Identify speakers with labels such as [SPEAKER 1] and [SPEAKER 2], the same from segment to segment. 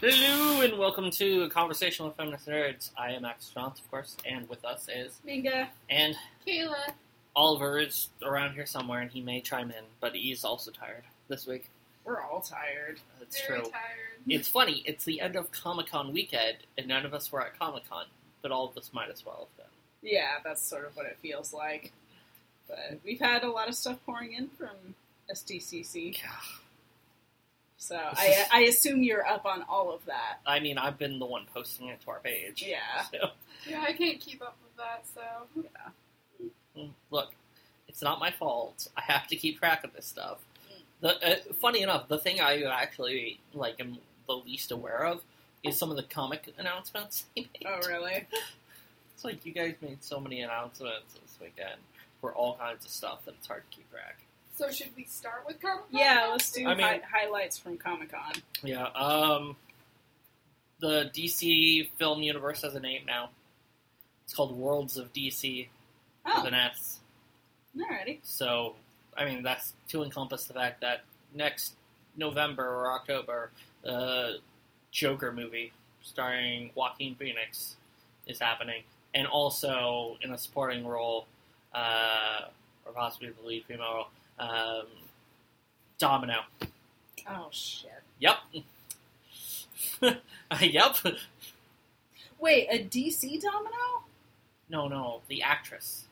[SPEAKER 1] Hello and welcome to a conversation with feminist nerds. I am Max Johnson, of course, and with us is
[SPEAKER 2] Minga,
[SPEAKER 1] and
[SPEAKER 2] Kayla.
[SPEAKER 1] Oliver is around here somewhere, and he may chime in, but he's also tired this week.
[SPEAKER 2] We're all tired.
[SPEAKER 1] That's
[SPEAKER 2] Very
[SPEAKER 1] true.
[SPEAKER 2] tired.
[SPEAKER 1] It's funny. It's the end of Comic Con weekend, and none of us were at Comic Con, but all of us might as well have been.
[SPEAKER 2] Yeah, that's sort of what it feels like. But we've had a lot of stuff pouring in from SDCC, so I, I assume you're up on all of that.
[SPEAKER 1] I mean, I've been the one posting it to our page.
[SPEAKER 2] Yeah.
[SPEAKER 1] So,
[SPEAKER 3] Yeah, I can't keep up with that, so.
[SPEAKER 1] mm, look, it's not my fault. I have to keep track of this stuff. The, uh, funny enough, the thing I actually like am the least aware of is some of the comic announcements. he made.
[SPEAKER 2] Oh, really?
[SPEAKER 1] It's like you guys made so many announcements this weekend for all kinds of stuff that it's hard to keep track.
[SPEAKER 3] So should we start with Comic Con?
[SPEAKER 2] Yeah, let's do
[SPEAKER 1] I mean-
[SPEAKER 2] hi- highlights from Comic Con.
[SPEAKER 1] Yeah. Um, the DC film universe has a name now. It's called Worlds of DC with
[SPEAKER 2] Oh,
[SPEAKER 1] an S.
[SPEAKER 2] alrighty.
[SPEAKER 1] So, I mean, that's to encompass the fact that next November or October, uh, Joker movie starring Joaquin Phoenix is happening, and also in a supporting role, uh, or possibly the lead female role, um, Domino.
[SPEAKER 2] Oh shit.
[SPEAKER 1] Yep. yep.
[SPEAKER 2] Wait, a DC Domino?
[SPEAKER 1] No, no, the actress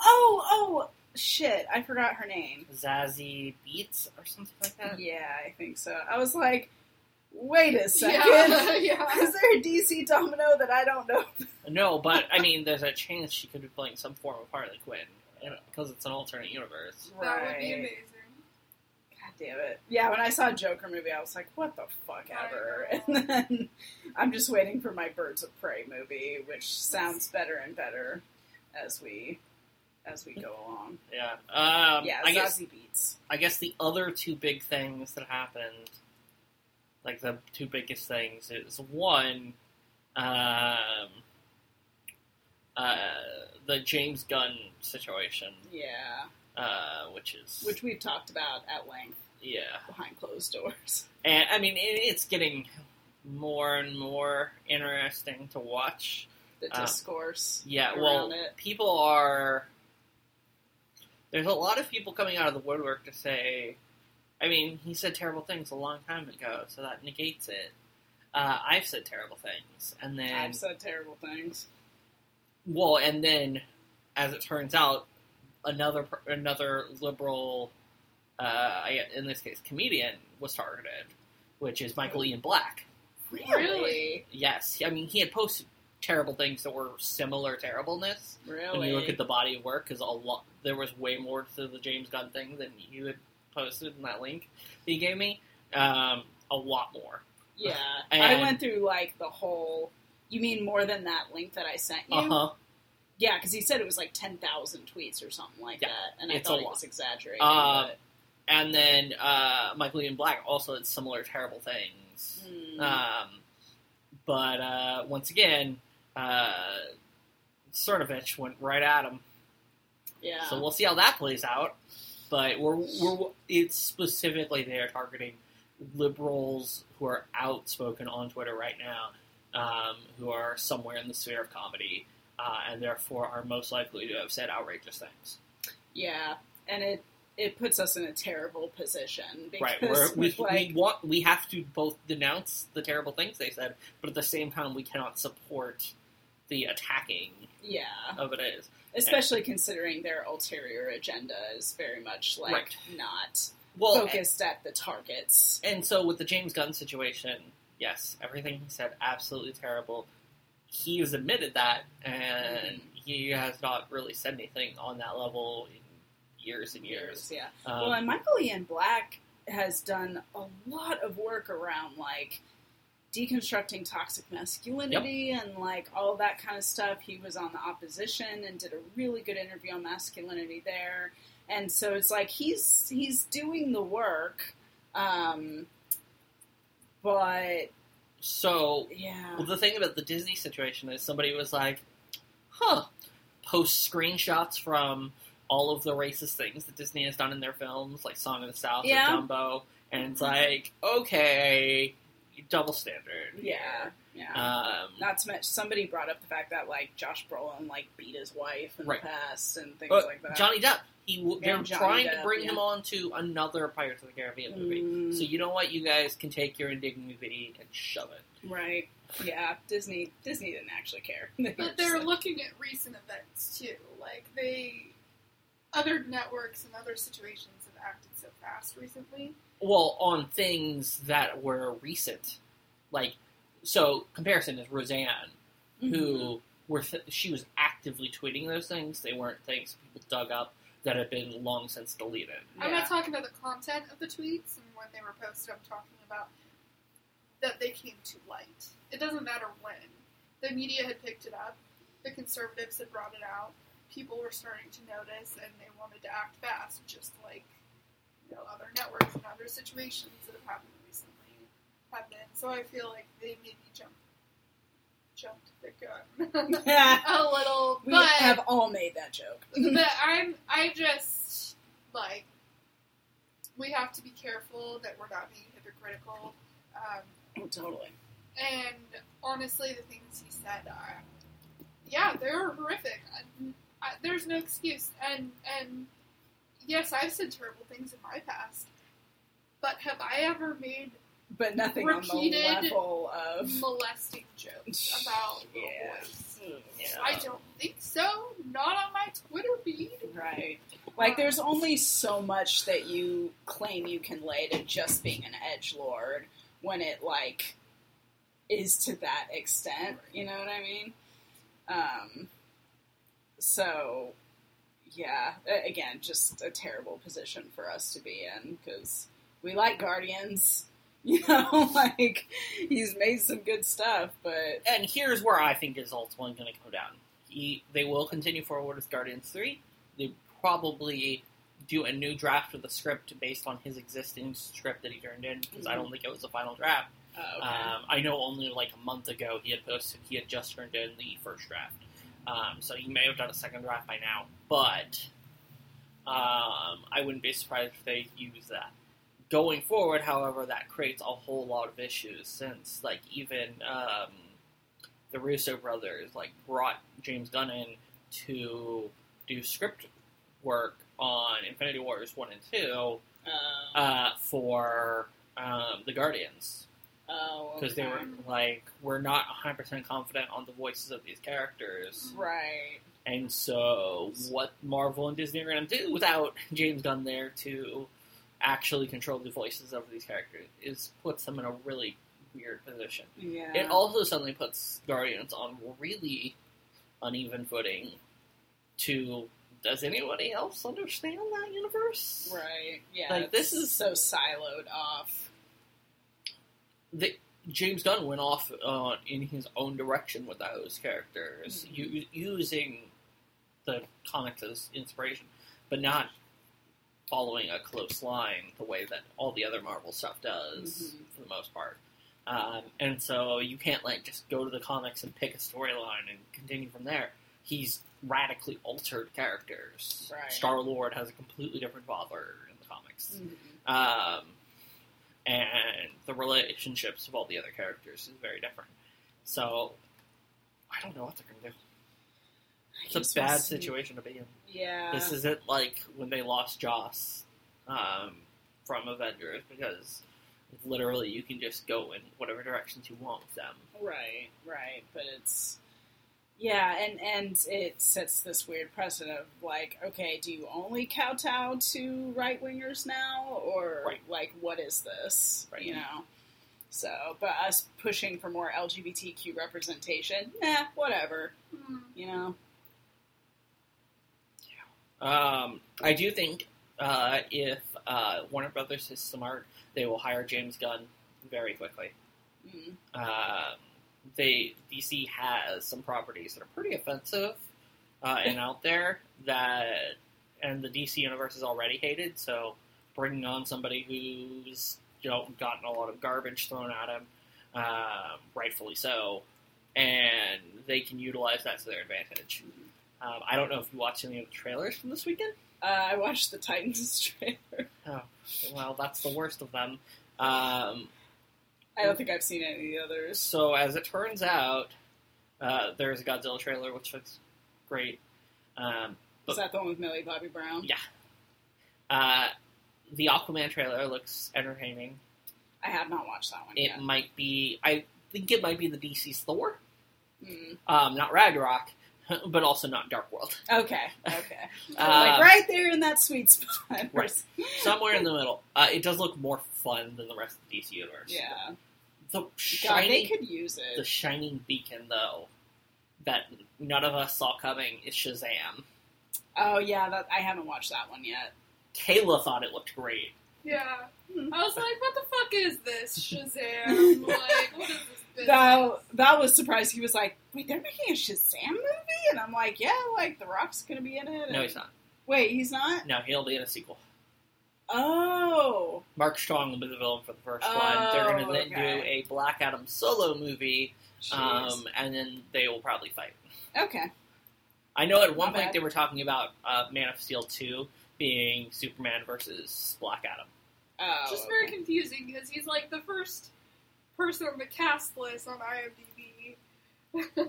[SPEAKER 2] Oh, oh shit! I forgot her name.
[SPEAKER 1] Zazie Beats or something like that.
[SPEAKER 2] Yeah, I think so. I was like, wait a second.
[SPEAKER 3] Yeah, yeah.
[SPEAKER 2] Is there a DC Domino that I don't know?
[SPEAKER 1] No, but I mean, there's a chance she could be playing some form of Harley Quinn because it's an alternate universe.
[SPEAKER 3] That would be amazing.
[SPEAKER 2] God damn it. Yeah, when I saw Joker movie, I was like, what the fuck ever. And then I'm just waiting for my Birds of Prey movie, which sounds better and better as we as we go along.
[SPEAKER 1] Yeah. Um,
[SPEAKER 2] yeah,
[SPEAKER 1] I
[SPEAKER 2] Zazie
[SPEAKER 1] guess
[SPEAKER 2] Beats.
[SPEAKER 1] I guess the other two big things that happened, like the two biggest things, is one, um, uh, the James Gunn situation,
[SPEAKER 2] Yeah,
[SPEAKER 1] uh, which is
[SPEAKER 2] which we've talked about at length
[SPEAKER 1] yeah.
[SPEAKER 2] behind closed doors.
[SPEAKER 1] And I mean, it, it's getting more and more interesting to watch.
[SPEAKER 2] The
[SPEAKER 1] Uh,
[SPEAKER 2] discourse.
[SPEAKER 1] Yeah,
[SPEAKER 2] around
[SPEAKER 1] well,
[SPEAKER 2] it.
[SPEAKER 1] people are. There's a lot of people coming out of the woodwork to say, I mean, he said terrible things a long time ago, so that negates it. Uh, I've said terrible things, and then
[SPEAKER 2] I've said terrible things.
[SPEAKER 1] well, and then, as it turns out, another per- another liberal, uh, I- in this case, comedian was targeted, which is Michael Ian Black.
[SPEAKER 3] Really?
[SPEAKER 1] Yes, I mean, he had posted terrible things that were similar terribleness.
[SPEAKER 2] Really?
[SPEAKER 1] when you look at the body of work, because a lot there was way more to the James Gunn thing than you had posted in that link that you gave me. Um, a lot more.
[SPEAKER 2] Yeah,
[SPEAKER 1] And-
[SPEAKER 2] I went through like the whole. You mean more than that link that I sent you?
[SPEAKER 1] Uh huh.
[SPEAKER 2] Yeah, because he said it was like ten thousand tweets or something like
[SPEAKER 1] Yeah,
[SPEAKER 2] that, and I
[SPEAKER 1] it's
[SPEAKER 2] thought
[SPEAKER 1] a
[SPEAKER 2] he
[SPEAKER 1] lot.
[SPEAKER 2] was exaggerating.
[SPEAKER 1] Um, and then uh, Michael Ian Black also had similar terrible things.
[SPEAKER 2] but, Hmm.
[SPEAKER 1] Um, but uh, once again, uh, Cernovich went right at him.
[SPEAKER 2] yeah,
[SPEAKER 1] So we'll see how that plays out. But we're, we're it's specifically they are targeting liberals who are outspoken on Twitter right now, um, who are somewhere in the sphere of comedy, uh, and therefore are most likely to have said outrageous things.
[SPEAKER 2] yeah, and it it puts us in a terrible position because
[SPEAKER 1] right? We're, we
[SPEAKER 2] with, like
[SPEAKER 1] we want we have to both denounce the terrible things they said, but at the same time we cannot support the attacking
[SPEAKER 2] yeah,
[SPEAKER 1] of it is
[SPEAKER 2] especially considering their ulterior agenda is very much like
[SPEAKER 1] Right.
[SPEAKER 2] not
[SPEAKER 1] well.
[SPEAKER 2] focused at the targets.
[SPEAKER 1] And so with the James Gunn situation, yes, everything he said absolutely terrible. He has admitted that, and he has not really said anything on that level in years and years.
[SPEAKER 2] yeah.
[SPEAKER 1] Um,
[SPEAKER 2] Well, and Michael Ian Black has done a lot of work around like deconstructing toxic masculinity and like all that kind of stuff. He was on the opposition and did a really good interview on masculinity there. And so it's like he's he's doing the work. Um but
[SPEAKER 1] so
[SPEAKER 2] yeah.
[SPEAKER 1] well, the thing about the Disney situation is somebody was like, "Huh," post screenshots from all of the racist things that Disney has done in their films, like Song of the South
[SPEAKER 2] Yeah.
[SPEAKER 1] or Dumbo, and it's like, okay, double standard.
[SPEAKER 2] Yeah, yeah.
[SPEAKER 1] Um,
[SPEAKER 2] Not to mention, somebody brought up the fact that like Josh Brolin like beat his wife in
[SPEAKER 1] Right.
[SPEAKER 2] the past and things
[SPEAKER 1] But
[SPEAKER 2] like that.
[SPEAKER 1] Johnny Depp. He w- they're
[SPEAKER 2] And Johnny
[SPEAKER 1] trying to
[SPEAKER 2] Depp,
[SPEAKER 1] bring
[SPEAKER 2] yeah.
[SPEAKER 1] him on to another Pirates of the Caribbean movie.
[SPEAKER 2] Mm,
[SPEAKER 1] So you know what? You guys can take your indignity and shove it.
[SPEAKER 2] right? Yeah, Disney. Disney didn't actually care. They were
[SPEAKER 3] But
[SPEAKER 2] just
[SPEAKER 3] they're
[SPEAKER 2] like,
[SPEAKER 3] looking at recent events too. Like they, other networks and other situations have acted so fast recently.
[SPEAKER 1] Well, on things that were recent, like so comparison is Roseanne,
[SPEAKER 2] Mm-hmm.
[SPEAKER 1] who were th- she was actively tweeting those things. They weren't things people dug up that had been long since deleted.
[SPEAKER 3] I'm
[SPEAKER 2] Yeah.
[SPEAKER 3] not talking about the content of the tweets and when they were posted. I'm talking about that they came to light. It doesn't matter when. The media had picked it up. The conservatives had brought it out. People were starting to notice, and they wanted to act fast, just like you know, other networks and other situations that have happened recently have been. So I feel like they maybe jump, jumped the gun a little.
[SPEAKER 2] we
[SPEAKER 3] but
[SPEAKER 2] have all made that joke.
[SPEAKER 3] but I'm I just like we have to be careful that we're not being hypocritical. Um,
[SPEAKER 2] Oh, totally.
[SPEAKER 3] and honestly, the things he said, uh, yeah, they're horrific. I, I, there's no excuse. And and yes, I've said terrible things in my past, but have I ever made
[SPEAKER 2] But nothing
[SPEAKER 3] Repeated-
[SPEAKER 2] on the level of
[SPEAKER 3] molesting jokes about little
[SPEAKER 2] Yeah.
[SPEAKER 3] boys?
[SPEAKER 1] Yeah.
[SPEAKER 3] I don't think so. Not on my Twitter feed.
[SPEAKER 2] Right. Like, there's only so much that you claim you can lay to just being an edge lord when it like is to that extent. You know what I mean? Um. So, yeah. a- Again, just a terrible position for us to be in because we like Guardians. You know, like he's made some good stuff, but
[SPEAKER 1] and here's where I think is ultimately going to come down. He, they will continue forward with Guardians 3. They probably do a new draft of the script based on his existing script that he turned in, because I don't think it was the final draft.
[SPEAKER 2] oh,
[SPEAKER 1] Um, I know only like a month ago he had posted he had just turned in the first draft. Um, so he may have done a second draft by now, but um, I wouldn't be surprised if they use that. Going forward, however, that creates a whole lot of issues since, like, even um, the Russo brothers like brought James Gunn in to do script work on Infinity Wars one and two
[SPEAKER 2] um,
[SPEAKER 1] uh, for um, the Guardians
[SPEAKER 2] oh,
[SPEAKER 1] because they were
[SPEAKER 2] okay.
[SPEAKER 1] like we're not 100% confident on the voices of these characters
[SPEAKER 2] right.
[SPEAKER 1] and so what marvel and disney are going to do without james gunn there to actually control the voices of these characters is puts them in a really weird position
[SPEAKER 2] Yeah.
[SPEAKER 1] it also suddenly puts guardians on really uneven footing to does anybody else understand that universe
[SPEAKER 2] Right. Yeah.
[SPEAKER 1] Like, this
[SPEAKER 2] it's
[SPEAKER 1] is-
[SPEAKER 2] so siloed off.
[SPEAKER 1] the, James Gunn went off uh, in his own direction with those characters,
[SPEAKER 2] Mhm.
[SPEAKER 1] u- using the comics as inspiration, but not following a close line the way that all the other Marvel stuff does for the most part. Um, and so you can't like just go to the comics and pick a storyline and continue from there. He's radically altered characters.
[SPEAKER 2] Right. Mm-hmm.
[SPEAKER 1] Star Lord has a completely different father in the comics um, and the relationships of all the other characters is very different. So I don't know what they're going to do. It's a bad situation to be in.
[SPEAKER 2] Yeah.
[SPEAKER 1] This isn't like when they lost Joss um, from Avengers because literally you can just go in whatever directions you want with them.
[SPEAKER 2] right. Right. But it's. Yeah, and, and it sets this weird precedent of like, okay, do you only kowtow to right wingers now, or
[SPEAKER 1] Right.
[SPEAKER 2] like, what is this?
[SPEAKER 1] Right.
[SPEAKER 2] You know, so but us pushing for more LGBTQ representation, nah, whatever.
[SPEAKER 3] Hmm.
[SPEAKER 2] You know,
[SPEAKER 1] Um, I do think uh, if uh, Warner Brothers is smart, they will hire James Gunn very quickly.
[SPEAKER 2] mm,
[SPEAKER 1] um, they DC has some properties that are pretty offensive uh, and out there that, and the DC universe is already hated. So bringing on somebody who's you know, gotten a lot of garbage thrown at him, um, rightfully so, and they can utilize that to their advantage. Um, I don't know if you watched any of the trailers from this weekend.
[SPEAKER 2] uh, I watched the Titans trailer.
[SPEAKER 1] Well, that's the worst of them. Um,
[SPEAKER 2] I don't think I've seen any others.
[SPEAKER 1] So as it turns out, uh, there's a Godzilla trailer which looks great. Um,
[SPEAKER 2] Is that the one with Millie Bobby Brown?
[SPEAKER 1] Yeah. uh, the Aquaman trailer looks entertaining.
[SPEAKER 2] I have not watched that one
[SPEAKER 1] It
[SPEAKER 2] yet.
[SPEAKER 1] might be, I think it might be the DC's Thor,
[SPEAKER 2] Mm.
[SPEAKER 1] um, not Ragnarok, but also not Dark World.
[SPEAKER 2] Okay, okay. like
[SPEAKER 1] Um,
[SPEAKER 2] right there in that sweet spot.
[SPEAKER 1] Right. Somewhere in the middle. Uh, it does look more fun than the rest of the DC universe.
[SPEAKER 2] Yeah.
[SPEAKER 1] The
[SPEAKER 2] God, they
[SPEAKER 1] shining,
[SPEAKER 2] could use
[SPEAKER 1] the
[SPEAKER 2] it.
[SPEAKER 1] shining beacon though, that none of us saw coming is Shazam.
[SPEAKER 2] Oh yeah, that, I haven't watched that one yet.
[SPEAKER 1] Kayla thought it looked great.
[SPEAKER 3] Yeah.
[SPEAKER 2] Hmm.
[SPEAKER 3] I was like, what the fuck is this? Shazam. like, what is this business?
[SPEAKER 2] Val, Val was surprised. He was like, "Wait, they're making a Shazam movie?" And I'm like, "Yeah, like The Rock's gonna be in it."
[SPEAKER 1] No,
[SPEAKER 2] and-
[SPEAKER 1] he's not.
[SPEAKER 2] Wait, he's not.
[SPEAKER 1] No, he'll be in a sequel.
[SPEAKER 2] Oh,
[SPEAKER 1] Mark Strong will be the villain for the first one. They're going to
[SPEAKER 2] Oh,
[SPEAKER 1] then
[SPEAKER 2] okay.
[SPEAKER 1] do a Black Adam solo movie,
[SPEAKER 2] jeez.
[SPEAKER 1] um, and then they will probably fight.
[SPEAKER 2] okay.
[SPEAKER 1] I know at one
[SPEAKER 2] Not
[SPEAKER 1] point
[SPEAKER 2] bad.
[SPEAKER 1] they were talking about uh, Man of Steel 2 being Superman versus Black Adam.
[SPEAKER 2] Oh,
[SPEAKER 3] It's just very confusing because he's like the first person on the cast list on IMDb.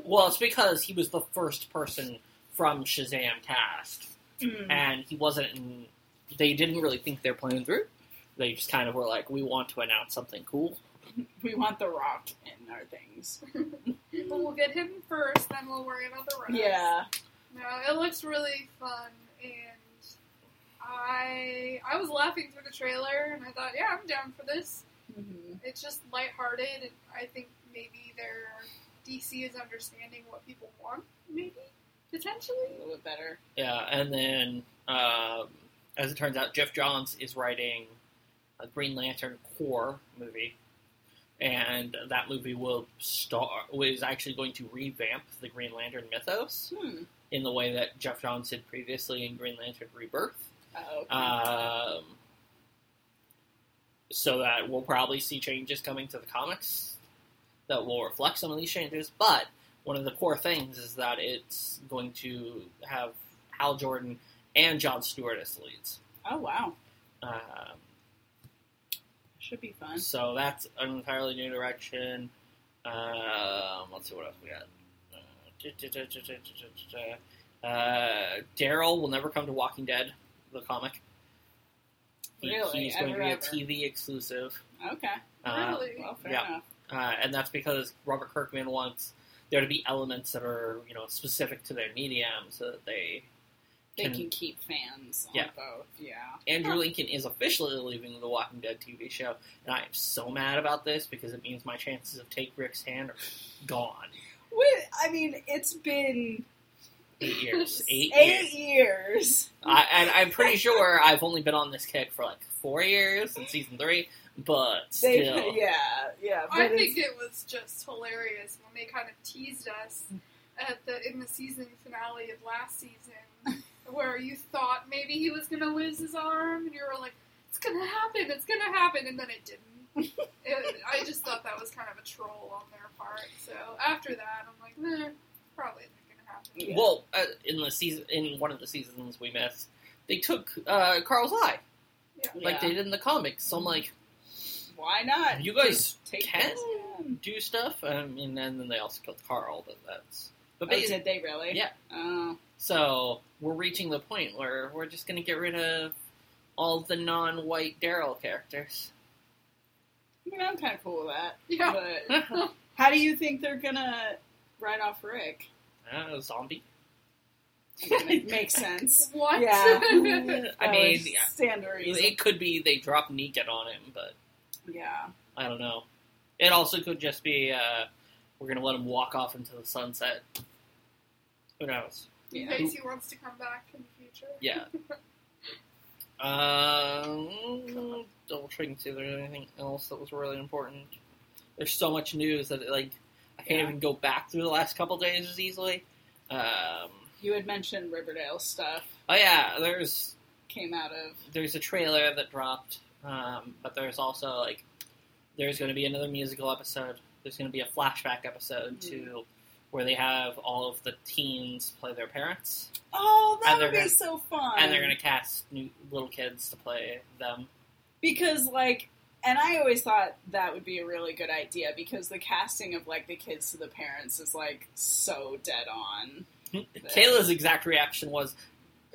[SPEAKER 1] Well, it's because he was the first person from Shazam cast,
[SPEAKER 2] Mm.
[SPEAKER 1] and he wasn't in. They didn't really think they're playing through. They just kind of were like, we want to announce something cool.
[SPEAKER 2] we want The Rock in our things.
[SPEAKER 3] But we'll get him first, then we'll worry about the rest.
[SPEAKER 2] Yeah.
[SPEAKER 3] No, it looks really fun, and I I was laughing through the trailer, and I thought, yeah, I'm down for this.
[SPEAKER 2] Mhm.
[SPEAKER 3] It's just lighthearted, and I think maybe their DC is understanding what people want, maybe
[SPEAKER 2] A
[SPEAKER 3] potentially.
[SPEAKER 2] little bit better.
[SPEAKER 1] Yeah, and then um, as it turns out, Jeff Johns is writing a Green Lantern Corps movie, and that movie will star is actually going to revamp the Green Lantern mythos
[SPEAKER 2] Hmm.
[SPEAKER 1] in the way that Jeff Johns did previously in Green Lantern Rebirth.
[SPEAKER 2] Oh, okay.
[SPEAKER 1] Um, so that we'll probably see changes coming to the comics that will reflect some of these changes. But one of the core things is that it's going to have Hal Jordan and John Stewart as leads.
[SPEAKER 2] oh wow,
[SPEAKER 1] Um,
[SPEAKER 2] should be fun.
[SPEAKER 1] so that's an entirely new direction. Um, let's see what else we got. Uh, da- da- da- da- da- da- da- da. Uh, Daryl will never come to Walking Dead, the comic. He-
[SPEAKER 2] Really?
[SPEAKER 1] He's
[SPEAKER 2] I've
[SPEAKER 1] going to be a
[SPEAKER 2] never-
[SPEAKER 1] TV exclusive.
[SPEAKER 2] Okay.
[SPEAKER 1] Uh,
[SPEAKER 3] really,
[SPEAKER 2] Well, fair
[SPEAKER 1] yeah.
[SPEAKER 2] enough.
[SPEAKER 1] uh, and that's because Robert Kirkman wants there to be elements that are you know specific to their medium, so that they.
[SPEAKER 2] They
[SPEAKER 1] Can-
[SPEAKER 2] can keep fans on
[SPEAKER 1] Yeah.
[SPEAKER 2] both. Yeah.
[SPEAKER 1] Andrew
[SPEAKER 2] Huh.
[SPEAKER 1] Lincoln is officially leaving the Walking Dead TV show, and I am so mad about this because it means my chances of take Rick's hand are gone.
[SPEAKER 2] Wait, I mean, it's been
[SPEAKER 1] Eight years, eight,
[SPEAKER 2] eight
[SPEAKER 1] years,
[SPEAKER 2] years.
[SPEAKER 1] I, and I'm pretty sure I've only been on this kick for like four years in season three, but
[SPEAKER 2] They,
[SPEAKER 1] still,
[SPEAKER 2] yeah, yeah. But
[SPEAKER 3] I
[SPEAKER 2] it's-
[SPEAKER 3] think it was just hilarious when they kind of teased us at the in the season finale of last season, where you thought maybe he was gonna lose his arm, and you were like, "It's gonna happen, it's gonna happen," and then it didn't. It- I just thought that was kind of a troll on their part. So after that, I'm like, "Meh, probably isn't gonna happen."
[SPEAKER 2] Yeah.
[SPEAKER 1] Well, uh, in the season, in one of the seasons we missed, they took uh, Carl's eye like
[SPEAKER 2] yeah.
[SPEAKER 1] they did in the comics. So I'm like,
[SPEAKER 2] why not?
[SPEAKER 1] you guys
[SPEAKER 2] Take
[SPEAKER 1] can
[SPEAKER 2] this.
[SPEAKER 1] do stuff. I mean, and then they also killed Carl, but that's but
[SPEAKER 2] Oh,
[SPEAKER 1] basi-
[SPEAKER 2] did they really?
[SPEAKER 1] Yeah.
[SPEAKER 2] Oh,
[SPEAKER 1] so we're reaching the point where we're just gonna get rid of all the non-white Daryl characters.
[SPEAKER 2] I mean, I'm kind of cool with that.
[SPEAKER 3] Yeah.
[SPEAKER 2] But
[SPEAKER 1] Uh,
[SPEAKER 2] how do you think they're gonna write off Rick?
[SPEAKER 1] Uh, zombie.
[SPEAKER 2] I mean, it makes sense.
[SPEAKER 3] What?
[SPEAKER 2] Yeah.
[SPEAKER 1] I
[SPEAKER 2] That
[SPEAKER 1] mean,
[SPEAKER 2] was
[SPEAKER 1] yeah,
[SPEAKER 2] stand to reason.
[SPEAKER 1] it could be they drop Negan on him, but
[SPEAKER 2] Yeah.
[SPEAKER 1] I don't know. It also could just be uh, we're gonna let him walk off into the sunset. Who knows?
[SPEAKER 3] In
[SPEAKER 2] Yeah.
[SPEAKER 3] case he wants to come back in the future.
[SPEAKER 1] Yeah. Um, double checking to see if there's anything else that was really important. There's so much news that like I can't
[SPEAKER 2] Yeah.
[SPEAKER 1] even go back through the last couple days as easily. Um,
[SPEAKER 2] You had mentioned Riverdale stuff
[SPEAKER 1] oh yeah, there's
[SPEAKER 2] came out of.
[SPEAKER 1] there's a trailer that dropped, um, but there's also like there's going to be another musical episode. There's going to be a flashback episode
[SPEAKER 2] Mhm.
[SPEAKER 1] to where they have all of the teens play their parents,
[SPEAKER 2] Oh, that
[SPEAKER 1] And they're
[SPEAKER 2] would be
[SPEAKER 1] gonna-
[SPEAKER 2] so fun.
[SPEAKER 1] and they're going to cast new little kids to play them.
[SPEAKER 2] because like and I always thought that would be a really good idea because the casting of like the kids to the parents is like so dead on.
[SPEAKER 1] Kayla's exact reaction was,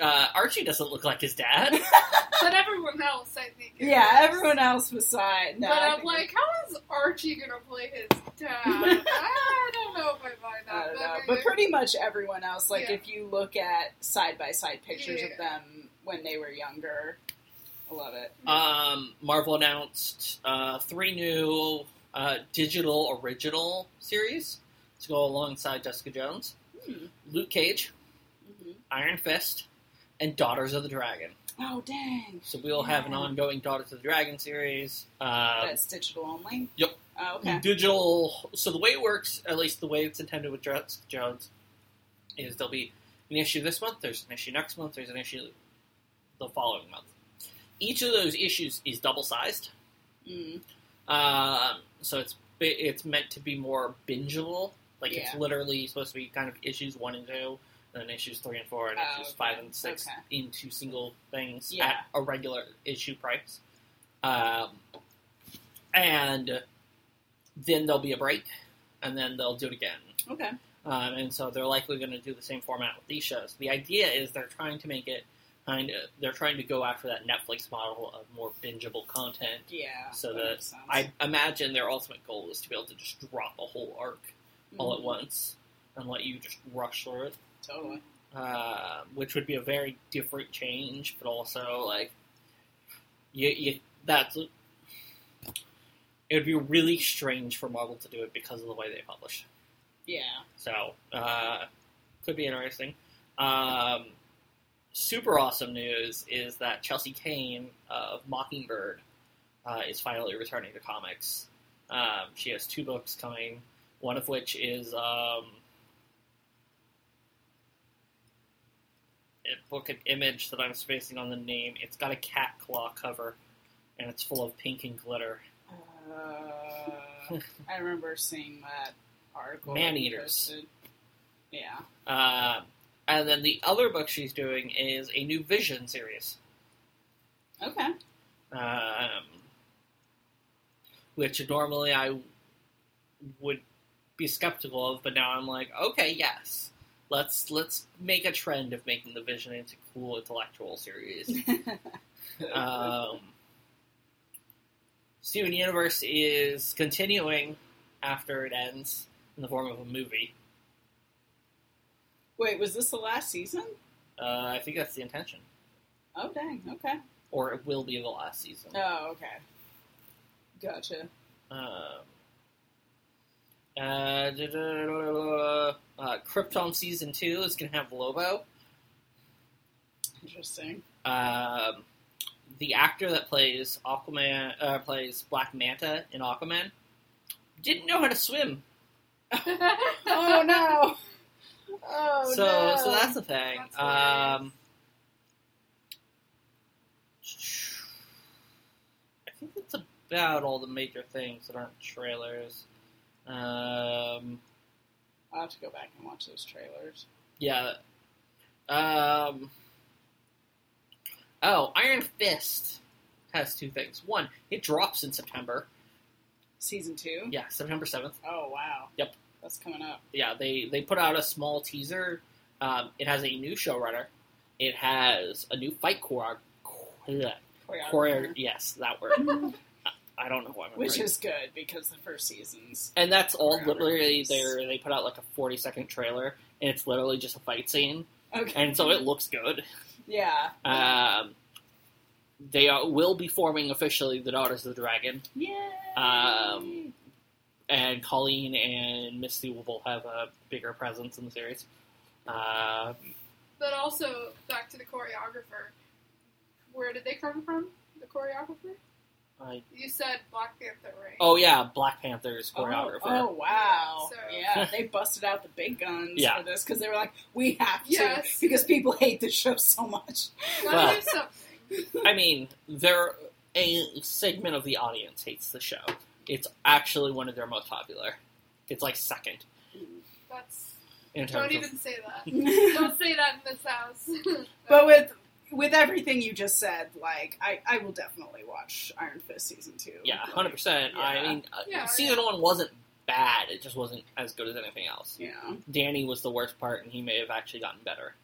[SPEAKER 1] uh, "Archie doesn't look like his dad."
[SPEAKER 3] But everyone else, I think. is-
[SPEAKER 2] Yeah, everyone else beside. No,
[SPEAKER 3] but
[SPEAKER 2] I
[SPEAKER 3] I'm
[SPEAKER 2] think-
[SPEAKER 3] like, how is Archie gonna play his dad? I don't know if I buy that.
[SPEAKER 2] I don't know.
[SPEAKER 3] okay,
[SPEAKER 2] uh, But
[SPEAKER 3] there-
[SPEAKER 2] pretty much everyone else, like
[SPEAKER 3] Yeah.
[SPEAKER 2] if you look at side by side pictures
[SPEAKER 3] Yeah.
[SPEAKER 2] of them when they were younger, I love it.
[SPEAKER 1] Um, Marvel announced uh, three new uh, digital original series to go alongside Jessica Jones:
[SPEAKER 2] Hmm.
[SPEAKER 1] Luke Cage,
[SPEAKER 2] Mhm.
[SPEAKER 3] Mm-hmm.
[SPEAKER 1] Iron Fist, and Daughters of the Dragon.
[SPEAKER 2] Oh dang,
[SPEAKER 1] So we'll have an
[SPEAKER 2] Yeah.
[SPEAKER 1] ongoing Daughters of the Dragon series. Um,
[SPEAKER 2] that's digital only.
[SPEAKER 1] Yep.
[SPEAKER 2] Oh, okay.
[SPEAKER 1] digital. So the way it works, at least the way it's intended with Jessica Jones, is there'll be an issue this month, there's an issue next month, there's an issue the following month. Each of those issues is double sized,
[SPEAKER 3] Mm-hmm.
[SPEAKER 2] Mm.
[SPEAKER 1] um, so it's it's meant to be more bingeable. Like it's
[SPEAKER 2] Yeah.
[SPEAKER 1] literally supposed to be kind of issues one and two, and then issues three and four, and
[SPEAKER 2] Oh,
[SPEAKER 1] issues
[SPEAKER 2] okay.
[SPEAKER 1] five and six
[SPEAKER 2] Okay.
[SPEAKER 1] into single things at
[SPEAKER 2] Yeah.
[SPEAKER 1] a regular issue price. Um, and then there'll be a break, and then they'll do it again.
[SPEAKER 2] Okay.
[SPEAKER 1] Um, and so they're likely going to do the same format with these shows. The idea is they're trying to make it kind of they're trying to go after that Netflix model of more bingeable content
[SPEAKER 2] Yeah.
[SPEAKER 1] So
[SPEAKER 2] that
[SPEAKER 1] that
[SPEAKER 2] makes sense.
[SPEAKER 1] I imagine their ultimate goal is to be able to just drop a whole arc all at
[SPEAKER 2] Mhm.
[SPEAKER 1] once and let you just rush through it,
[SPEAKER 2] Totally.
[SPEAKER 1] uh, which would be a very different change, but also like you, you that's it would be really strange for Marvel to do it because of the way they publish.
[SPEAKER 2] Yeah.
[SPEAKER 1] So uh, could be interesting. Um, super awesome news is that Chelsea Kane of Mockingbird uh, is finally returning to comics. Um, she has two books coming, one of which is um, a book an image that I'm spacing on the name. It's got a cat claw cover, and it's full of pink and glitter.
[SPEAKER 2] Uh, I remember seeing that article.
[SPEAKER 1] Man
[SPEAKER 2] that you
[SPEAKER 1] eaters.
[SPEAKER 2] posted. Yeah.
[SPEAKER 1] Uh, and then the other book she's doing is a new Vision series.
[SPEAKER 2] Okay.
[SPEAKER 1] um, which normally I would be skeptical of, but now I'm like, okay, yes, let's let's make a trend of making the Vision into cool intellectual series. um, Steven Universe is continuing after it ends in the form of a movie.
[SPEAKER 2] Wait, was this the last season?
[SPEAKER 1] Uh, I think that's the intention,
[SPEAKER 2] Oh dang. Okay.
[SPEAKER 1] or it will be the last season.
[SPEAKER 2] Oh okay. Gotcha.
[SPEAKER 1] Um, uh, da- da- da- da- da- uh, Krypton season two is gonna have Lobo.
[SPEAKER 2] Interesting.
[SPEAKER 1] Um, the actor that plays Aquaman uh, plays Black Manta in Aquaman didn't know how to swim,
[SPEAKER 2] Oh no. Oh
[SPEAKER 1] so
[SPEAKER 2] no.
[SPEAKER 1] so that's a thing.
[SPEAKER 3] That's
[SPEAKER 1] um, I think that's about all the major things that aren't trailers. Um,
[SPEAKER 2] I'll have to go back and watch those trailers.
[SPEAKER 1] Yeah. Um. Oh, Iron Fist has two things. One, it drops in September.
[SPEAKER 2] Season two.
[SPEAKER 1] Yeah, September seventh.
[SPEAKER 2] Oh wow.
[SPEAKER 1] Yep.
[SPEAKER 2] That's coming up.
[SPEAKER 1] Yeah, they they put out a small teaser. Um, it has a new showrunner. It has a new fight choreo. choreo- Choreo. Yes, that word. I- I don't know why. I'm
[SPEAKER 2] Which
[SPEAKER 1] afraid.
[SPEAKER 2] is good because the first seasons.
[SPEAKER 1] And that's all
[SPEAKER 2] Choreography.
[SPEAKER 1] literally there. They put out like a forty second trailer, and it's literally just a fight scene,
[SPEAKER 2] Okay.
[SPEAKER 1] and so it looks good.
[SPEAKER 2] Yeah.
[SPEAKER 1] Um, they are, will be forming officially the Daughters of the Dragon,
[SPEAKER 2] Yay.
[SPEAKER 1] um, and Colleen and Misty will have a bigger presence in the series. Uh,
[SPEAKER 3] But also back to the choreographer. Where did they come from? The choreographer?
[SPEAKER 1] I,
[SPEAKER 3] You said Black Panther, right?
[SPEAKER 1] oh yeah, Black Panther's
[SPEAKER 2] Oh,
[SPEAKER 1] choreographer.
[SPEAKER 2] Oh, wow.
[SPEAKER 3] So-
[SPEAKER 2] Yeah, they busted out the big guns
[SPEAKER 1] Yeah.
[SPEAKER 2] for this because they were like, we have to
[SPEAKER 3] Yes.
[SPEAKER 2] because people hate this show so much.
[SPEAKER 3] Gotta
[SPEAKER 1] well.
[SPEAKER 3] do something.
[SPEAKER 1] I mean, they're a segment of the audience hates the show. It's actually one of their most popular. It's like second
[SPEAKER 3] That's
[SPEAKER 1] in terms
[SPEAKER 3] don't
[SPEAKER 1] of
[SPEAKER 3] even say that.
[SPEAKER 2] but
[SPEAKER 3] Don't say that in this house.
[SPEAKER 2] with with everything you just said, like I, I will definitely watch Iron Fist season two.
[SPEAKER 1] Yeah,
[SPEAKER 2] Like,
[SPEAKER 1] hundred percent. I
[SPEAKER 2] Yeah.
[SPEAKER 1] mean, uh,
[SPEAKER 3] Yeah,
[SPEAKER 1] season one wasn't bad; it just wasn't as good as anything else.
[SPEAKER 2] Yeah,
[SPEAKER 1] Danny was the worst part, and he may have actually gotten better.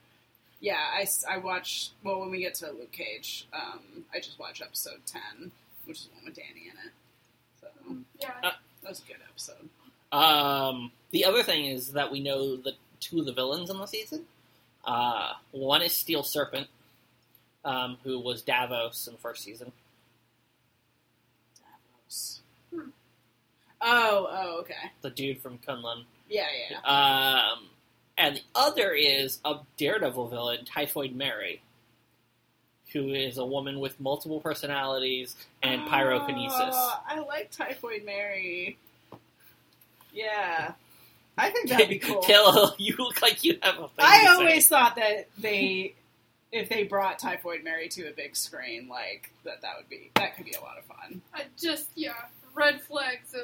[SPEAKER 2] yeah. I, s- I watched. Well, when we get to Luke Cage, um, I just watched episode ten, which is the one with Danny in it. So
[SPEAKER 3] um, Yeah.
[SPEAKER 2] that was a good episode.
[SPEAKER 1] Um, the other thing is that we know the two of the villains in the season. Uh, one is Steel Serpent, um, who was Davos in the first season.
[SPEAKER 2] Davos.
[SPEAKER 3] Hmm.
[SPEAKER 2] Oh, oh, okay.
[SPEAKER 1] The dude from Kunlun.
[SPEAKER 2] Yeah, yeah. yeah.
[SPEAKER 1] Um, and the other is a Daredevil villain, Typhoid Mary, who is a woman with multiple personalities and pyrokinesis.
[SPEAKER 2] Oh, I like Typhoid Mary. Yeah, I think that'd be cool.
[SPEAKER 1] Taylor, you look like you have a thing.
[SPEAKER 2] I
[SPEAKER 1] to say.
[SPEAKER 2] always thought that they, if they brought Typhoid Mary to a big screen, like that, that would be that could be a lot of fun.
[SPEAKER 3] I just yeah, red flags of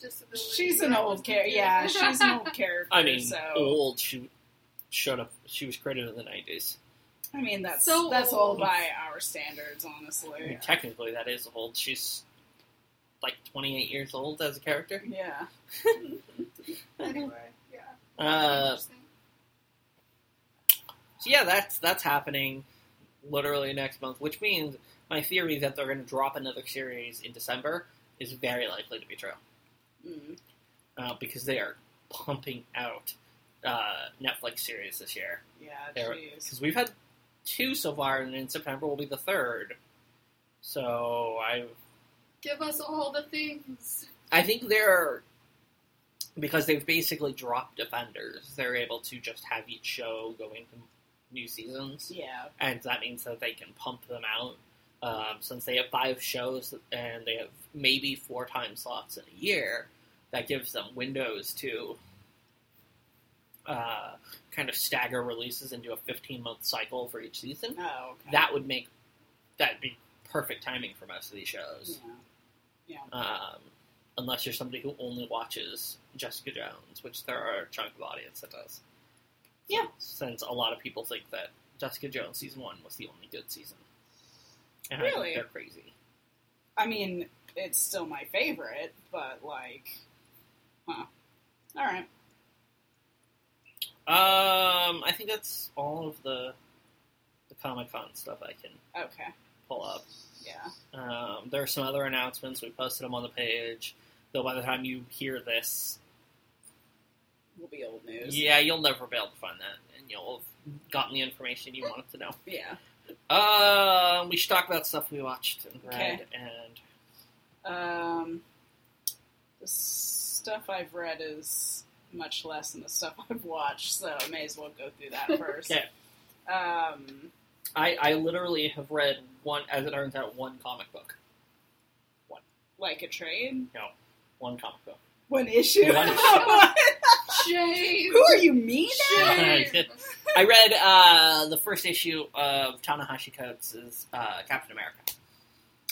[SPEAKER 3] disability.
[SPEAKER 2] She's an old character. Yeah, she's an old character.
[SPEAKER 1] I mean, oh.
[SPEAKER 2] so
[SPEAKER 1] old. She showed up. She was created in the nineties.
[SPEAKER 2] I mean that's
[SPEAKER 3] so
[SPEAKER 2] that's
[SPEAKER 3] old.
[SPEAKER 2] old by our standards, honestly.
[SPEAKER 1] Technically, that is old. She's like twenty-eight years old as a character.
[SPEAKER 2] Yeah,
[SPEAKER 3] anyway, yeah.
[SPEAKER 1] Uh,
[SPEAKER 3] Interesting.
[SPEAKER 1] so yeah, that's that's happening literally next month, which means my theory that they're going to drop another series in December is very likely to be true
[SPEAKER 2] Mm.
[SPEAKER 1] uh, because they are pumping out uh, Netflix series this year.
[SPEAKER 2] yeah.
[SPEAKER 1] There-
[SPEAKER 2] Jeez.
[SPEAKER 1] because we've had two so far, and in September will be the third. So I
[SPEAKER 3] Give us all the things.
[SPEAKER 1] I think they're because they've basically dropped Defenders. They're able to just have each show go into new seasons,
[SPEAKER 2] Yeah,
[SPEAKER 1] and that means that they can pump them out. Um, since they have five shows and they have maybe four time slots in a year, that gives them windows to uh, kind of stagger releases into a 15 month cycle for each season
[SPEAKER 2] oh, okay.
[SPEAKER 1] that would make that'd be perfect timing for most of these
[SPEAKER 2] Yeah.
[SPEAKER 1] shows. Um, unless you're somebody who only watches Jessica Jones, which there are a chunk of audience that does.
[SPEAKER 2] Yeah.
[SPEAKER 1] Since a lot of people think that Jessica Jones season one was the only good season. And I
[SPEAKER 2] Really?
[SPEAKER 1] think they're crazy.
[SPEAKER 2] I mean, it's still my favorite, but like, huh? All right.
[SPEAKER 1] Um, I think that's all of the the Comic Con stuff I can
[SPEAKER 2] Okay.
[SPEAKER 1] pull up.
[SPEAKER 2] Yeah.
[SPEAKER 1] Um, there are some other announcements. We posted them on the page. Though by the time you hear this,
[SPEAKER 2] Will be old news.
[SPEAKER 1] Yeah, you'll never be able to find that, and you'll have gotten the information you wanted to know.
[SPEAKER 2] Yeah.
[SPEAKER 1] Um, we should talk about stuff we watched and read, and
[SPEAKER 2] Um, the stuff I've read is much less than the stuff I've watched, so I may as well go through that first.
[SPEAKER 1] Okay.
[SPEAKER 2] Um,
[SPEAKER 1] I, I literally have read one, as it turns out, one comic book,
[SPEAKER 2] like a trade?
[SPEAKER 1] one comic book.
[SPEAKER 2] One issue?
[SPEAKER 1] One
[SPEAKER 3] Shame.
[SPEAKER 2] Who are you, me now?
[SPEAKER 3] Shame.
[SPEAKER 1] I read uh, the first issue of Tanahashi Coates' uh, Captain America.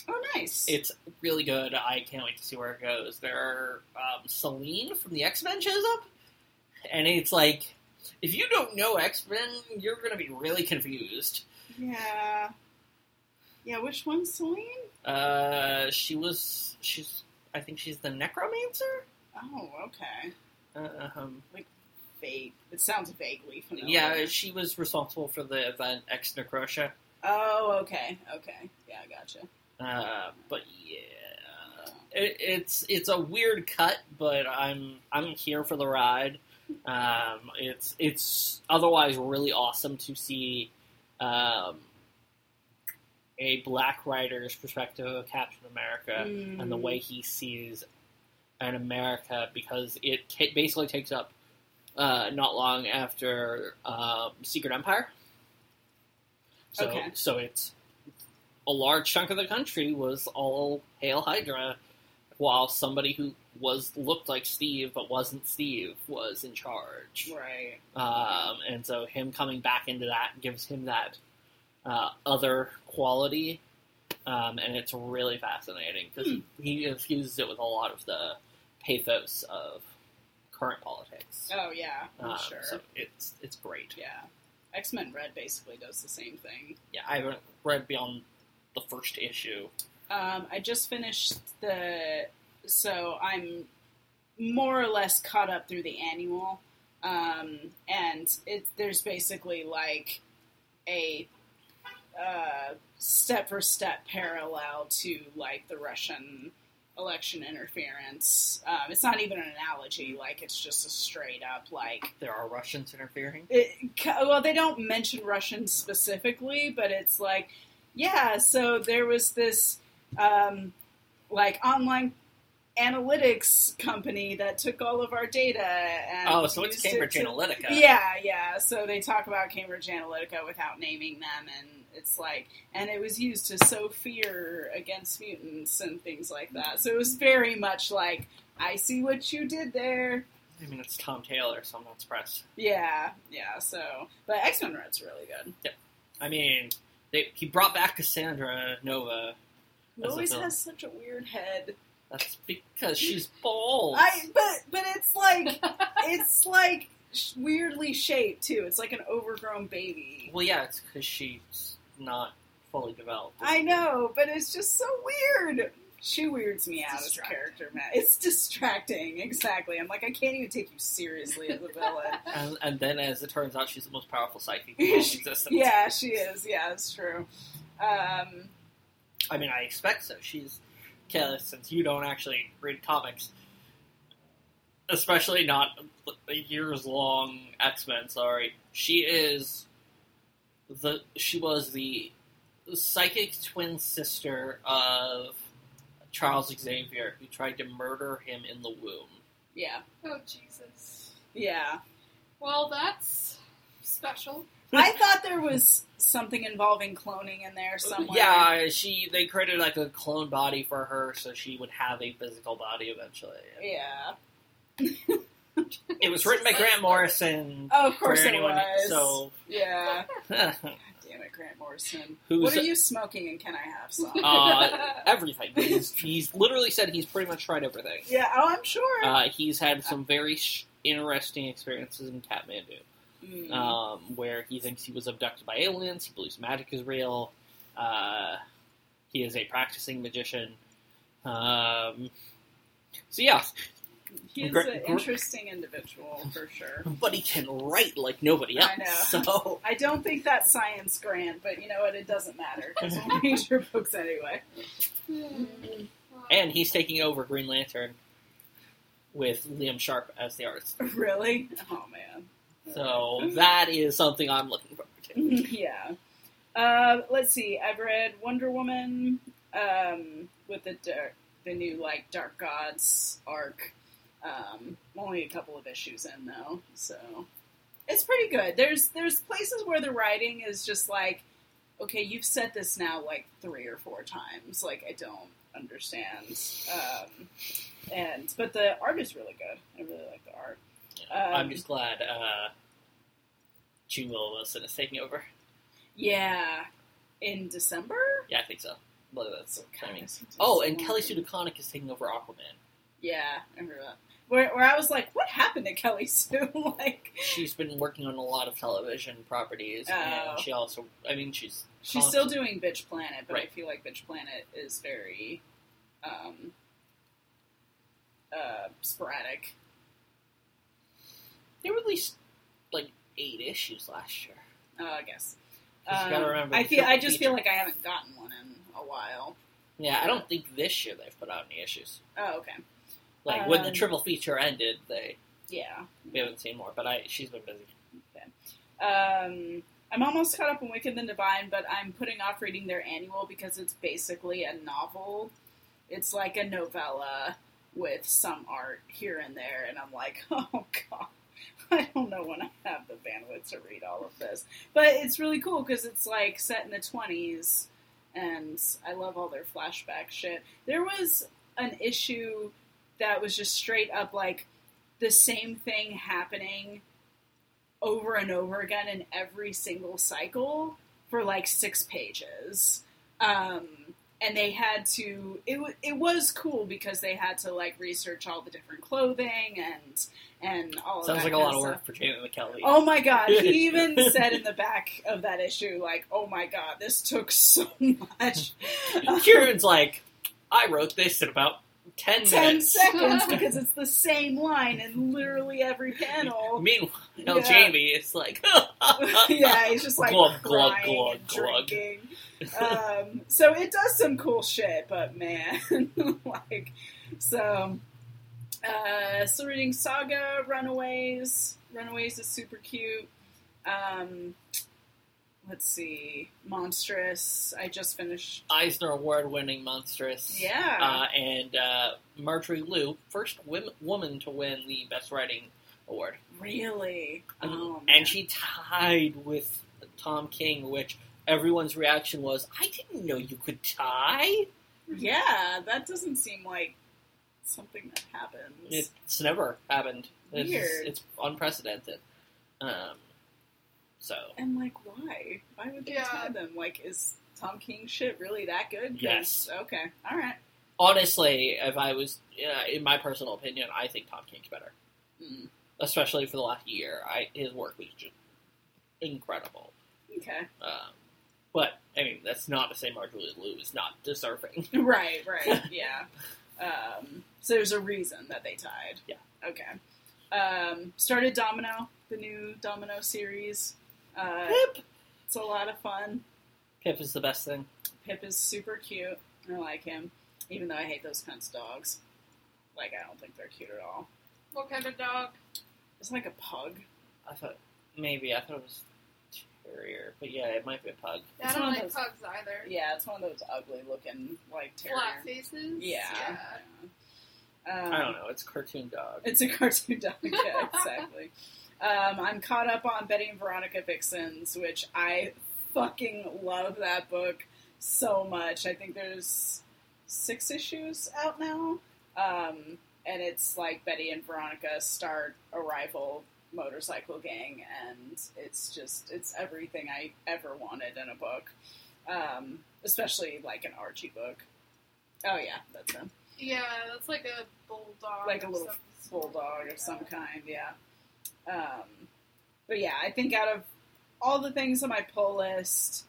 [SPEAKER 2] Oh, nice.
[SPEAKER 1] It's really good. I can't wait to see where it goes. There, are, um, Celine from the X Men shows up, and it's like, if you don't know X Men, you're gonna be really confused.
[SPEAKER 2] yeah. Yeah, which one's Celine?
[SPEAKER 1] Uh, she was. She's. I think she's the necromancer.
[SPEAKER 2] Oh, okay.
[SPEAKER 1] Um,
[SPEAKER 2] Vague. It sounds vaguely familiar.
[SPEAKER 1] yeah, she was responsible for the event Ex Necrotia.
[SPEAKER 2] Oh, okay. Okay. Yeah, I gotcha.
[SPEAKER 1] Uh, but yeah, it, it's it's a weird cut, but I'm I'm here for the ride. Um, it's it's otherwise really awesome to see um, a black writer's perspective of Captain America. and the
[SPEAKER 2] Mm.
[SPEAKER 1] way he sees an America because it ta- basically takes up uh, not long after um, Secret Empire. So,
[SPEAKER 2] Okay.
[SPEAKER 1] so it's a large chunk of the country was all hail Hydra, while somebody who was looked like Steve but wasn't Steve was in charge.
[SPEAKER 2] Right.
[SPEAKER 1] Um, and so him coming back into that gives him that uh, other quality, um, and it's really fascinating because
[SPEAKER 2] Hmm.
[SPEAKER 1] he infuses it with a lot of the pathos of current politics.
[SPEAKER 2] Oh, yeah. I'm
[SPEAKER 1] Um,
[SPEAKER 2] sure.
[SPEAKER 1] So it's it's great.
[SPEAKER 2] Yeah. X Men Red basically does the same thing.
[SPEAKER 1] Yeah, I haven't read beyond the first issue.
[SPEAKER 2] Um, I just finished the, so I'm more or less caught up through the annual, um, and it there's basically like a uh, step for step parallel to like the Russian election interference. Um, it's not even an analogy; like it's just a straight up like.
[SPEAKER 1] There are Russians interfering.
[SPEAKER 2] It, ca- well, they don't mention Russians specifically, but it's like, yeah. So there was this um, like online analytics company that took all of our data. And
[SPEAKER 1] Oh, so it's
[SPEAKER 2] used it
[SPEAKER 1] Cambridge
[SPEAKER 2] to-
[SPEAKER 1] Analytica.
[SPEAKER 2] yeah, yeah. So they talk about Cambridge Analytica without naming them, and it's like, and it was used to sow fear against mutants and things like that. So it was very much like, I see what you did there.
[SPEAKER 1] I mean, it's Tom Taylor, so I'm not surprised.
[SPEAKER 2] Yeah, yeah. So, but X Men Red's really good.
[SPEAKER 1] I mean, they, he brought back Cassandra Nova.
[SPEAKER 2] Who
[SPEAKER 1] That's a
[SPEAKER 2] always
[SPEAKER 1] film.
[SPEAKER 2] has such a weird head.
[SPEAKER 1] That's because she's bald.
[SPEAKER 2] I but but it's like it's like sh- weirdly shaped too. It's like an overgrown baby.
[SPEAKER 1] Well, yeah, it's because she's not fully developed.
[SPEAKER 2] I know, but it's just so weird. She weirds me
[SPEAKER 3] It's
[SPEAKER 2] out as a
[SPEAKER 3] distracting.
[SPEAKER 2] character, man. It's distracting, exactly. I'm like, I can't even take you seriously as a villain.
[SPEAKER 1] And, and then, as it turns out, she's the most powerful psychic in all of existence.
[SPEAKER 2] yeah, she is. Yeah, it's true. Um,
[SPEAKER 1] I mean, I expect so. She's Kayla, since you don't actually read comics, especially not a years long X Men. Sorry, she is the she was the psychic twin sister of Charles Xavier, who tried to murder him in the womb.
[SPEAKER 2] yeah,
[SPEAKER 3] Oh Jesus.
[SPEAKER 2] yeah.
[SPEAKER 3] Well, that's special.
[SPEAKER 2] I thought there was something involving cloning in there somewhere.
[SPEAKER 1] Yeah, she they created like a clone body for her, so she would have a physical body eventually.
[SPEAKER 2] yeah.
[SPEAKER 1] It was written by Grant Morrison.
[SPEAKER 2] Oh, of course
[SPEAKER 1] for
[SPEAKER 2] it
[SPEAKER 1] anyone,
[SPEAKER 2] was.
[SPEAKER 1] so
[SPEAKER 2] Yeah. God damn it, Grant Morrison.
[SPEAKER 1] Who's
[SPEAKER 2] what are you smoking? And can I have some?
[SPEAKER 1] Uh, everything. He's, he's literally said he's pretty much tried everything.
[SPEAKER 2] yeah. Oh, I'm sure.
[SPEAKER 1] Uh, he's had some very sh- interesting experiences in Kathmandu,
[SPEAKER 2] Mm.
[SPEAKER 1] um, where he thinks he was abducted by aliens. He believes magic is real. Uh, he is a practicing magician. Um, so yeah,
[SPEAKER 2] He's
[SPEAKER 1] Gre-
[SPEAKER 2] an
[SPEAKER 1] Gre-
[SPEAKER 2] interesting individual for sure.
[SPEAKER 1] but he can write like nobody else.
[SPEAKER 2] I know.
[SPEAKER 1] So
[SPEAKER 2] I don't think that's science grant, but you know what? It doesn't matter because we read your books anyway.
[SPEAKER 3] Hmm.
[SPEAKER 1] and he's taking over Green Lantern with Liam Sharp as the artist.
[SPEAKER 2] Really? Oh man.
[SPEAKER 1] So
[SPEAKER 2] Mm-hmm.
[SPEAKER 1] that is something I'm looking forward to.
[SPEAKER 2] yeah. Uh, let's see. I've read Wonder Woman um, with the dark, the new like Dark Gods arc. Um, only a couple of issues in though, so it's pretty good. There's there's places where the writing is just like, okay, you've said this now like three or four times. Like I don't understand. Um, and but the art is really good. I really like the art. Um,
[SPEAKER 1] I'm just glad uh, June Will Wilson is taking over.
[SPEAKER 2] yeah. In December.
[SPEAKER 1] Yeah, I think so. Well, that's
[SPEAKER 2] So
[SPEAKER 1] what I mean.
[SPEAKER 2] kinda seems
[SPEAKER 1] Oh,
[SPEAKER 2] like
[SPEAKER 1] and
[SPEAKER 2] someone-
[SPEAKER 1] Kelly Sue DeConnick is taking over Aquaman.
[SPEAKER 2] Yeah, I remember that. Where, where I was like, what happened to Kelly Sue? like,
[SPEAKER 1] She's been working on a lot of television properties,
[SPEAKER 2] Oh.
[SPEAKER 1] and she also, I mean, she's
[SPEAKER 2] she's still doing Bitch Planet, but
[SPEAKER 1] Right.
[SPEAKER 2] I feel like Bitch Planet is very um, uh, sporadic.
[SPEAKER 1] they released like eight issues last year.
[SPEAKER 2] Uh, I guess.
[SPEAKER 1] You just gotta
[SPEAKER 2] Um,
[SPEAKER 1] remember
[SPEAKER 2] I
[SPEAKER 1] the
[SPEAKER 2] feel. I
[SPEAKER 1] triple
[SPEAKER 2] just
[SPEAKER 1] feature.
[SPEAKER 2] feel like I haven't gotten one in a while.
[SPEAKER 1] Yeah, I don't think this year they've put out any issues.
[SPEAKER 2] Oh, okay.
[SPEAKER 1] Like when the
[SPEAKER 2] Um.
[SPEAKER 1] triple feature ended, they
[SPEAKER 2] Yeah.
[SPEAKER 1] we haven't seen more. But I, she's been busy.
[SPEAKER 2] Um, I'm almost caught up in Wicked and Divine, but I'm putting off reading their annual because it's basically a novel. It's like a novella with some art here and there, and I'm like, oh god, I don't know when I have the bandwidth to read all of this. But it's really cool because it's like set in the 20s, and I love all their flashback shit. There was an issue that was just straight up like the same thing happening over and over again in every single cycle for like six pages. Um, and they had to it, wa- it was cool because they had to like research all the different clothing and and all of
[SPEAKER 1] Sounds
[SPEAKER 2] Oh,
[SPEAKER 1] like
[SPEAKER 2] that
[SPEAKER 1] a
[SPEAKER 2] kind
[SPEAKER 1] lot of
[SPEAKER 2] stuff.
[SPEAKER 1] work for Janet McKelvey.
[SPEAKER 2] Oh my god! He even said in the back of that issue, like, "Oh my god, this took so much." Oh.
[SPEAKER 1] Kieran's like, I wrote this in about ten,
[SPEAKER 2] Ten
[SPEAKER 1] minutes.
[SPEAKER 2] seconds because it's the same line in literally every panel.
[SPEAKER 1] Meanwhile,
[SPEAKER 2] Yeah.
[SPEAKER 1] Jamie is like,
[SPEAKER 2] yeah, he's just like
[SPEAKER 1] Glug, glug,
[SPEAKER 2] crying
[SPEAKER 1] glug,
[SPEAKER 2] and
[SPEAKER 1] glug.
[SPEAKER 2] drinking. Um, so it does some cool shit, but man, like, so uh, still reading Saga Runaways. Runaways is super cute. Um, let's see, Monstrous. I just finished.
[SPEAKER 1] Eisner Award winning monstrous.
[SPEAKER 2] Yeah,
[SPEAKER 1] Uh, and uh, Marjorie Liu, first wom- woman to win the Best Writing Award.
[SPEAKER 2] really. Oh, man.
[SPEAKER 1] Uh, and she tied with Tom King, which everyone's reaction was, I didn't know you could tie.
[SPEAKER 2] Yeah, that doesn't seem like something that happens.
[SPEAKER 1] It's never happened. It's,
[SPEAKER 2] Weird.
[SPEAKER 1] it's unprecedented. Um, so,
[SPEAKER 2] And like, why? Why would they
[SPEAKER 3] Yeah.
[SPEAKER 2] tie them? Like, is Tom King shit really that good? 'Cause-
[SPEAKER 1] Yes.
[SPEAKER 2] Okay. All right.
[SPEAKER 1] honestly, if I was, uh, in my personal opinion, I think Tom King's better.
[SPEAKER 2] Mm,
[SPEAKER 1] Especially for the last year. I, his work was just incredible.
[SPEAKER 2] okay.
[SPEAKER 1] Um, but, I mean, that's not to say Marjorie Liu is not deserving.
[SPEAKER 2] Right. Right. yeah. Um, so there's a reason that they tied.
[SPEAKER 1] Yeah.
[SPEAKER 2] Okay. Um, started Domino, the new Domino series. Uh,
[SPEAKER 1] Pip!
[SPEAKER 2] it's a lot of fun.
[SPEAKER 1] Pip is the best thing.
[SPEAKER 2] Pip is super cute. I like him, even though I hate those cunts dogs. Like, I don't think they're cute at all.
[SPEAKER 3] What kind of dog?
[SPEAKER 2] It's like a pug.
[SPEAKER 1] I thought, maybe, I thought it was Terrier, but yeah, it might be a pug.
[SPEAKER 3] I
[SPEAKER 2] It's
[SPEAKER 3] don't
[SPEAKER 2] one of
[SPEAKER 3] like
[SPEAKER 2] those-
[SPEAKER 3] pugs either.
[SPEAKER 2] Yeah, it's one of those ugly looking like terrier.
[SPEAKER 3] Flat faces.
[SPEAKER 2] Yeah. Um,
[SPEAKER 1] I don't know, it's a cartoon dog.
[SPEAKER 2] It's a cartoon dog. Yeah, exactly. um, I'm caught up on Betty and Veronica Vixens, which I fucking love that book so much. I think there's six issues out now. Um, and it's like Betty and Veronica start a rival motorcycle gang, and it's just, it's everything I ever wanted in a book. Um, especially like an Archie book. Oh, yeah, that's him
[SPEAKER 3] Yeah, that's like a bulldog.
[SPEAKER 2] like a
[SPEAKER 3] or
[SPEAKER 2] little
[SPEAKER 3] something.
[SPEAKER 2] bulldog of some kind, yeah. Um, but yeah, I think out of all the things on my pull list,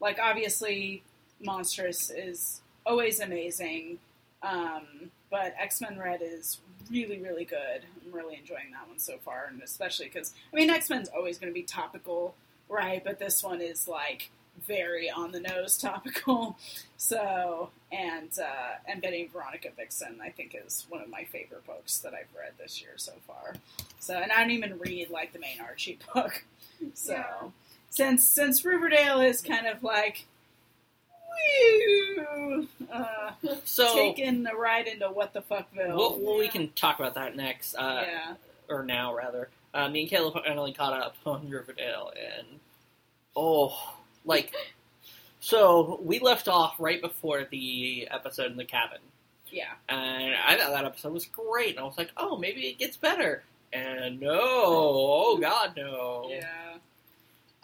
[SPEAKER 2] like obviously Monstrous is always amazing, um, but X Men Red is really, really good. I'm really enjoying that one so far, and especially because, I mean, X Men's always going to be topical, right? But this one is like very on the nose topical. So, and uh, and Betty and Veronica Vixen, I think, is one of my favorite books that I've read this year so far. So, and I don't even read like the main Archie book. So,
[SPEAKER 3] Yeah.
[SPEAKER 2] since since Riverdale is kind of like, woo, uh,
[SPEAKER 1] So,
[SPEAKER 2] taking a ride into what the fuckville.
[SPEAKER 1] Well, well, we
[SPEAKER 3] Yeah.
[SPEAKER 1] can talk about that next, uh,
[SPEAKER 2] yeah,
[SPEAKER 1] or now rather. Uh, me and Caleb finally caught up on Riverdale, and oh, like, so we left off right before the episode in the cabin,
[SPEAKER 2] yeah,
[SPEAKER 1] and I thought that episode was great, and I was like, oh, maybe it gets better, and no, oh god, no,
[SPEAKER 2] yeah.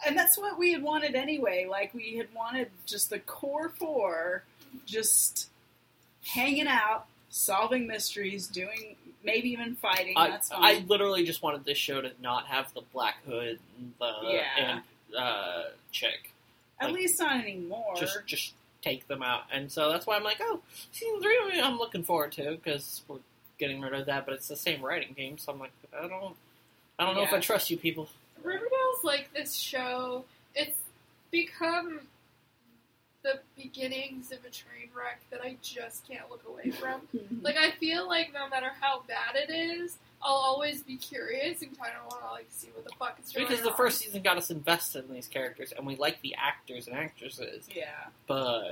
[SPEAKER 2] And that's what we had wanted anyway. Like we had wanted just the core four, just hanging out, solving mysteries, doing maybe even fighting.
[SPEAKER 1] I,
[SPEAKER 2] that's
[SPEAKER 1] I
[SPEAKER 2] fine.
[SPEAKER 1] literally just wanted this show to not have the black hood, and the
[SPEAKER 2] Yeah.
[SPEAKER 1] and uh, chick.
[SPEAKER 2] At
[SPEAKER 1] like,
[SPEAKER 2] least not anymore.
[SPEAKER 1] just just take them out. And so that's why I'm like, oh, season three, I mean, I'm looking forward to because we're getting rid of that. But it's the same writing team, so I'm like, I don't, I don't know if I
[SPEAKER 2] Yeah.
[SPEAKER 1] trust you people.
[SPEAKER 3] Riverdale's like this show. It's become the beginnings of a train wreck that I just can't look away from. Like I feel like no matter how bad it is, I'll always be curious and kind of want to like see what the fuck is going
[SPEAKER 1] Because the
[SPEAKER 3] on.
[SPEAKER 1] first season got us invested in these characters, and we like the actors and actresses.
[SPEAKER 2] yeah,
[SPEAKER 1] But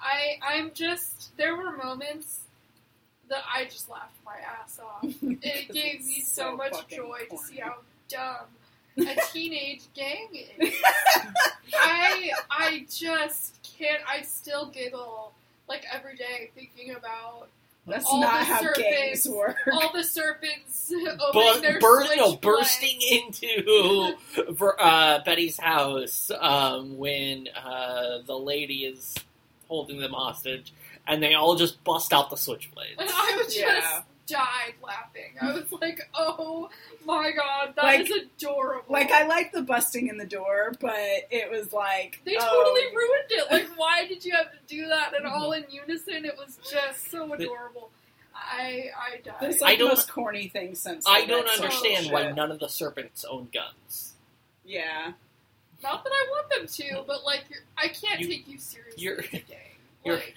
[SPEAKER 3] I I'm just there were moments that I just laughed my ass off. It gave me
[SPEAKER 2] It's
[SPEAKER 3] so,
[SPEAKER 2] so
[SPEAKER 3] much
[SPEAKER 2] fucking
[SPEAKER 3] joy to
[SPEAKER 2] corny.
[SPEAKER 3] see how dumb a teenage gang is. I I just can't. I still giggle like every day thinking about
[SPEAKER 2] that's
[SPEAKER 3] all
[SPEAKER 2] not
[SPEAKER 3] the
[SPEAKER 2] how
[SPEAKER 3] surface-
[SPEAKER 2] gangs work.
[SPEAKER 3] all the serpents opening
[SPEAKER 1] but
[SPEAKER 3] their
[SPEAKER 1] bur-
[SPEAKER 3] switch
[SPEAKER 1] no, bursting into Ver- uh, Betty's house um, when uh, the lady is holding them hostage, and they all just bust out the switchblades.
[SPEAKER 3] And I was
[SPEAKER 2] Yeah.
[SPEAKER 3] just died laughing. I was like, oh my god, that
[SPEAKER 2] Like-
[SPEAKER 3] is adorable.
[SPEAKER 2] Like I like the busting in the door, but it was like
[SPEAKER 3] They
[SPEAKER 1] Um,
[SPEAKER 2] oh,
[SPEAKER 3] totally ruined it. Like, why did you have to do that at all in unison? It was just so adorable. I I died.
[SPEAKER 2] That's like
[SPEAKER 1] I don't-
[SPEAKER 2] the most corny thing since.
[SPEAKER 1] I
[SPEAKER 2] the
[SPEAKER 1] don't
[SPEAKER 2] Red Sox
[SPEAKER 1] understand
[SPEAKER 2] shit.
[SPEAKER 1] why none of the serpents own guns.
[SPEAKER 2] Yeah,
[SPEAKER 3] Not that I want them to, but like, you're, I can't
[SPEAKER 1] You-
[SPEAKER 3] take you seriously
[SPEAKER 1] you're-
[SPEAKER 3] as a gang.
[SPEAKER 1] you're-
[SPEAKER 3] Like,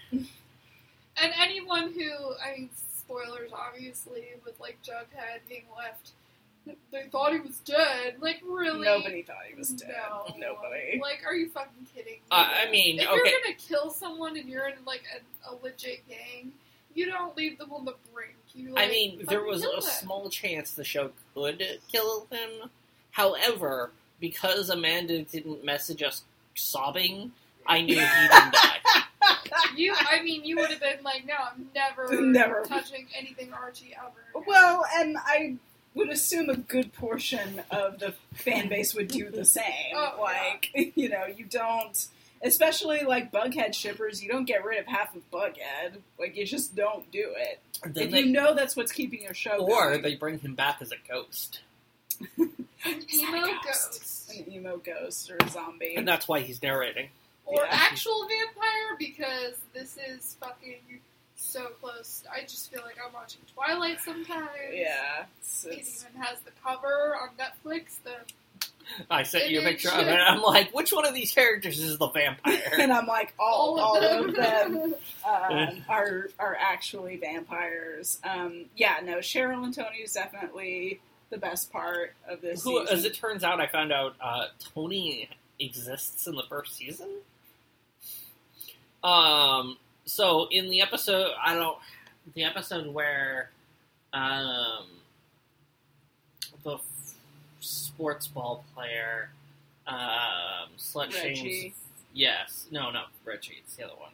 [SPEAKER 3] and anyone who, I mean, spoilers obviously, with like Jughead being left, they thought he was dead. Like, really?
[SPEAKER 2] nobody thought he was dead.
[SPEAKER 3] No.
[SPEAKER 2] Nobody. Uh,
[SPEAKER 3] Like, are you fucking kidding me?
[SPEAKER 1] I I mean,
[SPEAKER 3] if
[SPEAKER 1] okay,
[SPEAKER 3] you're gonna kill someone and you're in like a, a legit gang, you don't leave them on the brink. You, like,
[SPEAKER 1] I mean, there
[SPEAKER 3] fucking
[SPEAKER 1] was
[SPEAKER 3] kill
[SPEAKER 1] a
[SPEAKER 3] them.
[SPEAKER 1] small chance the show could kill him. However, because Amanda didn't message us sobbing, I knew he didn't die.
[SPEAKER 3] You, I mean, you would have been like, no, I'm never,
[SPEAKER 2] Never.
[SPEAKER 3] touching anything Archie ever. again."
[SPEAKER 2] Well, and I would assume a good portion of the fan base would do the same.
[SPEAKER 3] Oh,
[SPEAKER 2] like, you know, you don't, especially like Bughead shippers, you don't get rid of half of Bughead. Like, you just don't do it.
[SPEAKER 1] Then
[SPEAKER 2] if
[SPEAKER 1] they-
[SPEAKER 2] you know that's what's keeping your show
[SPEAKER 1] or
[SPEAKER 2] going.
[SPEAKER 1] they bring him back as a ghost,
[SPEAKER 3] an
[SPEAKER 2] Is that a
[SPEAKER 3] emo
[SPEAKER 2] ghost?
[SPEAKER 3] ghost,
[SPEAKER 2] an emo ghost or a zombie.
[SPEAKER 1] and that's why he's narrating.
[SPEAKER 3] or
[SPEAKER 2] Yeah.
[SPEAKER 3] actual vampire, because this is fucking so close. I just feel like I'm watching Twilight sometimes.
[SPEAKER 2] yeah. It's,
[SPEAKER 3] It
[SPEAKER 2] it's-
[SPEAKER 3] even has the cover on Netflix. The
[SPEAKER 1] I sent you a
[SPEAKER 3] And
[SPEAKER 1] picture
[SPEAKER 3] it's
[SPEAKER 1] of it.
[SPEAKER 3] just-
[SPEAKER 1] I'm like, which one of these characters is the vampire?
[SPEAKER 2] and I'm like, all, all of them. um, are are actually vampires. Um, yeah, no, Cheryl and Tony is definitely the best part of this.
[SPEAKER 1] Who,
[SPEAKER 2] season.
[SPEAKER 1] as it turns out, I found out uh, Tony exists in the first season. Um. So in the episode, I don't the episode where um the f- sports ball player um slut shames.
[SPEAKER 2] Reggie,
[SPEAKER 1] Yes. No. No. Reggie. It's the other one.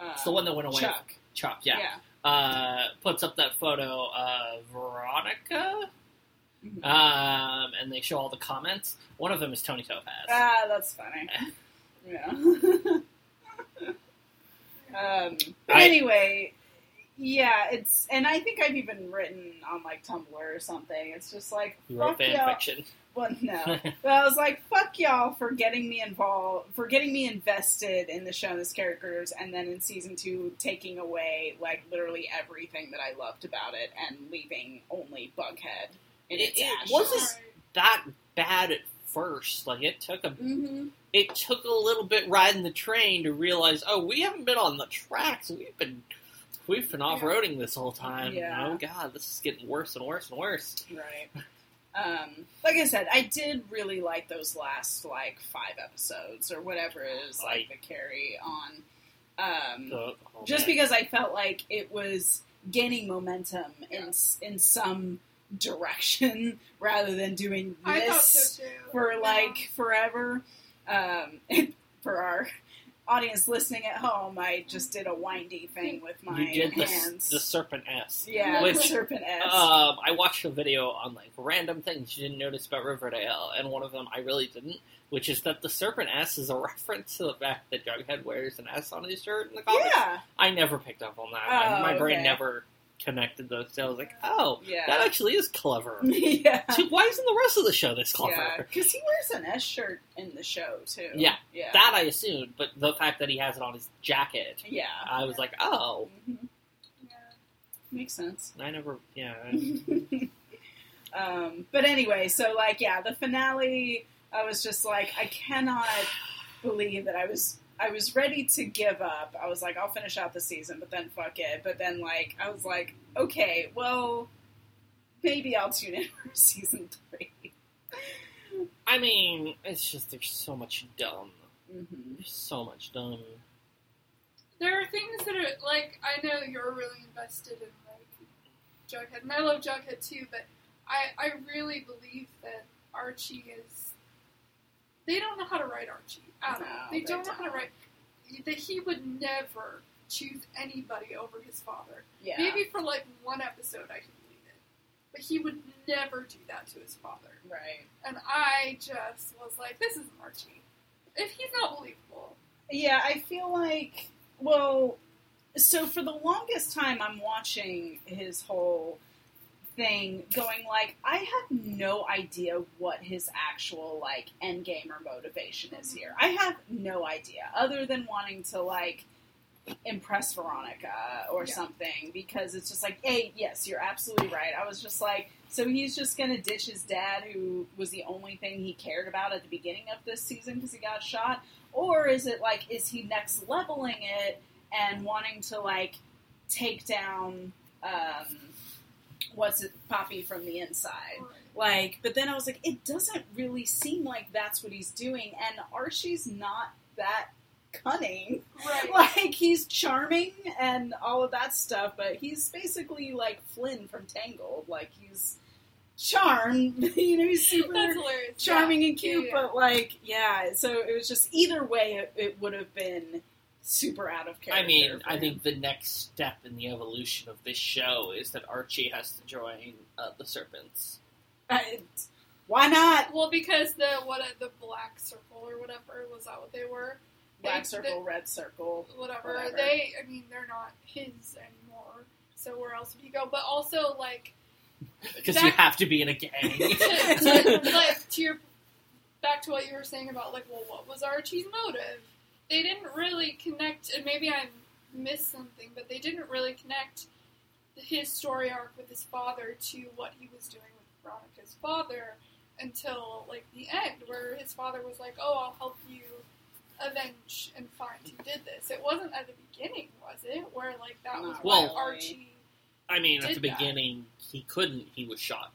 [SPEAKER 2] uh,
[SPEAKER 1] It's the one that went away.
[SPEAKER 2] Chuck.
[SPEAKER 1] Chuck. Yeah. uh, puts up that photo of Veronica,
[SPEAKER 2] Mhm.
[SPEAKER 1] um, and they show all the comments. One of them is Tony Topaz.
[SPEAKER 2] Ah, that's funny. Yeah. um, but
[SPEAKER 1] Eh. I-
[SPEAKER 2] anyway, yeah, it's and I think I've even written on like Tumblr or something. It's just like
[SPEAKER 1] He wrote
[SPEAKER 2] fuck y'all.
[SPEAKER 1] fan fiction.
[SPEAKER 2] Well, no. But I was like, fuck y'all for getting me involved, for getting me invested in the show and its characters, and then in season two, taking away, like, literally everything that I loved about it and leaving only Bughead in
[SPEAKER 1] It-
[SPEAKER 2] its
[SPEAKER 1] it
[SPEAKER 2] ashes.
[SPEAKER 1] What's wasn't- this- That bad at first. Like it took a
[SPEAKER 2] Mm-hmm.
[SPEAKER 1] it took a little bit riding the train to realize, oh, we haven't been on the tracks. We've been we've been off roading this whole time.
[SPEAKER 2] Yeah.
[SPEAKER 1] Oh god, this is getting worse and worse and worse.
[SPEAKER 2] Right. Um, like I said, I did really like those last, like, five episodes or whatever it is, like, the carry on. Um,
[SPEAKER 1] So- oh,
[SPEAKER 2] just
[SPEAKER 1] man.
[SPEAKER 2] because I felt like it was gaining momentum in s in some direction rather than doing
[SPEAKER 3] I thought
[SPEAKER 2] this
[SPEAKER 3] so too.
[SPEAKER 2] for
[SPEAKER 3] Yeah.
[SPEAKER 2] like forever. Um, for our audience listening at home, I just did a windy thing with my
[SPEAKER 1] you did the,
[SPEAKER 2] hands.
[SPEAKER 1] the serpent S.
[SPEAKER 2] yeah,
[SPEAKER 1] which-
[SPEAKER 2] the serpent S.
[SPEAKER 1] Um, I watched a video on like random things you didn't notice about Riverdale, and one of them I really didn't, which is that the serpent S is a reference to the fact that Jughead wears an S on his shirt in the comics.
[SPEAKER 2] yeah,
[SPEAKER 1] I never picked up on that.
[SPEAKER 2] Oh,
[SPEAKER 1] My brain
[SPEAKER 2] okay.
[SPEAKER 1] never connected those two. I was like, oh, that
[SPEAKER 2] yeah,
[SPEAKER 1] actually is clever.
[SPEAKER 2] yeah.
[SPEAKER 1] So why isn't the rest of the show this clever?
[SPEAKER 2] because he wears an S shirt in the show too.
[SPEAKER 1] Yeah,
[SPEAKER 2] yeah,
[SPEAKER 1] That I assumed, but the fact that he has it on his jacket,
[SPEAKER 2] yeah,
[SPEAKER 1] I was like, oh,
[SPEAKER 2] Mhm.
[SPEAKER 3] Yeah.
[SPEAKER 2] makes sense.
[SPEAKER 1] I never, yeah.
[SPEAKER 2] Mm-hmm. um, but anyway, so like, yeah, the finale, I was just like, I cannot believe that I was, I was ready to give up. I was like, I'll finish out the season, but then fuck it. But then like, I was like, okay, well, maybe I'll tune in for season 3
[SPEAKER 1] I mean, it's just there's so much dumb,
[SPEAKER 2] Mm-hmm.
[SPEAKER 1] there's so much dumb.
[SPEAKER 3] There are things that are like I know you're really invested in like Jughead, and I love Jughead too. But I I really believe that Archie is. They don't know how to write Archie at
[SPEAKER 2] No,
[SPEAKER 3] all. They,
[SPEAKER 2] they
[SPEAKER 3] don't know how to
[SPEAKER 2] don't.
[SPEAKER 3] write. That he would never choose anybody over his father.
[SPEAKER 2] Yeah.
[SPEAKER 3] Maybe for like one episode I can believe it, but he would never do that to his father.
[SPEAKER 2] Right.
[SPEAKER 3] And I just was like, this is Archie. If he's not believable,
[SPEAKER 2] Yeah, I feel like well, so for the longest time, I'm watching his whole thing going like I have no idea what his actual like end game or motivation is here. I have no idea other than wanting to like impress Veronica or
[SPEAKER 3] Yeah.
[SPEAKER 2] something because it's just like, hey, yes, you're absolutely right. I was just like, so he's just gonna ditch his dad, who was the only thing he cared about at the beginning of this season because he got shot, or is it like, is he next leveling it and wanting to like take down um, what's it, Poppy from the inside? Like, but then I was like, it doesn't really seem like that's what he's doing, and Archie's not that cunning
[SPEAKER 3] Right.
[SPEAKER 2] like he's charming and all of that stuff, but he's basically like Flynn from Tangled. Like he's charmed, you know, he's
[SPEAKER 3] That's
[SPEAKER 2] super
[SPEAKER 3] hilarious.
[SPEAKER 2] charming and cute,
[SPEAKER 3] yeah, yeah.
[SPEAKER 2] but like yeah. So it was just either way, it, it would have been super out of character.
[SPEAKER 1] I mean,
[SPEAKER 2] for
[SPEAKER 1] I
[SPEAKER 2] him.
[SPEAKER 1] think the next step in the evolution of this show is that Archie has to join uh, the Serpents.
[SPEAKER 2] I- why not?
[SPEAKER 3] Well, because the what uh, the black circle or whatever was that what they were?
[SPEAKER 2] Black
[SPEAKER 3] They-
[SPEAKER 2] circle, red circle.
[SPEAKER 3] whatever.
[SPEAKER 2] Whatever.
[SPEAKER 3] They, I mean, they're not his anymore. So where else would he go? But also, like,
[SPEAKER 1] Because you
[SPEAKER 3] That-
[SPEAKER 1] have to be in a gang.
[SPEAKER 3] to, to, like to your back to what you were saying about like, well, what was Archie's motive? They didn't really connect, and maybe I missed something, but they didn't really connect his story arc with his father to what he was doing with Veronica's father until like the end, where his father was like, "Oh, I'll help you avenge and find who did this." It wasn't at the beginning, was it? Where like that was
[SPEAKER 2] Not
[SPEAKER 1] Well-
[SPEAKER 3] what Archie.
[SPEAKER 1] I mean, at the
[SPEAKER 3] Did that.
[SPEAKER 1] beginning, he couldn't. He was shot.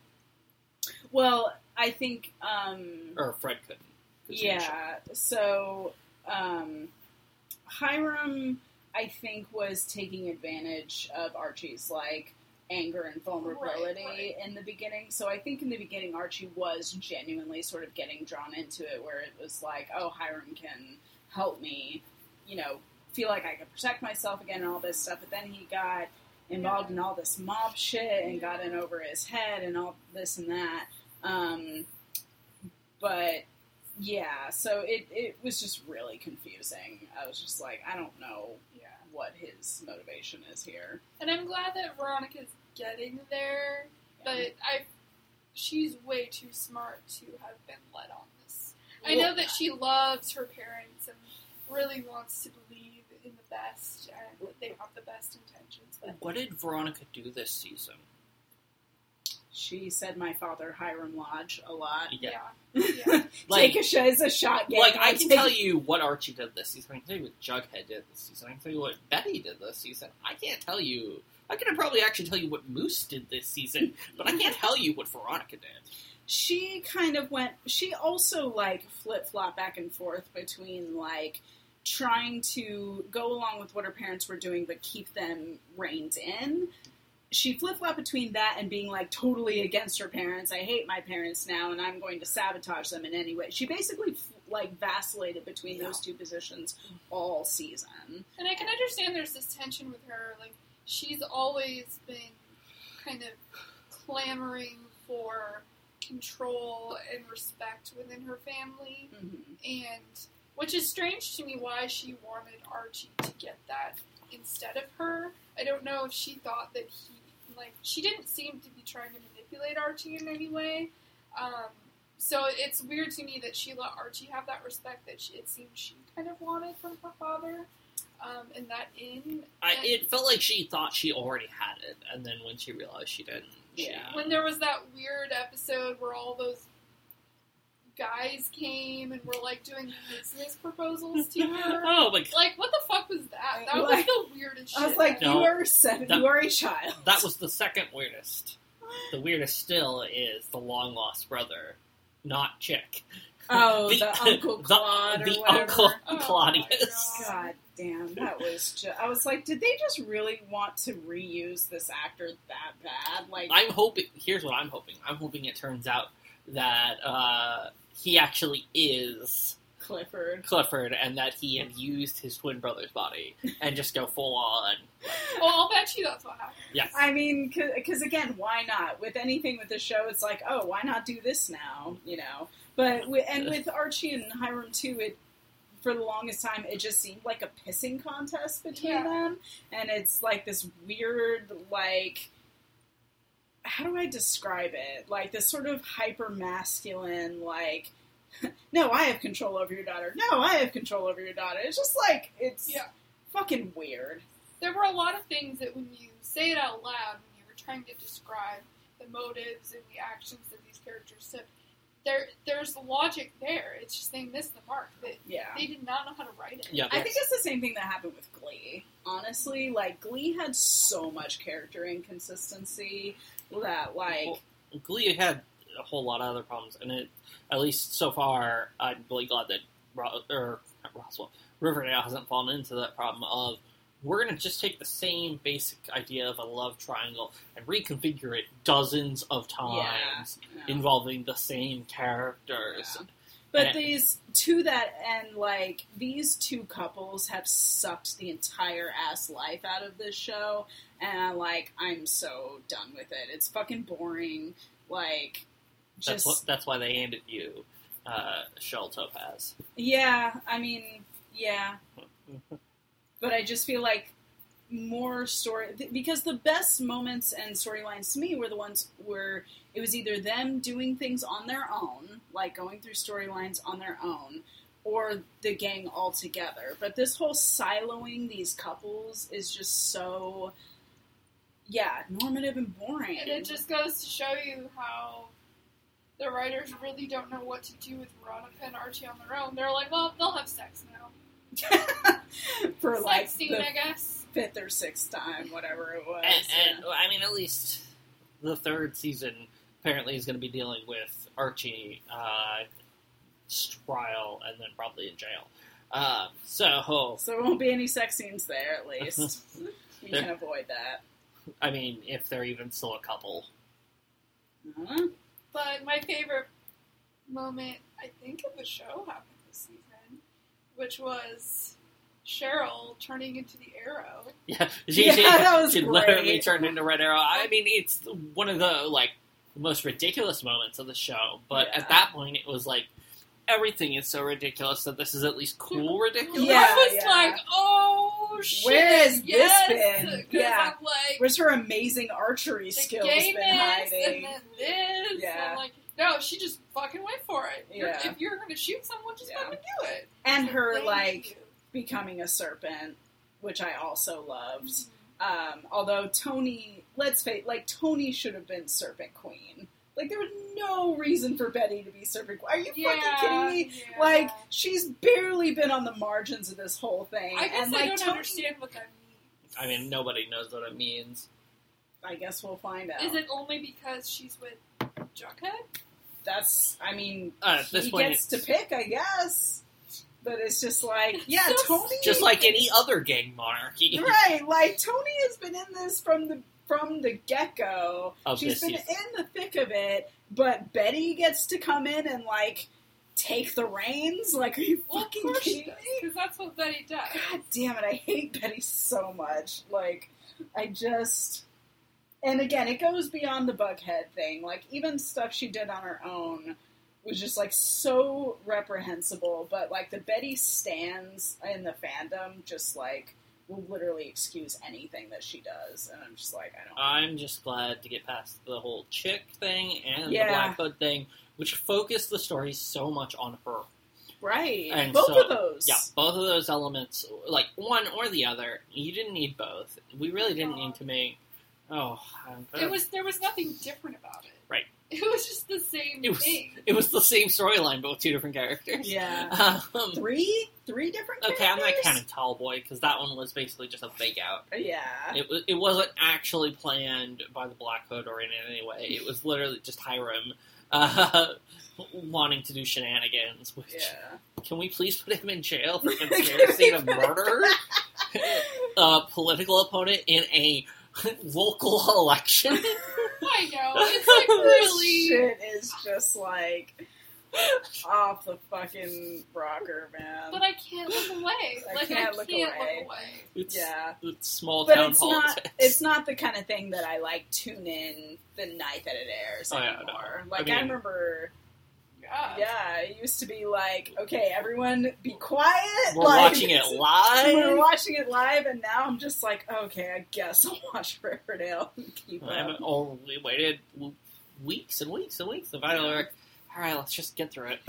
[SPEAKER 2] Well, I think. um
[SPEAKER 1] Or Fred couldn't. 'cause he was shot.
[SPEAKER 2] Yeah. So um, Hiram, I think, was taking advantage of Archie's like anger and vulnerability
[SPEAKER 3] Right,
[SPEAKER 2] in the beginning. So I think in the beginning, Archie was genuinely sort of getting drawn into it, where it was like, "Oh, Hiram can help me," you know, feel like I can protect myself again and all this stuff. But then he got involved in all this mob shit and got in over his head and all this and that. Um, but yeah, so it, it was just really confusing. I was just like, I don't know
[SPEAKER 3] Yeah.
[SPEAKER 2] what his motivation is here.
[SPEAKER 3] And I'm glad that Veronica's getting there, but I she's way too smart to have been led on this. I know that she loves her parents and really wants to believe in the best and that they have the best intentions, but
[SPEAKER 1] What did Veronica do this season?
[SPEAKER 2] She said my father Hiram Lodge a lot.
[SPEAKER 1] Yeah.
[SPEAKER 3] yeah. Yeah.
[SPEAKER 1] Like,
[SPEAKER 2] take a shot is a shot game.
[SPEAKER 1] like I can
[SPEAKER 2] Take-
[SPEAKER 1] tell you what Archie did this season. I can tell you what Jughead did this season. I can tell you what Betty did this season. I can't tell you. I can probably actually tell you what Moose did this season, but I can't tell you what Veronica did.
[SPEAKER 2] she kind of went she also like flip flop back and forth between like trying to go along with what her parents were doing but keep them reined in she flip flop between that and being like totally against her parents i hate my parents now and i'm going to sabotage them in any way she basically f- like vacillated between
[SPEAKER 1] Yeah.
[SPEAKER 2] those two positions all season
[SPEAKER 3] And I can understand there's this tension with her. Like, she's always been kind of clamoring for control and respect within her family.
[SPEAKER 2] Mhm.
[SPEAKER 3] and which is strange to me why she wanted Archie to get that instead of her. I don't know if she thought that he like she didn't seem to be trying to manipulate Archie in any way. Um, so it's weird to me that she let Archie have that respect that she, it seemed she kind of wanted from her father. Um, and that in
[SPEAKER 1] I,
[SPEAKER 3] and
[SPEAKER 1] it felt like she thought she already had it, and then when she realized she didn't, she-
[SPEAKER 2] Yeah.
[SPEAKER 3] when there was that weird episode where all those guys came and were like doing business proposals to her.
[SPEAKER 1] oh my god,
[SPEAKER 3] Like, what the fuck was that? That
[SPEAKER 2] Like-
[SPEAKER 3] was the weirdest shit.
[SPEAKER 2] i was like
[SPEAKER 1] No.
[SPEAKER 2] you are seven
[SPEAKER 1] That-
[SPEAKER 2] you are a child
[SPEAKER 1] that was the second weirdest. The weirdest still is the long lost brother, not Chick.
[SPEAKER 2] oh the,
[SPEAKER 1] The-
[SPEAKER 2] uncle
[SPEAKER 1] the-
[SPEAKER 2] claude
[SPEAKER 1] the
[SPEAKER 2] or whatever.
[SPEAKER 1] uncle
[SPEAKER 3] Oh my
[SPEAKER 1] Claudius.
[SPEAKER 3] God.
[SPEAKER 2] God damn, that was just. I was like, did they just really want to reuse this actor that bad? Like,
[SPEAKER 1] I'm hoping. Here's what I'm hoping. I'm hoping it turns out that uh, he actually is
[SPEAKER 2] Clifford.
[SPEAKER 1] Clifford, and that he had used his twin brother's body and just go full on.
[SPEAKER 3] well, I'll bet you that's what happened.
[SPEAKER 1] Yes,
[SPEAKER 2] I mean, because again, why not? With anything with the show, it's like, oh, why not do this now? You know. But wi- and with Archie and Hiram too, it for the longest time, it just seemed like a pissing contest between
[SPEAKER 3] Yeah.
[SPEAKER 2] them, and it's like this weird, like, how do I describe it? Like this sort of hyper masculine, like, no, I have control over your daughter. No, I have control over your daughter. It's just like it's
[SPEAKER 3] Yeah.
[SPEAKER 2] fucking weird.
[SPEAKER 3] There were a lot of things that when you say it out loud, when you were trying to describe the motives and the actions that these characters took, there there's logic there. It's just they missed the mark. That
[SPEAKER 2] Yeah.
[SPEAKER 3] they did not know how to write it.
[SPEAKER 1] Yeah.
[SPEAKER 2] I think it's the same thing that happened with Glee. Honestly, like Glee had so much character inconsistency that like
[SPEAKER 1] Well, Glee had a whole lot of other problems, and it, at least so far, I'm really glad that Ro- or not Roswell Riverdale hasn't fallen into that problem of we're going to just take the same basic idea of a love triangle and reconfigure it dozens of times
[SPEAKER 2] yeah.
[SPEAKER 1] involving the same characters.
[SPEAKER 2] Yeah. But
[SPEAKER 1] And-
[SPEAKER 2] these to that end, like these two couples have sucked the entire ass life out of this show, and like I'm so done with it. It's fucking boring. Like,
[SPEAKER 1] That's
[SPEAKER 2] just
[SPEAKER 1] what, that's why they handed you uh, Shell Topaz.
[SPEAKER 2] yeah. I mean, yeah. But I just feel like more story th- because the best moments and storylines to me were the ones where it was either them doing things on their own, like going through storylines on their own, or the gang all together. But this whole siloing these couples is just so, yeah, normative and boring.
[SPEAKER 3] And it just goes to show you how the writers really don't know what to do with Veronica and Archie on their own. They're like, well, they'll have sex now.
[SPEAKER 2] for
[SPEAKER 3] sex
[SPEAKER 2] like
[SPEAKER 3] scene,
[SPEAKER 2] the
[SPEAKER 3] I guess.
[SPEAKER 2] fifth or sixth time, whatever it was.
[SPEAKER 1] And, and
[SPEAKER 2] yeah.
[SPEAKER 1] I mean, at least the third season apparently is going to be dealing with Archie uh, trial and then probably in jail. Uh, so
[SPEAKER 2] So there won't be any sex scenes there, at least. you can avoid that.
[SPEAKER 1] I mean, if they're even still a couple,
[SPEAKER 2] Huh?
[SPEAKER 3] But my favorite moment, I think, of the show happened this season, which was Cheryl turning into the arrow.
[SPEAKER 1] yeah, she,
[SPEAKER 2] Yeah,
[SPEAKER 1] she,
[SPEAKER 2] that was
[SPEAKER 1] she literally
[SPEAKER 2] great.
[SPEAKER 1] turned into Red Arrow. I mean, it's one of the like most ridiculous moments of the show. But
[SPEAKER 2] Yeah.
[SPEAKER 1] at that point, it was like everything is so ridiculous that this is at least cool ridiculous.
[SPEAKER 2] Yeah,
[SPEAKER 3] I was
[SPEAKER 2] yeah.
[SPEAKER 3] like, oh shit.
[SPEAKER 2] Where has this
[SPEAKER 3] yes,
[SPEAKER 2] been?
[SPEAKER 3] 'Cause
[SPEAKER 2] Yeah.
[SPEAKER 3] I'm like,
[SPEAKER 2] Where's her amazing archery
[SPEAKER 3] the
[SPEAKER 2] skills
[SPEAKER 3] gayness
[SPEAKER 2] been hiding?
[SPEAKER 3] and then this.
[SPEAKER 2] Yeah.
[SPEAKER 3] I'm like, no, she just fucking went for it. You're-
[SPEAKER 2] Yeah.
[SPEAKER 3] If you're going to shoot someone, just
[SPEAKER 2] Yeah.
[SPEAKER 3] fucking do it.
[SPEAKER 2] And her
[SPEAKER 3] Thank
[SPEAKER 2] like
[SPEAKER 3] you.
[SPEAKER 2] becoming a serpent, which I also loved. Um, although Tony, let's face, like Tony should have been Serpent Queen. Like there was no reason for Betty to be Serpent Queen. Are you
[SPEAKER 3] Yeah,
[SPEAKER 2] fucking kidding me?
[SPEAKER 3] yeah.
[SPEAKER 2] Like she's barely been on the margins of this whole thing,
[SPEAKER 3] I guess
[SPEAKER 2] and
[SPEAKER 3] I
[SPEAKER 2] like
[SPEAKER 3] don't
[SPEAKER 2] Tony,
[SPEAKER 3] understand what that means.
[SPEAKER 1] I mean, nobody knows what it means.
[SPEAKER 2] I guess we'll find out.
[SPEAKER 3] Is it only because she's with Jughead?
[SPEAKER 2] That's, I mean,
[SPEAKER 1] Uh, at this
[SPEAKER 2] he
[SPEAKER 1] point,
[SPEAKER 2] gets to
[SPEAKER 1] it's-
[SPEAKER 2] pick, I guess. But it's just like, yeah,
[SPEAKER 3] So
[SPEAKER 2] Tony,
[SPEAKER 1] just like any other gang monarchy
[SPEAKER 2] right? Like Tony has been in this from the from the get go.
[SPEAKER 1] of
[SPEAKER 2] She's
[SPEAKER 1] this
[SPEAKER 2] been
[SPEAKER 1] season.
[SPEAKER 2] in the thick of it, but Betty gets to come in and like take the reins. Like, are you
[SPEAKER 3] Well,
[SPEAKER 2] fucking
[SPEAKER 3] of course
[SPEAKER 2] kidding
[SPEAKER 3] she
[SPEAKER 2] me?
[SPEAKER 3] does, because that's what Betty does.
[SPEAKER 2] God damn it, I hate Betty so much. Like, I just. And again, it goes beyond the Bughead thing. Like, even stuff she did on her own was just, like, so reprehensible. But, like, the Betty stands in the fandom just, like, will literally excuse anything that she does. And I'm just like, I don't.
[SPEAKER 1] I'm just glad to get past the whole chick thing and
[SPEAKER 2] Yeah.
[SPEAKER 1] the Black Hood thing, which focused the story so much on her.
[SPEAKER 2] Right.
[SPEAKER 1] And
[SPEAKER 2] Both
[SPEAKER 1] so-
[SPEAKER 2] of those.
[SPEAKER 1] Yeah, both of those elements, like one or the other, you didn't need both. We really didn't need to make. Oh, I'm gonna-
[SPEAKER 3] It was there was nothing different about it.
[SPEAKER 1] Right.
[SPEAKER 3] It was just the same
[SPEAKER 1] It was-
[SPEAKER 3] thing.
[SPEAKER 1] it was the same storyline, but with two different characters.
[SPEAKER 2] Yeah.
[SPEAKER 1] Um,
[SPEAKER 2] Three? Three different
[SPEAKER 1] okay, I'm not
[SPEAKER 2] characters?
[SPEAKER 1] counting Tall Boy because that one was basically just a fake out.
[SPEAKER 2] Yeah.
[SPEAKER 1] It, wa- it wasn't actually planned by the Black Hood or in any way. It was literally just Hiram uh, wanting to do shenanigans. Which
[SPEAKER 2] Yeah.
[SPEAKER 1] can we please put him in jail for conspiracy to murder a political opponent in a local election?
[SPEAKER 3] I know. It's like really
[SPEAKER 2] This shit is just like off the fucking rocker, man.
[SPEAKER 3] but I can't look away.
[SPEAKER 2] I
[SPEAKER 3] like
[SPEAKER 2] can't
[SPEAKER 3] I
[SPEAKER 2] look
[SPEAKER 3] can't
[SPEAKER 2] away.
[SPEAKER 3] look away.
[SPEAKER 1] It's,
[SPEAKER 2] yeah,
[SPEAKER 1] it's small
[SPEAKER 2] but
[SPEAKER 1] town
[SPEAKER 2] it's
[SPEAKER 1] politics.
[SPEAKER 2] not. It's not the kind of thing that I like tune in the night that it airs
[SPEAKER 1] Oh, yeah,
[SPEAKER 2] anymore. Like
[SPEAKER 1] I
[SPEAKER 2] I,
[SPEAKER 1] mean-
[SPEAKER 2] remember,
[SPEAKER 3] Yeah. god.
[SPEAKER 2] Yeah, it used to be like, okay, everyone be quiet.
[SPEAKER 1] We're
[SPEAKER 2] like,
[SPEAKER 1] watching it
[SPEAKER 2] we We're
[SPEAKER 1] live.
[SPEAKER 2] watching it live, and now I'm just like, okay, I guess I'll watch Riverdale. and Keep
[SPEAKER 1] I
[SPEAKER 2] up.
[SPEAKER 1] haven't, oh, we waited w- weeks and weeks and weeks. And finally, we're like, all right, let's just get through it.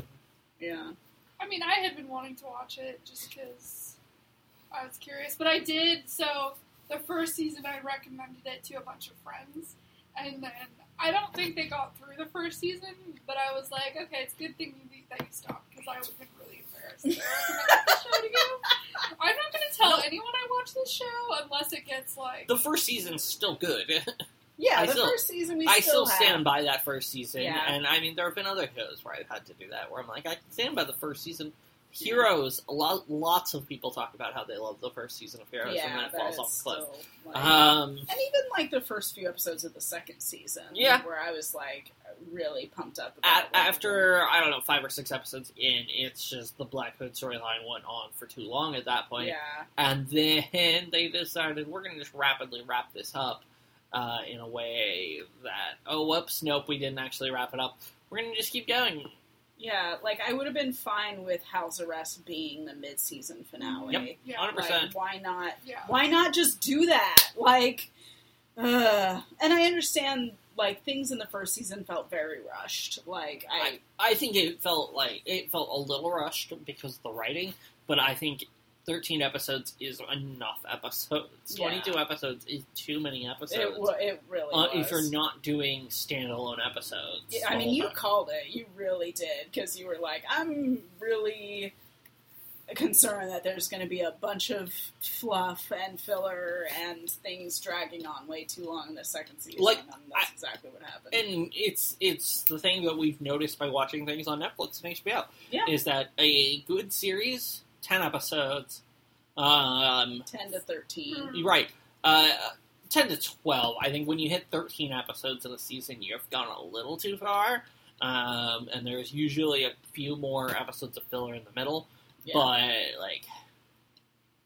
[SPEAKER 2] Yeah,
[SPEAKER 3] I mean, I had been wanting to watch it just because I was curious, but I did. So the first season, I recommended it to a bunch of friends, and then I don't think they got through the first season. But I was like, okay, it's a good thing you that you stopped because I would have been really embarrassed. to recommend this show to you. I'm not going to tell anyone I watch this show unless it gets like
[SPEAKER 1] The first season's still good.
[SPEAKER 2] yeah.
[SPEAKER 1] I
[SPEAKER 2] the
[SPEAKER 1] still-
[SPEAKER 2] first season we
[SPEAKER 1] I still
[SPEAKER 2] still, have.
[SPEAKER 1] stand by that first season,
[SPEAKER 2] Yeah.
[SPEAKER 1] and I mean, there have been other shows where I've had to do that, where I'm like, I can stand by the first season. Heroes, a lot, lots of people talk about how they love the first season of Heroes,
[SPEAKER 2] yeah,
[SPEAKER 1] and then it
[SPEAKER 2] that
[SPEAKER 1] falls
[SPEAKER 2] is
[SPEAKER 1] off the cliff.
[SPEAKER 2] still, like-
[SPEAKER 1] Um,
[SPEAKER 2] and even like the first few episodes of the second season,
[SPEAKER 1] Yeah.
[SPEAKER 2] where I was like really pumped up. About
[SPEAKER 1] at,
[SPEAKER 2] what we were
[SPEAKER 1] after I don't know five or six episodes in, it's just the Black Hood storyline went on for too long at that point,
[SPEAKER 2] Yeah,
[SPEAKER 1] and then they decided we're going to just rapidly wrap this up uh, in a way that oh whoops, nope, we didn't actually wrap it up. We're going to just keep going.
[SPEAKER 2] yeah. Like I would have been fine with House Arrest being the mid-season finale.
[SPEAKER 1] Yep.
[SPEAKER 3] yeah,
[SPEAKER 1] Hundred
[SPEAKER 2] Like,
[SPEAKER 1] percent.
[SPEAKER 2] why not?
[SPEAKER 3] yeah.
[SPEAKER 2] Why not just do that? Like, ugh. and I understand. Like things in the first season felt very rushed. Like I,
[SPEAKER 1] I, I think it felt like it felt a little rushed because of the writing, but I think 13 episodes is enough episodes.
[SPEAKER 2] Yeah.
[SPEAKER 1] 22 episodes is too many episodes.
[SPEAKER 2] it, wa- it really
[SPEAKER 1] uh,
[SPEAKER 2] was.
[SPEAKER 1] if you're not doing standalone episodes,
[SPEAKER 2] Yeah, I
[SPEAKER 1] the
[SPEAKER 2] mean,
[SPEAKER 1] whole
[SPEAKER 2] you
[SPEAKER 1] time.
[SPEAKER 2] called it. You really did because you were like, "I'm really concerned that there's going to be a bunch of fluff and filler and things dragging on way too long in the second season."
[SPEAKER 1] Like,
[SPEAKER 2] and that's exactly what happened.
[SPEAKER 1] and it's it's the thing that we've noticed by watching things on Netflix and HBO
[SPEAKER 2] Yeah.
[SPEAKER 1] is that a good series, 10 episodes, um,
[SPEAKER 2] Ten to thirteen.
[SPEAKER 3] Mm.
[SPEAKER 1] You're right. Uh, 10 to 12. I think when you hit 13 episodes in a season, you've gone a little too far. Um, and there's usually a few more episodes of filler in the middle.
[SPEAKER 2] Yeah.
[SPEAKER 1] But, like,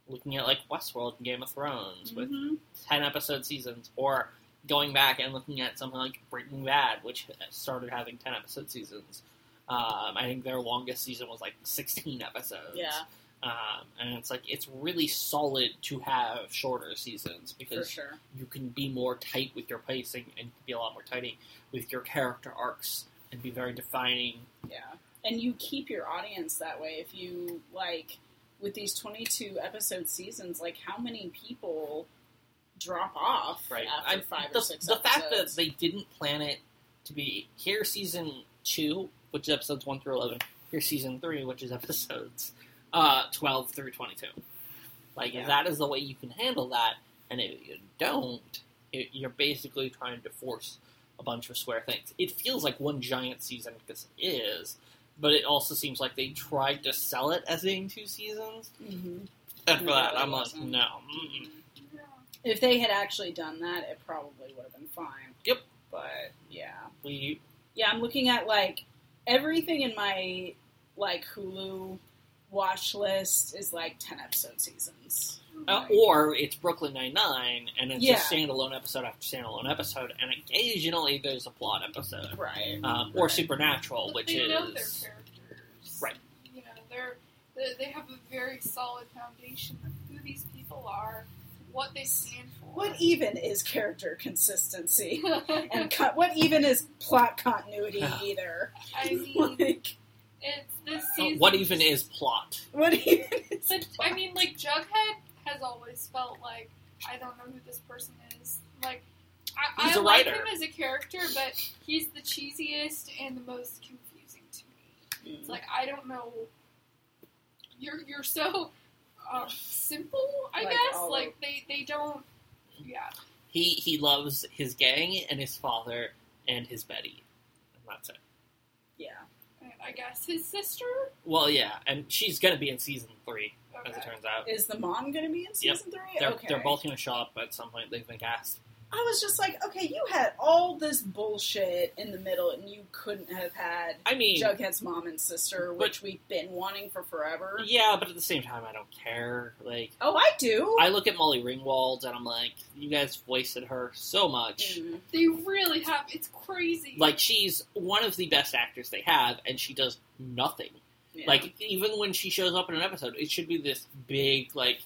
[SPEAKER 1] looking at, like, Westworld and Game of Thrones with
[SPEAKER 2] Mhm.
[SPEAKER 1] 10 episode seasons, or going back and looking at something like Breaking Bad, which started having 10 episode seasons. Um, I think their longest season was like 16 episodes.
[SPEAKER 2] Yeah,
[SPEAKER 1] Um, and it's like it's really solid to have shorter seasons
[SPEAKER 2] for
[SPEAKER 1] because
[SPEAKER 2] sure.
[SPEAKER 1] you can be more tight with your pacing and be a lot more tidy with your character arcs and be very defining.
[SPEAKER 2] Yeah, and you keep your audience that way if you like with these twenty-two episode seasons. Like, how many people drop off
[SPEAKER 1] Right.
[SPEAKER 2] after
[SPEAKER 1] I-
[SPEAKER 2] five
[SPEAKER 1] the
[SPEAKER 2] or six?
[SPEAKER 1] the
[SPEAKER 2] episodes?
[SPEAKER 1] fact that they didn't plan it to be here season two, which is episodes one through eleven, here season three, which is episodes uh, twelve through twenty-two. Like
[SPEAKER 2] Yeah.
[SPEAKER 1] that is the way you can handle that, and if you don't, it, you're basically trying to force a bunch of square things. It feels like one giant season because it is, but it also seems like they tried to sell it as being two seasons.
[SPEAKER 2] Mhm.
[SPEAKER 1] And for
[SPEAKER 2] No,
[SPEAKER 1] that,
[SPEAKER 2] it
[SPEAKER 1] I'm like,
[SPEAKER 2] wasn't.
[SPEAKER 1] no. Mm-mm.
[SPEAKER 3] Yeah.
[SPEAKER 2] If they had actually done that, it probably would have been fine.
[SPEAKER 1] Yep.
[SPEAKER 2] But yeah,
[SPEAKER 1] We
[SPEAKER 2] yeah, I'm looking at like everything in my like Hulu watch list is like ten episode seasons.
[SPEAKER 1] Uh,
[SPEAKER 2] Like,
[SPEAKER 1] or it's Brooklyn Nine Nine, and it's
[SPEAKER 2] Yeah.
[SPEAKER 1] just standalone episode after standalone episode, and occasionally there's a plot episode,
[SPEAKER 2] right.
[SPEAKER 1] um, or Supernatural,
[SPEAKER 3] But
[SPEAKER 1] which
[SPEAKER 3] they know their
[SPEAKER 1] is
[SPEAKER 3] characters.
[SPEAKER 1] Right.
[SPEAKER 3] You know, they're they- they have a very solid foundation of who these people are, what they stand for.
[SPEAKER 2] What even is character consistency?
[SPEAKER 3] I
[SPEAKER 2] And co- what even is plot continuity
[SPEAKER 1] Yeah.
[SPEAKER 2] either?
[SPEAKER 3] mean,
[SPEAKER 2] Like,
[SPEAKER 3] it's this season.
[SPEAKER 1] uh, what even is plot.
[SPEAKER 2] what even is
[SPEAKER 3] But I mean, like Jughead has always felt like I don't know who this person is. Like I,
[SPEAKER 1] He's
[SPEAKER 3] I
[SPEAKER 1] a
[SPEAKER 3] like
[SPEAKER 1] writer.
[SPEAKER 3] him as a character, but he's the cheesiest and the most confusing to me. It's like I don't know. You're you're so um, simple, I
[SPEAKER 2] Like,
[SPEAKER 3] guess.
[SPEAKER 2] all
[SPEAKER 3] Like they they don't. Yeah,
[SPEAKER 1] He he loves his gang and his father and his Betty, and that's it.
[SPEAKER 2] yeah,
[SPEAKER 3] and I guess his sister.
[SPEAKER 1] Well, yeah, and she's gonna be in season three, as
[SPEAKER 3] Okay.
[SPEAKER 1] it turns out.
[SPEAKER 2] is the mom going to be in
[SPEAKER 1] Yep.
[SPEAKER 2] season three?
[SPEAKER 1] They're
[SPEAKER 2] okay,
[SPEAKER 1] they're both gonna show up at some point. They've been cast.
[SPEAKER 2] I was just like, okay, you had all this bullshit in the middle, and you couldn't have had
[SPEAKER 1] I mean,
[SPEAKER 2] Jughead's mom and sister, which we've been wanting for forever.
[SPEAKER 1] yeah, but at the same time, I don't care. Like,
[SPEAKER 2] Oh, I do.
[SPEAKER 1] I look at Molly Ringwald and I'm like, you guys wasted her so much.
[SPEAKER 2] Mm.
[SPEAKER 3] They really have. It's crazy.
[SPEAKER 1] Like, she's one of the best actors they have, and she does nothing.
[SPEAKER 2] Yeah.
[SPEAKER 1] Like, even when she shows up in an episode, it should be this big, like,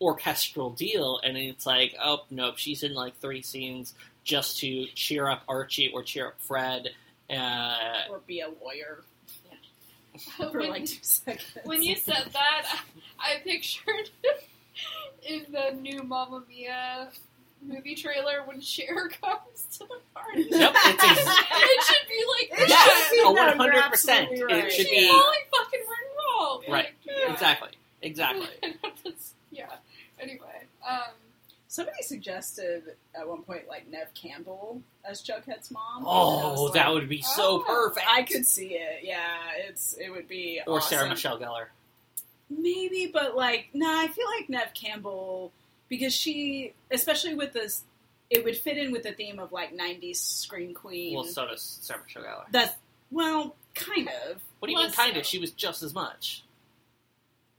[SPEAKER 1] orchestral deal, and it's like, oh, nope, she's in, like, three scenes just to cheer up Archie or cheer up Fred. Uh,
[SPEAKER 2] or be a lawyer for
[SPEAKER 3] when,
[SPEAKER 2] like two seconds.
[SPEAKER 3] when you said that, I, I pictured in the new Mamma Mia movie trailer when Cher comes to the party.
[SPEAKER 1] Yep, it's ex-
[SPEAKER 3] it should be like that.
[SPEAKER 2] It
[SPEAKER 1] yes,
[SPEAKER 2] should be-
[SPEAKER 1] a
[SPEAKER 2] no, you're
[SPEAKER 1] 100%.
[SPEAKER 2] absolutely right.
[SPEAKER 1] It should
[SPEAKER 3] She's
[SPEAKER 1] be.
[SPEAKER 3] all like fucking Ringwald. Like,
[SPEAKER 1] Right.
[SPEAKER 3] yeah.
[SPEAKER 1] Exactly. Exactly.
[SPEAKER 3] That's- yeah. Anyway, um,
[SPEAKER 2] Somebody suggested at one point, like Nev Campbell as Jughead's mom. and I was
[SPEAKER 1] Oh,
[SPEAKER 2] like,
[SPEAKER 1] that would be so
[SPEAKER 3] oh,
[SPEAKER 1] perfect.
[SPEAKER 2] I could see it. Yeah, it's it would be
[SPEAKER 1] Or
[SPEAKER 2] awesome.
[SPEAKER 1] Sarah Michelle Gellar.
[SPEAKER 2] Maybe, but like, nah, I feel like Nev Campbell because she, especially with this, it would fit in with the theme of like '90s scream queen.
[SPEAKER 1] Well, so does Sarah Michelle Gellar.
[SPEAKER 2] That's well, kind of.
[SPEAKER 1] What do you mean,
[SPEAKER 3] Less
[SPEAKER 1] kind of?
[SPEAKER 3] so.
[SPEAKER 1] She was just as much.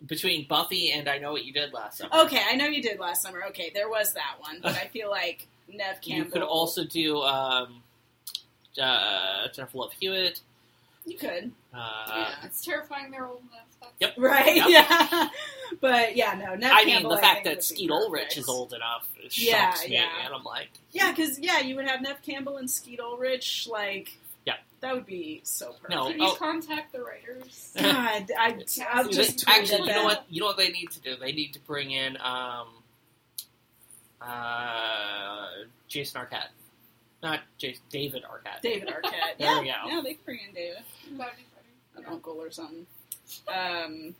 [SPEAKER 1] Between Buffy and I Know What You Did Last Summer.
[SPEAKER 2] Okay, I know you did last summer. Okay, there was that one, but I feel like Nev
[SPEAKER 1] You
[SPEAKER 2] Campbell.
[SPEAKER 1] could also do um, uh, Jennifer Love Hewitt.
[SPEAKER 2] you could
[SPEAKER 1] Uh,
[SPEAKER 2] Yeah.
[SPEAKER 3] it's terrifying. They're old enough. That's
[SPEAKER 1] Yep.
[SPEAKER 2] right,
[SPEAKER 1] Yep.
[SPEAKER 2] yeah. But yeah, no, Nev
[SPEAKER 1] I mean,
[SPEAKER 2] Campbell.
[SPEAKER 1] the
[SPEAKER 2] I
[SPEAKER 1] fact
[SPEAKER 2] think,
[SPEAKER 1] that
[SPEAKER 2] would be
[SPEAKER 1] Skeet Ulrich
[SPEAKER 2] perfect.
[SPEAKER 1] is old enough shocks
[SPEAKER 2] Yeah,
[SPEAKER 1] me,
[SPEAKER 2] yeah.
[SPEAKER 1] and I'm like,
[SPEAKER 2] Yeah, because yeah, you would have Nev Campbell and Skeet Ulrich. Like,
[SPEAKER 1] Yeah.
[SPEAKER 2] that would be so perfect.
[SPEAKER 1] No,
[SPEAKER 3] Can you
[SPEAKER 1] oh.
[SPEAKER 3] contact the writers?
[SPEAKER 2] God, I, I'll just tweet
[SPEAKER 1] actually,
[SPEAKER 2] at
[SPEAKER 1] you know
[SPEAKER 2] that.
[SPEAKER 1] what? You know what they need to do? They need to bring in um, uh, Jason Arquette, not Jason, David Arquette.
[SPEAKER 2] David Arquette.
[SPEAKER 1] There
[SPEAKER 2] yeah,
[SPEAKER 1] we go.
[SPEAKER 2] yeah, they can bring in David,
[SPEAKER 3] That'd be
[SPEAKER 2] an
[SPEAKER 3] funny. Yeah.
[SPEAKER 2] uncle or something. Um,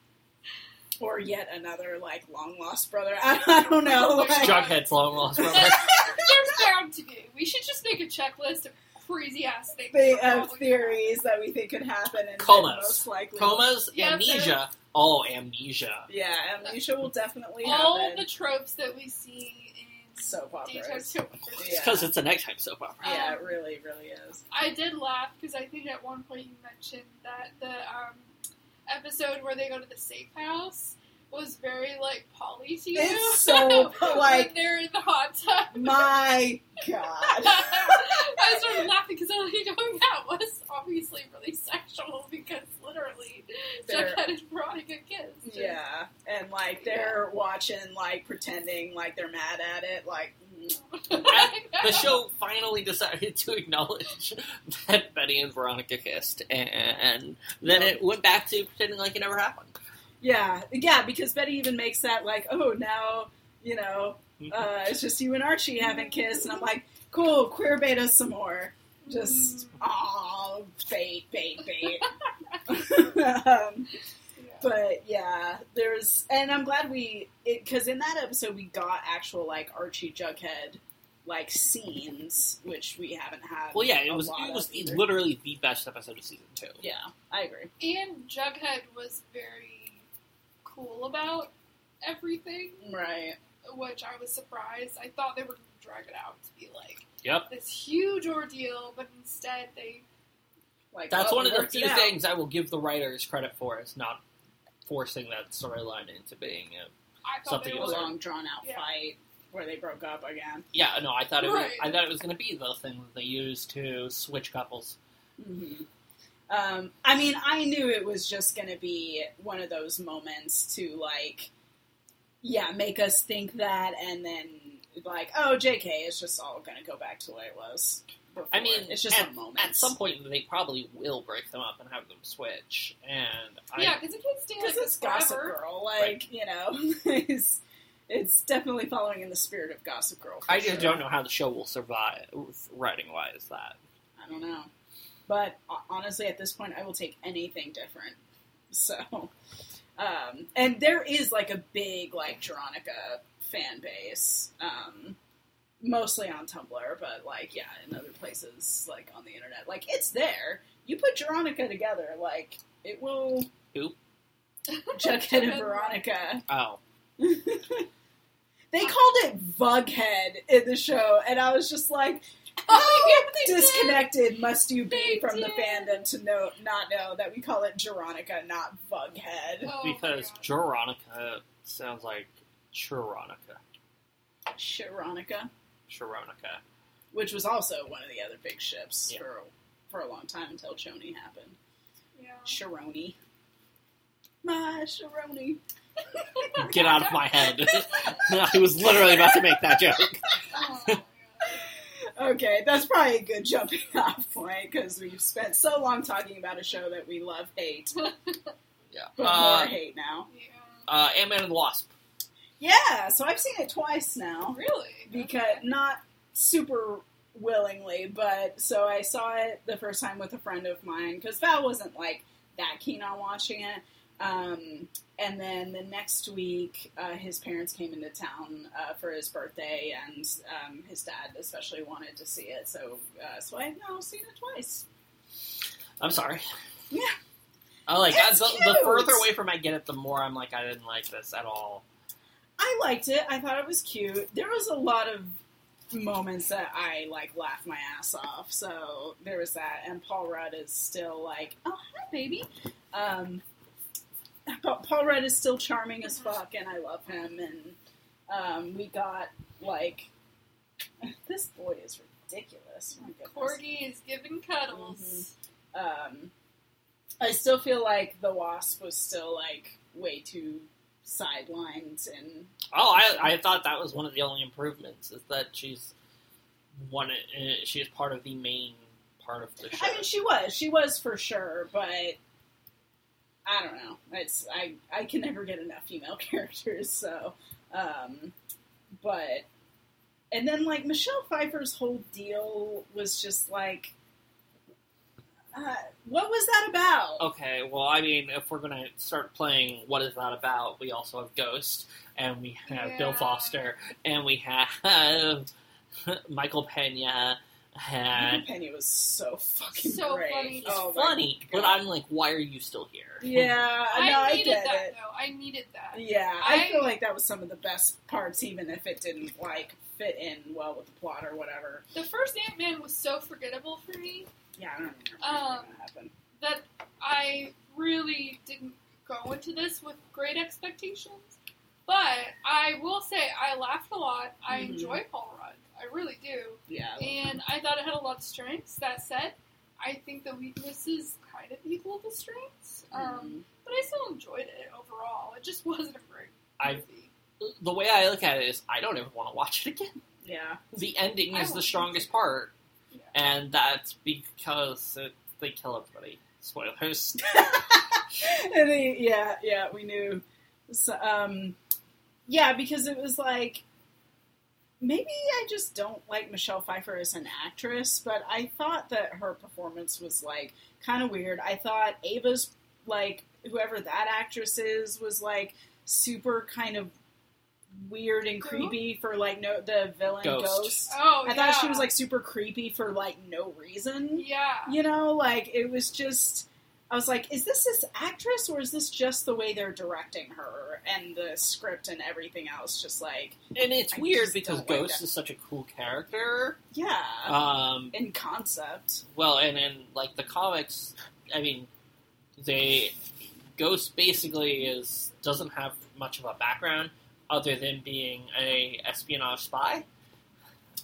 [SPEAKER 2] or yet another like long lost brother. I, I don't know.
[SPEAKER 3] Oh my
[SPEAKER 2] like-
[SPEAKER 3] God.
[SPEAKER 1] Jughead's long lost brother.
[SPEAKER 3] There's bound to be. We should just make a checklist of crazy ass things.
[SPEAKER 2] They
[SPEAKER 3] that
[SPEAKER 2] have
[SPEAKER 3] probably
[SPEAKER 2] theories that we think could happen, and
[SPEAKER 1] Comas.
[SPEAKER 2] then most likely,
[SPEAKER 1] Comas,
[SPEAKER 3] Yeah,
[SPEAKER 1] amnesia. Oh, amnesia.
[SPEAKER 2] yeah, amnesia will definitely
[SPEAKER 3] happen. All
[SPEAKER 2] happen.
[SPEAKER 3] the tropes that we see in
[SPEAKER 2] soap
[SPEAKER 3] daytime
[SPEAKER 2] operas.
[SPEAKER 3] soap
[SPEAKER 1] It's because it's a nighttime soap opera.
[SPEAKER 2] Yeah, it really, really is.
[SPEAKER 3] I did laugh because I think at one point you mentioned that the um, episode where they go to the safe house was very like poly to you.
[SPEAKER 2] It's so
[SPEAKER 3] when
[SPEAKER 2] like
[SPEAKER 3] they're in the hot tub.
[SPEAKER 2] my god.
[SPEAKER 3] I started laughing because I was like, oh, that was obviously really sexual because literally
[SPEAKER 2] They're-
[SPEAKER 3] Jughead is prodding a kiss. Just-
[SPEAKER 2] Yeah, and like they're watching, like pretending like they're mad at it, like. mm.
[SPEAKER 1] The show finally decided to acknowledge that Betty and Veronica kissed, and then it went back to pretending like it never happened.
[SPEAKER 2] Yeah, yeah, because Betty even makes that like, oh, now you know, uh, it's just you and Archie haven't kissed, and I'm like, cool, queer bait us some more. Just oh, bait, bait, bait. um,
[SPEAKER 3] Yeah.
[SPEAKER 2] but yeah, there's, and I'm glad we, because in that episode we got actual like Archie Jughead like scenes, which we haven't had.
[SPEAKER 1] Well, yeah, it
[SPEAKER 2] a
[SPEAKER 1] was
[SPEAKER 2] lot
[SPEAKER 1] it
[SPEAKER 2] of
[SPEAKER 1] was
[SPEAKER 2] either.
[SPEAKER 1] literally the best episode of season two.
[SPEAKER 2] Yeah, I agree.
[SPEAKER 3] And Jughead was very cool about everything,
[SPEAKER 2] Right.
[SPEAKER 3] which I was surprised. I thought they were going to drag it out to be like
[SPEAKER 1] Yep.
[SPEAKER 3] this huge ordeal, but instead they
[SPEAKER 2] Like
[SPEAKER 1] That's
[SPEAKER 2] oh,
[SPEAKER 1] one of
[SPEAKER 2] we
[SPEAKER 1] the
[SPEAKER 2] worked it
[SPEAKER 1] few
[SPEAKER 2] out.
[SPEAKER 1] things I will give the writers credit for is not forcing that storyline into being. A,
[SPEAKER 3] I thought
[SPEAKER 1] Something
[SPEAKER 3] they
[SPEAKER 2] A
[SPEAKER 3] were
[SPEAKER 1] else.
[SPEAKER 2] long drawn out
[SPEAKER 3] Yeah.
[SPEAKER 2] fight where they broke up again.
[SPEAKER 1] yeah, no, I thought it was,
[SPEAKER 3] Right.
[SPEAKER 1] I thought it was going to be the thing that they used to switch couples.
[SPEAKER 2] hmm Um, I mean, I knew it was just going to be one of those moments to like, yeah, make us think that, and then like, oh, J.K. It's just all going to go back to the way it was. Before.
[SPEAKER 1] I mean,
[SPEAKER 2] it's just a moment.
[SPEAKER 1] At some point, they probably will break them up and have them switch. And I,
[SPEAKER 3] yeah, because it can't stay like
[SPEAKER 2] because
[SPEAKER 3] this
[SPEAKER 2] it's Gossip
[SPEAKER 3] forever.
[SPEAKER 2] Girl, like
[SPEAKER 1] Right.
[SPEAKER 2] you know, it's, it's definitely following in the spirit of Gossip Girl. for
[SPEAKER 1] I just
[SPEAKER 2] sure.
[SPEAKER 1] don't know how the show will survive writing wise. That
[SPEAKER 2] I don't know. But ho- honestly, at this point, I will take anything different. So, um, and there is like a big like Jeronica fan base, um, mostly on Tumblr, but like yeah, in other places like on the internet, like it's there. You put Jeronica together, like it will.
[SPEAKER 1] Who?
[SPEAKER 2] Jughead and Veronica.
[SPEAKER 1] oh,
[SPEAKER 2] They called it Vughead in the show, and I was just like, "How disconnected must you be
[SPEAKER 3] They
[SPEAKER 2] from the
[SPEAKER 3] did.
[SPEAKER 2] fandom to know not know that we call it Jeronica, not Vughead?"
[SPEAKER 3] Oh,
[SPEAKER 1] because
[SPEAKER 3] yeah.
[SPEAKER 1] Jeronica sounds like Cheronica.
[SPEAKER 2] Cheronica,
[SPEAKER 1] Cheronica.
[SPEAKER 2] which was also one of the other big ships
[SPEAKER 1] Yeah.
[SPEAKER 2] for for a long time until Choni happened.
[SPEAKER 3] yeah.
[SPEAKER 2] Sharoni, my Sharoni.
[SPEAKER 1] Get out of my head. I was literally about to make that joke.
[SPEAKER 3] Oh, yeah.
[SPEAKER 2] Okay, that's probably a good jumping off point because we've spent so long talking about a show that we love hate,
[SPEAKER 1] Yeah.
[SPEAKER 2] but
[SPEAKER 1] Uh,
[SPEAKER 2] more hate now.
[SPEAKER 3] Yeah.
[SPEAKER 1] uh, Ant Man and the Wasp.
[SPEAKER 2] Yeah, so I've seen it twice now
[SPEAKER 3] Really?
[SPEAKER 2] because not super willingly, but so I saw it the first time with a friend of mine because Val wasn't like that keen on watching it. Um, and then the next week, uh, his parents came into town uh, for his birthday, and um, his dad especially wanted to see it. So, uh, so I've now seen it twice.
[SPEAKER 1] I'm sorry.
[SPEAKER 2] Yeah.
[SPEAKER 1] I like I,
[SPEAKER 2] It's
[SPEAKER 1] the, the
[SPEAKER 2] cute.
[SPEAKER 1] further away from I get it, the more I'm like I didn't like this at all.
[SPEAKER 2] I liked it. I thought it was cute. There was a lot of moments that I like laughed my ass off. So there was that, and Paul Rudd is still like, "Oh hi, baby." Um, but Paul Rudd is still charming as fuck, and I love him. And um, we got like this boy is ridiculous. My goodness.
[SPEAKER 3] Corgi is giving cuddles.
[SPEAKER 2] Um, I still feel like the Wasp was still like way too sidelined and
[SPEAKER 1] Oh, I, I thought that was one of the only improvements is that she's one. uh, She is part of the main part of the show.
[SPEAKER 2] I mean, she was. She was for sure, but I don't know. It's I I can never get enough female characters. So, um, but and then like Michelle Pfeiffer's whole deal was just like, uh, what was that about?
[SPEAKER 1] Okay, well, I mean, if we're gonna start playing What Is That About, we also have Ghost, and we have Bill
[SPEAKER 3] Yeah.
[SPEAKER 1] Foster, and we have Michael Pena, and
[SPEAKER 2] Penny was so fucking
[SPEAKER 3] So
[SPEAKER 2] great.
[SPEAKER 3] funny.
[SPEAKER 2] Oh, my-
[SPEAKER 1] funny, but I'm like, why are you still here?
[SPEAKER 2] Yeah,
[SPEAKER 3] I
[SPEAKER 2] no, I,
[SPEAKER 3] needed
[SPEAKER 2] get
[SPEAKER 3] that
[SPEAKER 2] it.
[SPEAKER 3] though. I needed that.
[SPEAKER 2] Yeah, I,
[SPEAKER 3] I-
[SPEAKER 2] feel like that was some of the best parts, even if it didn't like fit in well with the plot or whatever.
[SPEAKER 3] The first Ant Man was so forgettable for me
[SPEAKER 2] Yeah, I don't remember
[SPEAKER 3] Um,
[SPEAKER 2] that happened.
[SPEAKER 3] that I really didn't go into this with great expectations. But I will say I laughed a lot. I
[SPEAKER 2] Mhm.
[SPEAKER 3] enjoy Paul Rudd. I really do.
[SPEAKER 2] Yeah,
[SPEAKER 3] And I thought it had a lot of strengths. That said, I think the weaknesses kind of equal the strengths.
[SPEAKER 2] Mm-hmm.
[SPEAKER 3] Um, But I still enjoyed it overall. It just wasn't a great
[SPEAKER 1] I-
[SPEAKER 3] movie.
[SPEAKER 1] The way I look at it is, I don't ever want to watch it again.
[SPEAKER 2] yeah,
[SPEAKER 1] The ending
[SPEAKER 3] I
[SPEAKER 1] is the
[SPEAKER 3] won't.
[SPEAKER 1] strongest part,
[SPEAKER 3] Yeah.
[SPEAKER 1] and that's because it, they kill everybody. Spoilers.
[SPEAKER 2] and they, yeah, yeah, we knew. So, um, yeah, because it was like maybe I just don't like Michelle Pfeiffer as an actress, but I thought that her performance was like kind of weird. I thought Ava's like whoever that actress is was like super kind of weird and
[SPEAKER 3] Who?
[SPEAKER 2] creepy for like no the villain
[SPEAKER 1] Ghost.
[SPEAKER 2] ghost.
[SPEAKER 3] Oh,
[SPEAKER 2] I
[SPEAKER 3] yeah.
[SPEAKER 2] thought she was like super creepy for like no reason.
[SPEAKER 3] yeah.
[SPEAKER 2] You know, like it was just I was like, is this this actress or is this just the way they're directing her and the script and everything else just like
[SPEAKER 1] and it's
[SPEAKER 2] I
[SPEAKER 1] weird
[SPEAKER 2] just
[SPEAKER 1] because
[SPEAKER 2] don't like
[SPEAKER 1] Ghost is
[SPEAKER 2] that. Uh-huh.
[SPEAKER 1] such a cool character.
[SPEAKER 2] yeah,
[SPEAKER 1] Um,
[SPEAKER 2] in concept.
[SPEAKER 1] Well, and in like the comics, I mean, they Ghost basically is doesn't have much of a background other than being a espionage spy,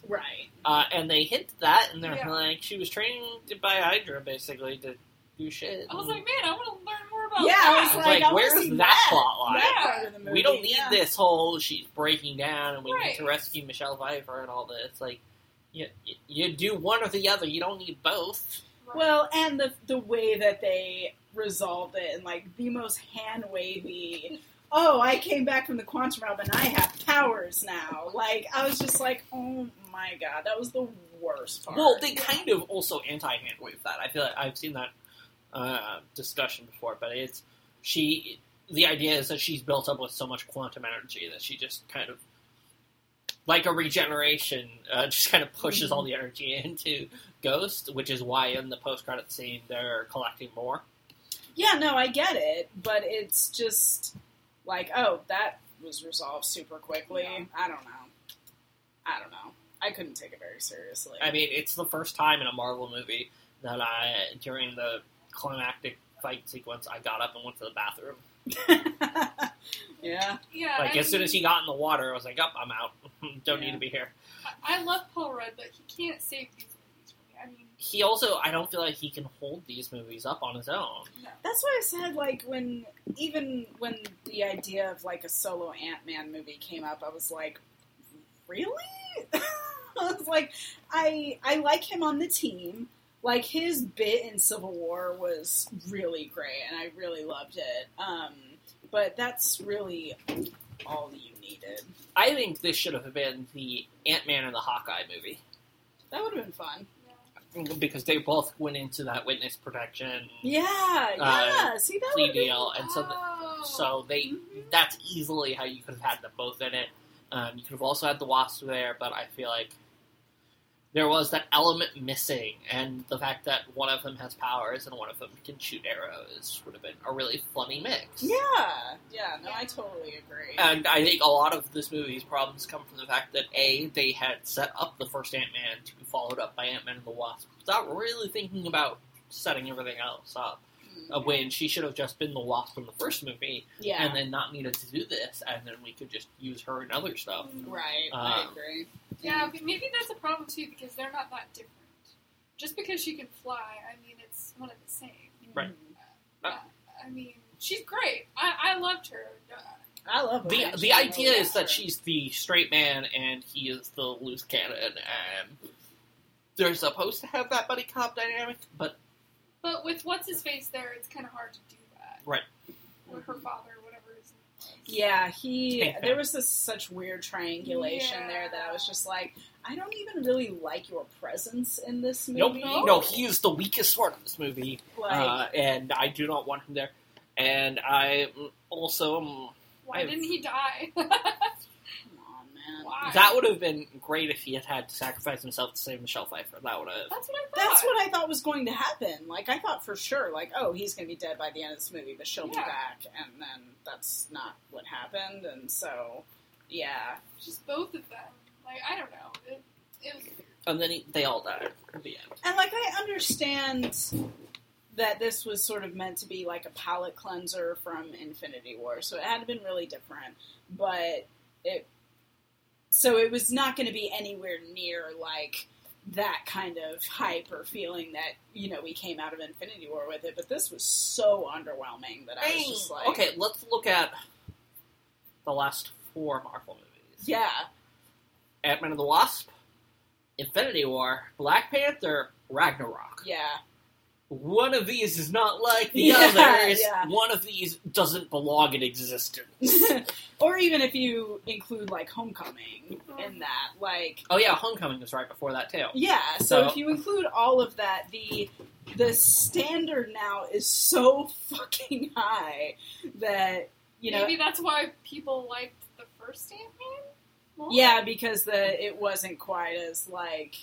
[SPEAKER 2] Right.
[SPEAKER 1] uh, and they hint that, and they're
[SPEAKER 3] Yeah.
[SPEAKER 1] like, she was trained by Hydra basically to do shit.
[SPEAKER 3] I was
[SPEAKER 1] and-
[SPEAKER 3] like, man, I want to learn more about
[SPEAKER 2] Yeah, I
[SPEAKER 3] that.
[SPEAKER 2] was
[SPEAKER 1] I
[SPEAKER 2] like, I wanna
[SPEAKER 1] where's
[SPEAKER 2] see
[SPEAKER 1] that,
[SPEAKER 2] that.
[SPEAKER 1] plot line?
[SPEAKER 2] That
[SPEAKER 3] Yeah.
[SPEAKER 2] part of the movie.
[SPEAKER 1] We don't need
[SPEAKER 2] yeah.
[SPEAKER 1] this whole she's breaking down and we need to
[SPEAKER 3] Right.
[SPEAKER 1] rescue Michelle Pfeiffer and all this. Like, you, you do one or the other. You don't need both.
[SPEAKER 3] Right.
[SPEAKER 2] Well, and the the way that they resolved it and like the most hand wavy. Oh, I came back from the quantum realm and I have powers now. Like I was just like, oh my god, that was the worst part.
[SPEAKER 1] Well, they kind of also anti-hand wave that. I feel like I've seen that uh, discussion before, but it's she. The idea is that she's built up with so much quantum energy that she just kind of, like a regeneration, uh, just kind of pushes all the energy into Ghost, which is why in the post-credit scene they're collecting more.
[SPEAKER 2] Yeah, no, I get it, but it's just like, oh, that was resolved super quickly.
[SPEAKER 3] Yeah.
[SPEAKER 2] I don't know. I don't know. I couldn't take it very seriously.
[SPEAKER 1] I mean, it's the first time in a Marvel movie that I, during the climactic fight sequence, I got up and went to the bathroom.
[SPEAKER 2] yeah.
[SPEAKER 3] Yeah,
[SPEAKER 1] like,
[SPEAKER 3] I
[SPEAKER 1] as soon
[SPEAKER 3] mean,
[SPEAKER 1] as he got in the water, I was like, "Up, I'm out. Don't
[SPEAKER 2] Yeah.
[SPEAKER 1] need to be here."
[SPEAKER 3] I- I love Paul Rudd, but he can't save these movies for me. I mean,
[SPEAKER 1] He also, I don't feel like he can hold these movies up on his own.
[SPEAKER 3] no.
[SPEAKER 2] That's why I said, like, when even when the idea of like a solo Ant Man movie came up, I was like, really? I was like, I I like him on the team. Like his bit in Civil War was really great, and I really loved it. Um, but that's really all you needed.
[SPEAKER 1] I think this should have been the Ant Man and the Hawkeye movie
[SPEAKER 2] That would have been fun.
[SPEAKER 1] because they both went into that witness protection
[SPEAKER 2] Yeah, yeah. See, that
[SPEAKER 1] Uh, plea
[SPEAKER 2] would be
[SPEAKER 1] deal, and so the,
[SPEAKER 3] oh.
[SPEAKER 1] So they
[SPEAKER 2] Mhm.
[SPEAKER 1] that's easily how you could have had them both in it. Um, you could have also had the wasp there, but I feel like there was that element missing, and the fact that one of them has powers and one of them can shoot arrows would have been a really funny mix.
[SPEAKER 2] yeah, yeah. No, I totally agree.
[SPEAKER 1] And I think a lot of this movie's problems come from the fact that a they had set up the first Ant Man to be followed up by Ant Man and the Wasp without really thinking about setting everything else up. Uh, When she should have just been the Wasp in the first movie,
[SPEAKER 2] yeah,
[SPEAKER 1] and then not needed to do this, and then we could just use her and other stuff.
[SPEAKER 2] Right, I
[SPEAKER 1] Um,
[SPEAKER 2] agree.
[SPEAKER 3] Yeah, but maybe that's a problem too because they're not that different. Just because she can fly, I mean, it's one of the same.
[SPEAKER 1] right.
[SPEAKER 3] I mean, she's great. I, I loved her. Uh,
[SPEAKER 2] I love her.
[SPEAKER 1] The
[SPEAKER 2] She's
[SPEAKER 1] the idea
[SPEAKER 2] really
[SPEAKER 1] is that
[SPEAKER 2] awesome.
[SPEAKER 1] she's the straight man and he is the loose cannon, and they're supposed to have that buddy cop dynamic, but
[SPEAKER 3] But with what's his face there, it's kind of hard to do that.
[SPEAKER 1] Right.
[SPEAKER 3] With her father, whatever his name was.
[SPEAKER 2] Yeah, he.
[SPEAKER 1] Tank
[SPEAKER 2] There
[SPEAKER 1] fan.
[SPEAKER 2] was this such weird triangulation
[SPEAKER 3] Yeah.
[SPEAKER 2] there that I was just like, I don't even really like your presence in this
[SPEAKER 1] nope,
[SPEAKER 2] movie.
[SPEAKER 1] no, he is the weakest part of this movie,
[SPEAKER 2] Like,
[SPEAKER 1] uh, and I do not want him there. And I mm, also mm,
[SPEAKER 3] Why
[SPEAKER 1] I've-
[SPEAKER 3] didn't he die?
[SPEAKER 2] come on, man.
[SPEAKER 3] Why?
[SPEAKER 1] that would have been great if he had had to sacrifice himself to save Michelle Pfeiffer. That would have.
[SPEAKER 3] That's what I thought.
[SPEAKER 2] That's what I thought was going to happen. Like, I thought for sure, like, oh, he's going to be dead by the end of this movie, but she'll be
[SPEAKER 3] Yeah.
[SPEAKER 2] back, and then that's not what happened, and so, yeah,
[SPEAKER 3] Just both of them. Like I don't know. It, it was weird.
[SPEAKER 1] And then he, they all died at the end.
[SPEAKER 2] And like I understand that this was sort of meant to be like a palate cleanser from Infinity War, so it had been really different. But it so it was not going to be anywhere near like that kind of hype or feeling that you know we came out of Infinity War with it. But this was so underwhelming that I was just like,
[SPEAKER 1] okay, let's look at the last four Marvel movies.
[SPEAKER 2] yeah,
[SPEAKER 1] Ant Man and the Wasp, Infinity War, Black Panther, Ragnarok.
[SPEAKER 2] yeah.
[SPEAKER 1] One of these is not like the
[SPEAKER 2] Yeah,
[SPEAKER 1] others.
[SPEAKER 2] yeah.
[SPEAKER 1] One of these doesn't belong in existence.
[SPEAKER 2] or even if you include like Homecoming in that, like
[SPEAKER 1] Oh yeah, Homecoming was right before that too.
[SPEAKER 2] Yeah, so,
[SPEAKER 1] So-
[SPEAKER 2] if you include all of that, the the standard now is so fucking high that you know
[SPEAKER 3] Maybe that's why people liked the first Ant-Man. more?
[SPEAKER 2] yeah, because the it wasn't quite as like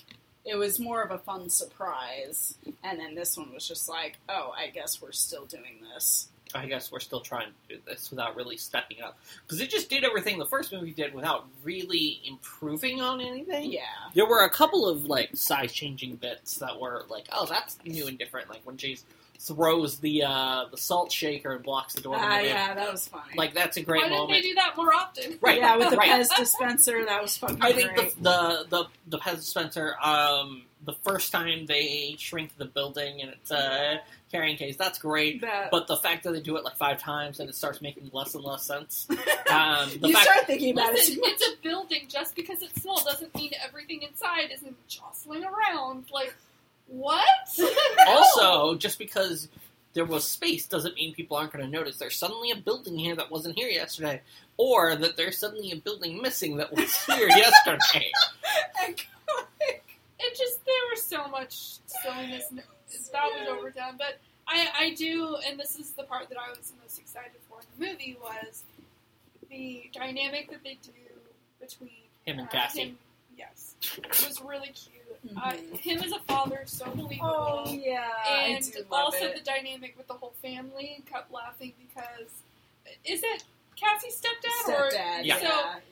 [SPEAKER 2] it was more of a fun surprise and then this one was just like, "Oh, I guess we're still doing this."
[SPEAKER 1] I guess we're still trying to do this without really stepping up because it just did everything the first movie did without really improving on anything.
[SPEAKER 2] Yeah.
[SPEAKER 1] There were a couple of like size changing bits that were like, oh, that's new and different. Like when she throws the uh, the salt shaker and blocks the door.
[SPEAKER 2] Ah,
[SPEAKER 1] with it.
[SPEAKER 2] yeah, that was funny.
[SPEAKER 1] Like that's a
[SPEAKER 3] Why
[SPEAKER 1] great
[SPEAKER 3] didn't
[SPEAKER 1] moment.
[SPEAKER 3] they do that more often?
[SPEAKER 1] Right,
[SPEAKER 2] yeah, with the
[SPEAKER 1] right.
[SPEAKER 2] Pez dispenser, that was fucking
[SPEAKER 1] I think
[SPEAKER 2] great.
[SPEAKER 1] the the the, the Pez dispenser. Um, the first time they shrink the building and it's a carrying case. That's great.
[SPEAKER 2] That-
[SPEAKER 1] But the fact that they do it like five times and it starts making less and less sense. Um, the
[SPEAKER 2] you
[SPEAKER 1] fact
[SPEAKER 2] start thinking about
[SPEAKER 3] Listen,
[SPEAKER 2] it.
[SPEAKER 3] it's a building. Just because it's small doesn't mean everything inside isn't jostling around. Like, what?
[SPEAKER 2] Oh
[SPEAKER 1] also just because there was space doesn't mean people aren't going to notice there's suddenly a building here that wasn't here yesterday or that there's suddenly a building missing that was here yesterday
[SPEAKER 3] it just there was so much silliness. and That was overdone, but I I do, and this is the part that I was most excited for in the movie was the dynamic that they do between
[SPEAKER 1] him and
[SPEAKER 3] uh,
[SPEAKER 1] cassie
[SPEAKER 3] him- yes, it was really cute. Uh,
[SPEAKER 2] Mhm.
[SPEAKER 3] him as a father is so believable.
[SPEAKER 2] Oh yeah, I
[SPEAKER 3] and
[SPEAKER 2] do love
[SPEAKER 3] also
[SPEAKER 2] it.
[SPEAKER 3] the dynamic with the whole family kept laughing because is it Cassie's stepdad, or
[SPEAKER 2] Stepdad.
[SPEAKER 1] Yeah.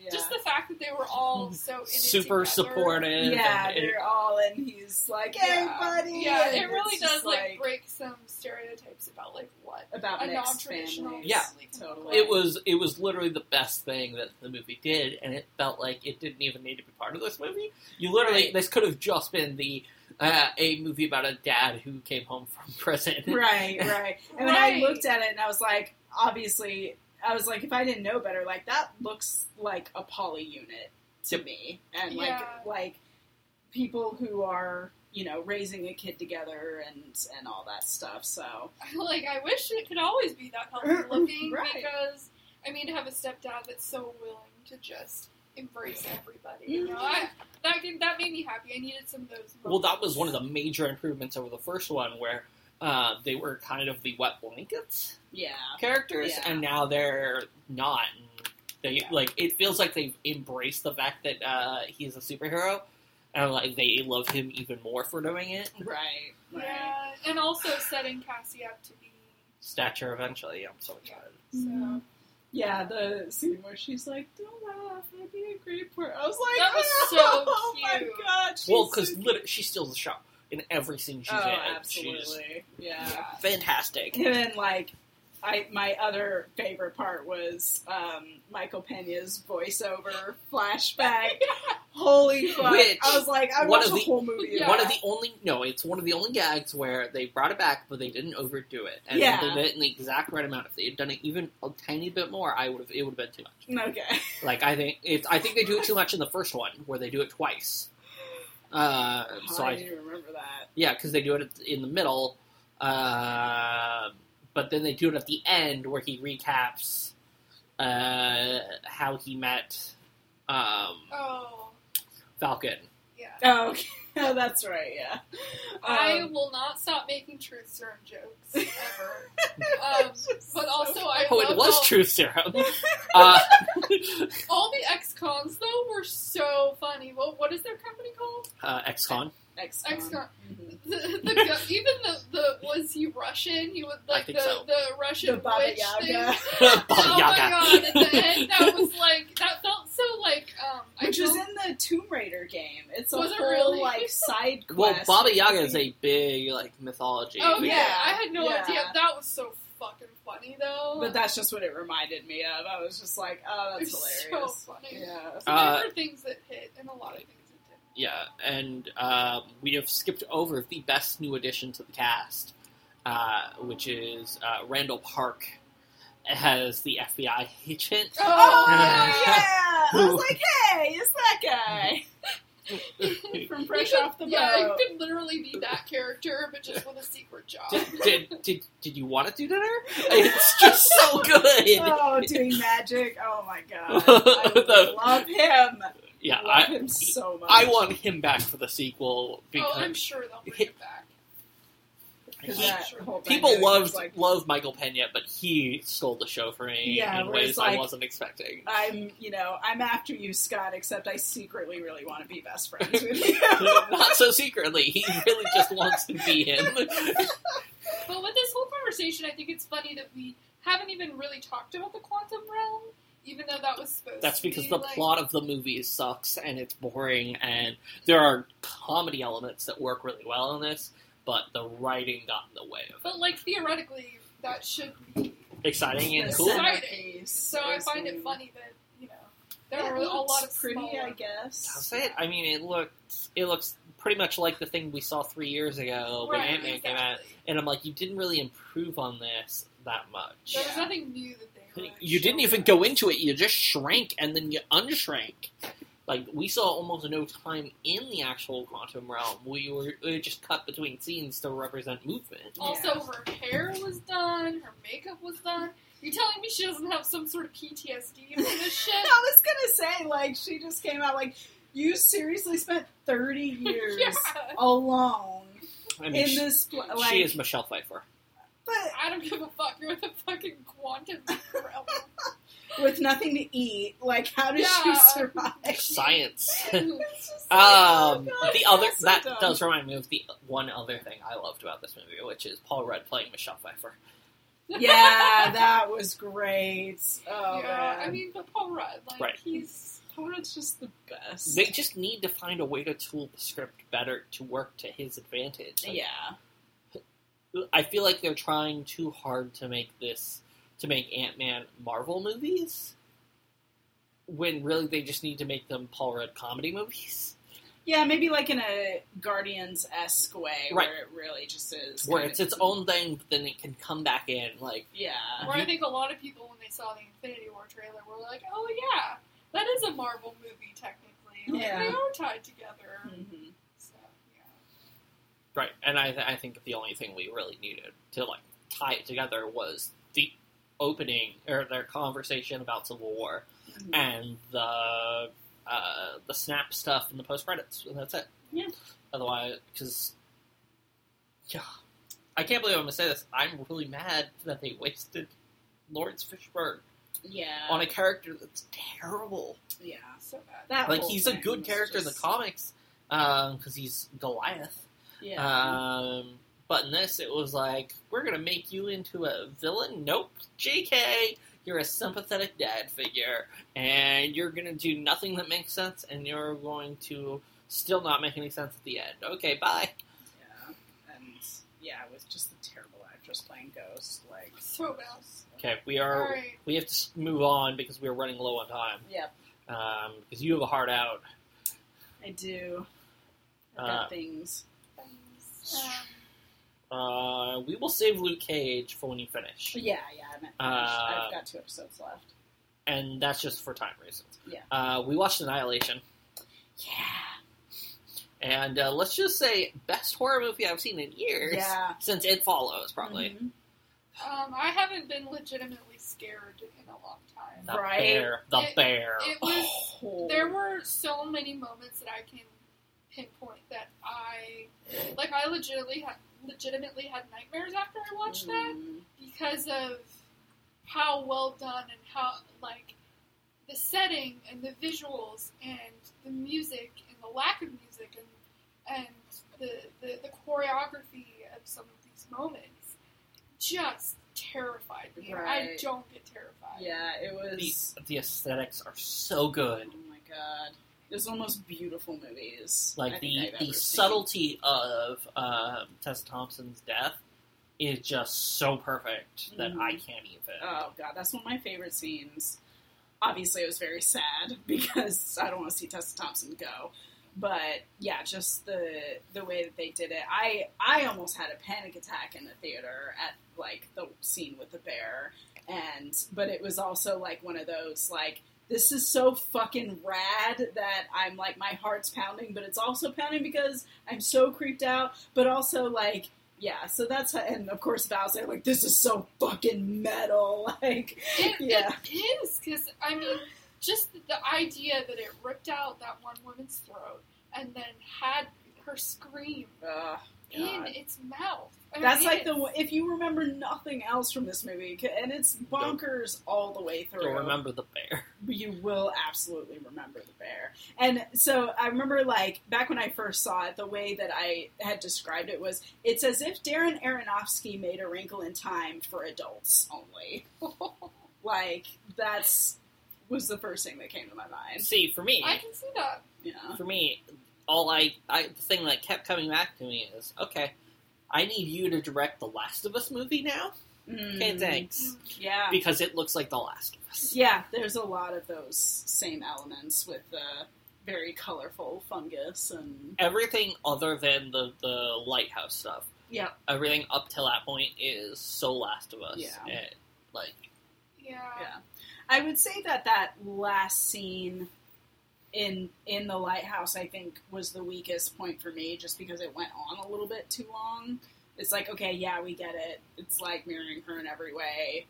[SPEAKER 2] yeah.
[SPEAKER 3] just the fact that they were all so in it
[SPEAKER 1] Mhm. super
[SPEAKER 3] together.
[SPEAKER 1] supportive.
[SPEAKER 2] yeah,
[SPEAKER 1] and it-
[SPEAKER 2] they're all, and he's like, "Hey,
[SPEAKER 3] Yeah.
[SPEAKER 2] buddy!"
[SPEAKER 3] Yeah,
[SPEAKER 2] and
[SPEAKER 3] it
[SPEAKER 2] it's
[SPEAKER 3] really
[SPEAKER 2] just
[SPEAKER 3] does like, break some stereotypes about like what
[SPEAKER 2] about
[SPEAKER 3] a
[SPEAKER 2] mixed
[SPEAKER 3] non-traditional
[SPEAKER 2] families.
[SPEAKER 1] Yeah.
[SPEAKER 3] family can look
[SPEAKER 2] totally.
[SPEAKER 3] like.
[SPEAKER 1] it was it was literally the best thing that the movie did, and it felt like it didn't even need to be part of this movie. You literally
[SPEAKER 2] Right.
[SPEAKER 1] this could have just been the uh, a movie about a dad who came home from prison.
[SPEAKER 2] right, right. And when I
[SPEAKER 3] Right.
[SPEAKER 2] looked at it, and I was like, obviously, I was like, if I didn't know better, like that looks like a poly unit to
[SPEAKER 1] Yep.
[SPEAKER 2] me, and
[SPEAKER 3] Yeah.
[SPEAKER 2] like like people who are you know raising a kid together and and all that stuff. So
[SPEAKER 3] like I wish it could always be that healthy looking
[SPEAKER 2] Right.
[SPEAKER 3] because I mean to have a stepdad that's so willing to just embrace everybody. You know, I, that can, that made me happy. I needed some of those. Moments.
[SPEAKER 1] Well, that was one of the major improvements over the first one, where uh, they were kind of the wet blankets
[SPEAKER 2] yeah,
[SPEAKER 1] characters,
[SPEAKER 2] Yeah.
[SPEAKER 1] and now they're not. And they
[SPEAKER 3] Yeah.
[SPEAKER 1] like it feels like they've embraced the fact that uh, he's a superhero, and like they love him even more for doing it.
[SPEAKER 2] right, right.
[SPEAKER 3] Yeah, and also setting Cassie up to be.
[SPEAKER 1] Stature eventually. I'm so
[SPEAKER 3] Yeah.
[SPEAKER 1] excited.
[SPEAKER 3] So
[SPEAKER 2] Mhm. Yeah, the scene where she's like, "Don't laugh, I'd be a great part." I was like,
[SPEAKER 3] That was so
[SPEAKER 2] "Oh, my
[SPEAKER 3] cute."
[SPEAKER 2] god!" She's
[SPEAKER 1] well,
[SPEAKER 2] so
[SPEAKER 1] because
[SPEAKER 2] cute.
[SPEAKER 1] she steals the show in every scene she's
[SPEAKER 2] oh,
[SPEAKER 1] in.
[SPEAKER 2] absolutely,
[SPEAKER 1] She's
[SPEAKER 2] yeah.
[SPEAKER 1] fantastic.
[SPEAKER 2] And then, like, I my other favorite part was um, Michael Pena's voiceover flashback. Holy fuck!
[SPEAKER 1] Which,
[SPEAKER 2] I was like, I
[SPEAKER 1] one
[SPEAKER 2] watched
[SPEAKER 1] of
[SPEAKER 2] the
[SPEAKER 1] the-
[SPEAKER 2] whole movie.
[SPEAKER 3] Yeah.
[SPEAKER 1] One of the only no, it's one of the only gags where they brought it back, but they didn't overdo it, and
[SPEAKER 2] Yeah.
[SPEAKER 1] they did it in the exact right amount. If they had done it even a tiny bit more, I would have. It would have been too much.
[SPEAKER 2] okay,
[SPEAKER 1] Like I think it's. I think they do it too much in the first one, where they do it twice. Uh, so
[SPEAKER 2] Oh, I
[SPEAKER 1] I
[SPEAKER 2] didn't remember that.
[SPEAKER 1] Yeah, because they do it at- in the middle, uh, but then they do it at the end where he recaps uh, how he met um,
[SPEAKER 3] oh
[SPEAKER 1] Falcon.
[SPEAKER 3] yeah.
[SPEAKER 2] Oh, okay. oh that's right. Yeah,
[SPEAKER 3] I
[SPEAKER 2] Um,
[SPEAKER 3] will not stop making truth serum jokes ever. um, but also, I
[SPEAKER 1] Oh, it
[SPEAKER 3] loved
[SPEAKER 1] was
[SPEAKER 3] all,
[SPEAKER 1] truth serum. uh,
[SPEAKER 3] all the ex-cons though were so funny. Well, what is their company called?
[SPEAKER 1] uh, XCon.
[SPEAKER 2] X-Con.
[SPEAKER 3] Ex-con.
[SPEAKER 2] Mhm.
[SPEAKER 3] The, the gu- even the, the was he Russian? You would like
[SPEAKER 1] think
[SPEAKER 3] the,
[SPEAKER 1] so.
[SPEAKER 3] the Russian
[SPEAKER 2] The Baba
[SPEAKER 3] witch
[SPEAKER 2] Yaga.
[SPEAKER 3] thing.
[SPEAKER 1] Baba
[SPEAKER 3] oh
[SPEAKER 1] Yaga.
[SPEAKER 3] my god! At the end, that was like that felt so like um.
[SPEAKER 2] Which
[SPEAKER 3] I
[SPEAKER 2] was
[SPEAKER 3] felt,
[SPEAKER 2] in the Tomb Raider game. It's a
[SPEAKER 3] Was it
[SPEAKER 2] whole
[SPEAKER 3] really?
[SPEAKER 2] like side quest.
[SPEAKER 1] Well, Baba Yaga is a big like mythology.
[SPEAKER 3] oh
[SPEAKER 1] figure.
[SPEAKER 3] yeah, I had no
[SPEAKER 2] Yeah.
[SPEAKER 3] idea. That was so fucking funny though.
[SPEAKER 2] but that's just what it reminded me of. I was just like, oh,
[SPEAKER 3] It
[SPEAKER 2] that's
[SPEAKER 3] was
[SPEAKER 2] hilarious.
[SPEAKER 3] So funny.
[SPEAKER 2] Yeah.
[SPEAKER 3] So
[SPEAKER 1] Uh,
[SPEAKER 3] there were things that hit, and a lot of things that didn't.
[SPEAKER 1] Yeah, and um, we have skipped over the best new addition to the cast, uh, which is uh, Randall Park as the FBI agent.
[SPEAKER 2] Oh
[SPEAKER 1] Uh,
[SPEAKER 2] yeah! I was like, hey, it's that guy
[SPEAKER 3] Oh.
[SPEAKER 2] from Fresh
[SPEAKER 3] You could-
[SPEAKER 2] Off the Boat.
[SPEAKER 3] Yeah, you could literally be that character, but just with a secret job.
[SPEAKER 1] did, did, did, did you want to do dinner? It's just so good.
[SPEAKER 2] Oh, doing magic! Oh my god, I love him.
[SPEAKER 1] Yeah,
[SPEAKER 2] love
[SPEAKER 1] I,
[SPEAKER 2] him so much.
[SPEAKER 1] I want him back for the sequel
[SPEAKER 3] oh, I'm
[SPEAKER 1] because
[SPEAKER 3] sure they'll bring it back.
[SPEAKER 2] Because
[SPEAKER 1] he-
[SPEAKER 2] that whole
[SPEAKER 1] people
[SPEAKER 2] dynamic was
[SPEAKER 1] loved
[SPEAKER 2] like,
[SPEAKER 1] love Michael Pena, but he stole the show for me
[SPEAKER 2] Yeah,
[SPEAKER 1] in
[SPEAKER 2] where it's
[SPEAKER 1] ways I
[SPEAKER 2] like-
[SPEAKER 1] wasn't expecting.
[SPEAKER 2] I'm, you know, I'm after you, Scott. Except I secretly really want to be best friends with you.
[SPEAKER 1] Not so secretly. He really just wants to be him.
[SPEAKER 3] But with this whole conversation, I think it's funny that we haven't even really talked about the quantum realm, even though that was supposed
[SPEAKER 1] That's
[SPEAKER 3] to
[SPEAKER 1] because
[SPEAKER 3] be,
[SPEAKER 1] the
[SPEAKER 3] like,
[SPEAKER 1] plot of the movie sucks and it's boring, and there are comedy elements that work really well in this, but the writing got in the way of
[SPEAKER 3] But, like, theoretically, that should be.
[SPEAKER 1] it. Exciting and
[SPEAKER 2] The
[SPEAKER 1] cool.
[SPEAKER 3] Right.
[SPEAKER 2] centerpiece
[SPEAKER 3] So I
[SPEAKER 2] was
[SPEAKER 3] find it
[SPEAKER 2] me.
[SPEAKER 3] funny that, you know, there
[SPEAKER 2] It
[SPEAKER 3] were a lot of
[SPEAKER 2] looks pretty,
[SPEAKER 3] smaller-
[SPEAKER 2] I guess.
[SPEAKER 1] That's it. I mean, it looks it looks pretty much like the thing we saw three years ago when
[SPEAKER 3] Right,
[SPEAKER 1] Ant Man Oh, came out,
[SPEAKER 3] exactly.
[SPEAKER 1] and I'm like, you didn't really improve on this that much.
[SPEAKER 3] There
[SPEAKER 2] Yeah.
[SPEAKER 3] was nothing new that they were.
[SPEAKER 1] You didn't
[SPEAKER 3] showing
[SPEAKER 1] even
[SPEAKER 3] us.
[SPEAKER 1] go into it. You just shrank and then you unshrank. Like we saw almost no time in the actual quantum realm. We were it just cut between scenes to represent movement.
[SPEAKER 3] Also, her hair was done, her makeup was done. You're telling me she doesn't have some sort of PTSD from this shit?
[SPEAKER 2] I was gonna say, like, she just came out like, you seriously spent thirty years
[SPEAKER 3] Yeah.
[SPEAKER 2] alone
[SPEAKER 1] I mean,
[SPEAKER 2] in
[SPEAKER 1] she,
[SPEAKER 2] this, pla- like,
[SPEAKER 1] she is Michelle Pfeiffer.
[SPEAKER 2] but
[SPEAKER 3] I don't give a fuck. You're the fucking quantum realm.
[SPEAKER 2] with nothing to eat. Like, how did she
[SPEAKER 3] Yeah.
[SPEAKER 2] survive?
[SPEAKER 1] Science.
[SPEAKER 2] It's just like,
[SPEAKER 1] Um,
[SPEAKER 2] oh, God,
[SPEAKER 1] the other
[SPEAKER 2] that's so
[SPEAKER 1] that
[SPEAKER 2] dumb.
[SPEAKER 1] does remind me of the one other thing I loved about this movie, which is Paul Rudd playing Michelle Pfeiffer.
[SPEAKER 2] yeah, that was great. Oh,
[SPEAKER 4] yeah,
[SPEAKER 2] man.
[SPEAKER 4] I mean, but Paul Rudd, like
[SPEAKER 1] Right.
[SPEAKER 4] he's Paul Rudd's just the best.
[SPEAKER 1] They just need to find a way to tool the script better to work to his advantage. Like,
[SPEAKER 2] yeah,
[SPEAKER 1] I feel like they're trying too hard to make this to make Ant Man Marvel movies. When really they just need to make them Paul Rudd comedy movies,
[SPEAKER 2] yeah, maybe like in a Guardians esque way,
[SPEAKER 1] Right.
[SPEAKER 2] where it really just is
[SPEAKER 1] where
[SPEAKER 2] kind
[SPEAKER 1] it's
[SPEAKER 2] of-
[SPEAKER 1] its own thing, but then it can come back in. Like,
[SPEAKER 2] Yeah,
[SPEAKER 3] Where I think a lot of people, when they saw the Infinity War trailer, were like, "Oh yeah, that is a Marvel movie technically. Like,
[SPEAKER 2] Yeah.
[SPEAKER 3] They are tied together."
[SPEAKER 2] hmm
[SPEAKER 3] So yeah,
[SPEAKER 1] right? And I, I think the only thing we really needed to like tie it together was the opening or their conversation about Civil War
[SPEAKER 2] Mm-hmm.
[SPEAKER 1] and the uh, the snap stuff and the post credits, and that's it.
[SPEAKER 2] Yeah.
[SPEAKER 1] Otherwise, because yeah, I can't believe I'm gonna say this. I'm really mad that they wasted Lawrence Fishburne
[SPEAKER 2] yeah,
[SPEAKER 1] on a character that's terrible.
[SPEAKER 2] yeah.
[SPEAKER 3] so bad.
[SPEAKER 2] That
[SPEAKER 1] Like
[SPEAKER 2] whole
[SPEAKER 1] he's a
[SPEAKER 2] thing
[SPEAKER 1] good
[SPEAKER 2] was
[SPEAKER 1] character in the
[SPEAKER 2] just-
[SPEAKER 1] comics because he's Goliath.
[SPEAKER 2] Yeah,
[SPEAKER 1] Um, but in this, it was like we're gonna make you into a villain. Nope, J.K. You're a sympathetic dad figure, and you're gonna do nothing that makes sense, and you're going to still not make any sense at the end. Okay, bye.
[SPEAKER 2] yeah, and yeah, with just the terrible actress playing Ghost, like
[SPEAKER 3] So bad.
[SPEAKER 1] Okay, we
[SPEAKER 3] All
[SPEAKER 1] are
[SPEAKER 3] right.
[SPEAKER 1] we have to s- move on because we are running low on time.
[SPEAKER 2] yeah,
[SPEAKER 1] Um, because you have a heart out.
[SPEAKER 2] I do. I've
[SPEAKER 1] Uh,
[SPEAKER 2] got things.
[SPEAKER 3] Thanks. Um,
[SPEAKER 1] Uh, we will save Luke Cage for when you finish.
[SPEAKER 2] Yeah, yeah. I'm at,
[SPEAKER 1] Uh,
[SPEAKER 2] I've got two episodes left.
[SPEAKER 1] and that's just for time reasons.
[SPEAKER 2] Yeah.
[SPEAKER 1] Uh, we watched Annihilation,
[SPEAKER 2] Yeah,
[SPEAKER 1] and uh, let's just say best horror movie I've seen in years
[SPEAKER 2] yeah.
[SPEAKER 1] since It Follows, probably.
[SPEAKER 2] Mhm.
[SPEAKER 3] um, I haven't been legitimately scared in a long time.
[SPEAKER 1] The
[SPEAKER 2] Mm-hmm. Right.
[SPEAKER 1] bear, the
[SPEAKER 3] It-
[SPEAKER 1] bear.
[SPEAKER 3] It was
[SPEAKER 2] Oh.
[SPEAKER 3] There were so many moments that I can pinpoint that I, like, I legitimately had, legitimately had nightmares after I watched that
[SPEAKER 2] Mm.
[SPEAKER 3] because of how well done and how like the setting and the visuals and the music and the lack of music and and the the, the choreography of some of these moments just terrified me. I
[SPEAKER 2] Right.
[SPEAKER 3] don't get terrified.
[SPEAKER 2] Yeah, it
[SPEAKER 1] the,
[SPEAKER 2] was.
[SPEAKER 1] the aesthetics are so good.
[SPEAKER 2] Oh my god, it was one of the most beautiful movies. I
[SPEAKER 1] Like
[SPEAKER 2] think
[SPEAKER 1] the
[SPEAKER 2] I've
[SPEAKER 1] the
[SPEAKER 2] ever seen.
[SPEAKER 1] subtlety of um, Tessa Thompson's death is just so perfect that
[SPEAKER 2] Mhm.
[SPEAKER 1] I can't even.
[SPEAKER 2] Oh god, that's one of my favorite scenes. Obviously, it was very sad because I don't want to see Tessa Thompson go. But yeah, just the the way that they did it, I I almost had a panic attack in the theater at like the scene with the bear, and but it was also like one of those like this is so fucking rad that I'm like my heart's pounding, but it's also pounding because I'm so creeped out, but also like yeah, so that's and of course Val's there like this is so fucking metal, like
[SPEAKER 3] It,
[SPEAKER 2] Yeah.
[SPEAKER 3] it is because I mean, just the idea that it ripped out that one woman's throat and then had her scream
[SPEAKER 2] ugh,
[SPEAKER 3] in
[SPEAKER 2] God.
[SPEAKER 3] its mouth. I mean,
[SPEAKER 2] That's
[SPEAKER 3] it
[SPEAKER 2] like
[SPEAKER 3] is-
[SPEAKER 2] the one- if you remember nothing else from this movie, c- and it's bonkers all the way through.
[SPEAKER 1] Don't remember the bear.
[SPEAKER 2] you will absolutely remember the bear. And so I remember, like back when I first saw it, the way that I had described it was, it's as if Darren Aronofsky made A Wrinkle in Time for adults only. like that's was the first thing that came to my mind.
[SPEAKER 1] See, for me,
[SPEAKER 3] I can see that.
[SPEAKER 2] Yeah,
[SPEAKER 1] for me, all I, I the thing that kept coming back to me is okay. I need you to direct the Last of Us movie now. Okay,
[SPEAKER 2] Mm,
[SPEAKER 1] thanks.
[SPEAKER 2] Yeah,
[SPEAKER 1] Because it looks like the Last of Us.
[SPEAKER 2] Yeah, there's a lot of those same elements with uh, very colorful fungus and
[SPEAKER 1] Everything other than the the lighthouse stuff.
[SPEAKER 2] yeah,
[SPEAKER 1] Everything up till that point is so Last of Us.
[SPEAKER 2] Yeah.
[SPEAKER 1] It- like
[SPEAKER 3] Yeah.
[SPEAKER 2] yeah. I would say that that last scene in in the lighthouse, I think, was the weakest point for me, just because it went on a little bit too long. It's like, okay, yeah, we get it. It's like mirroring her in every way.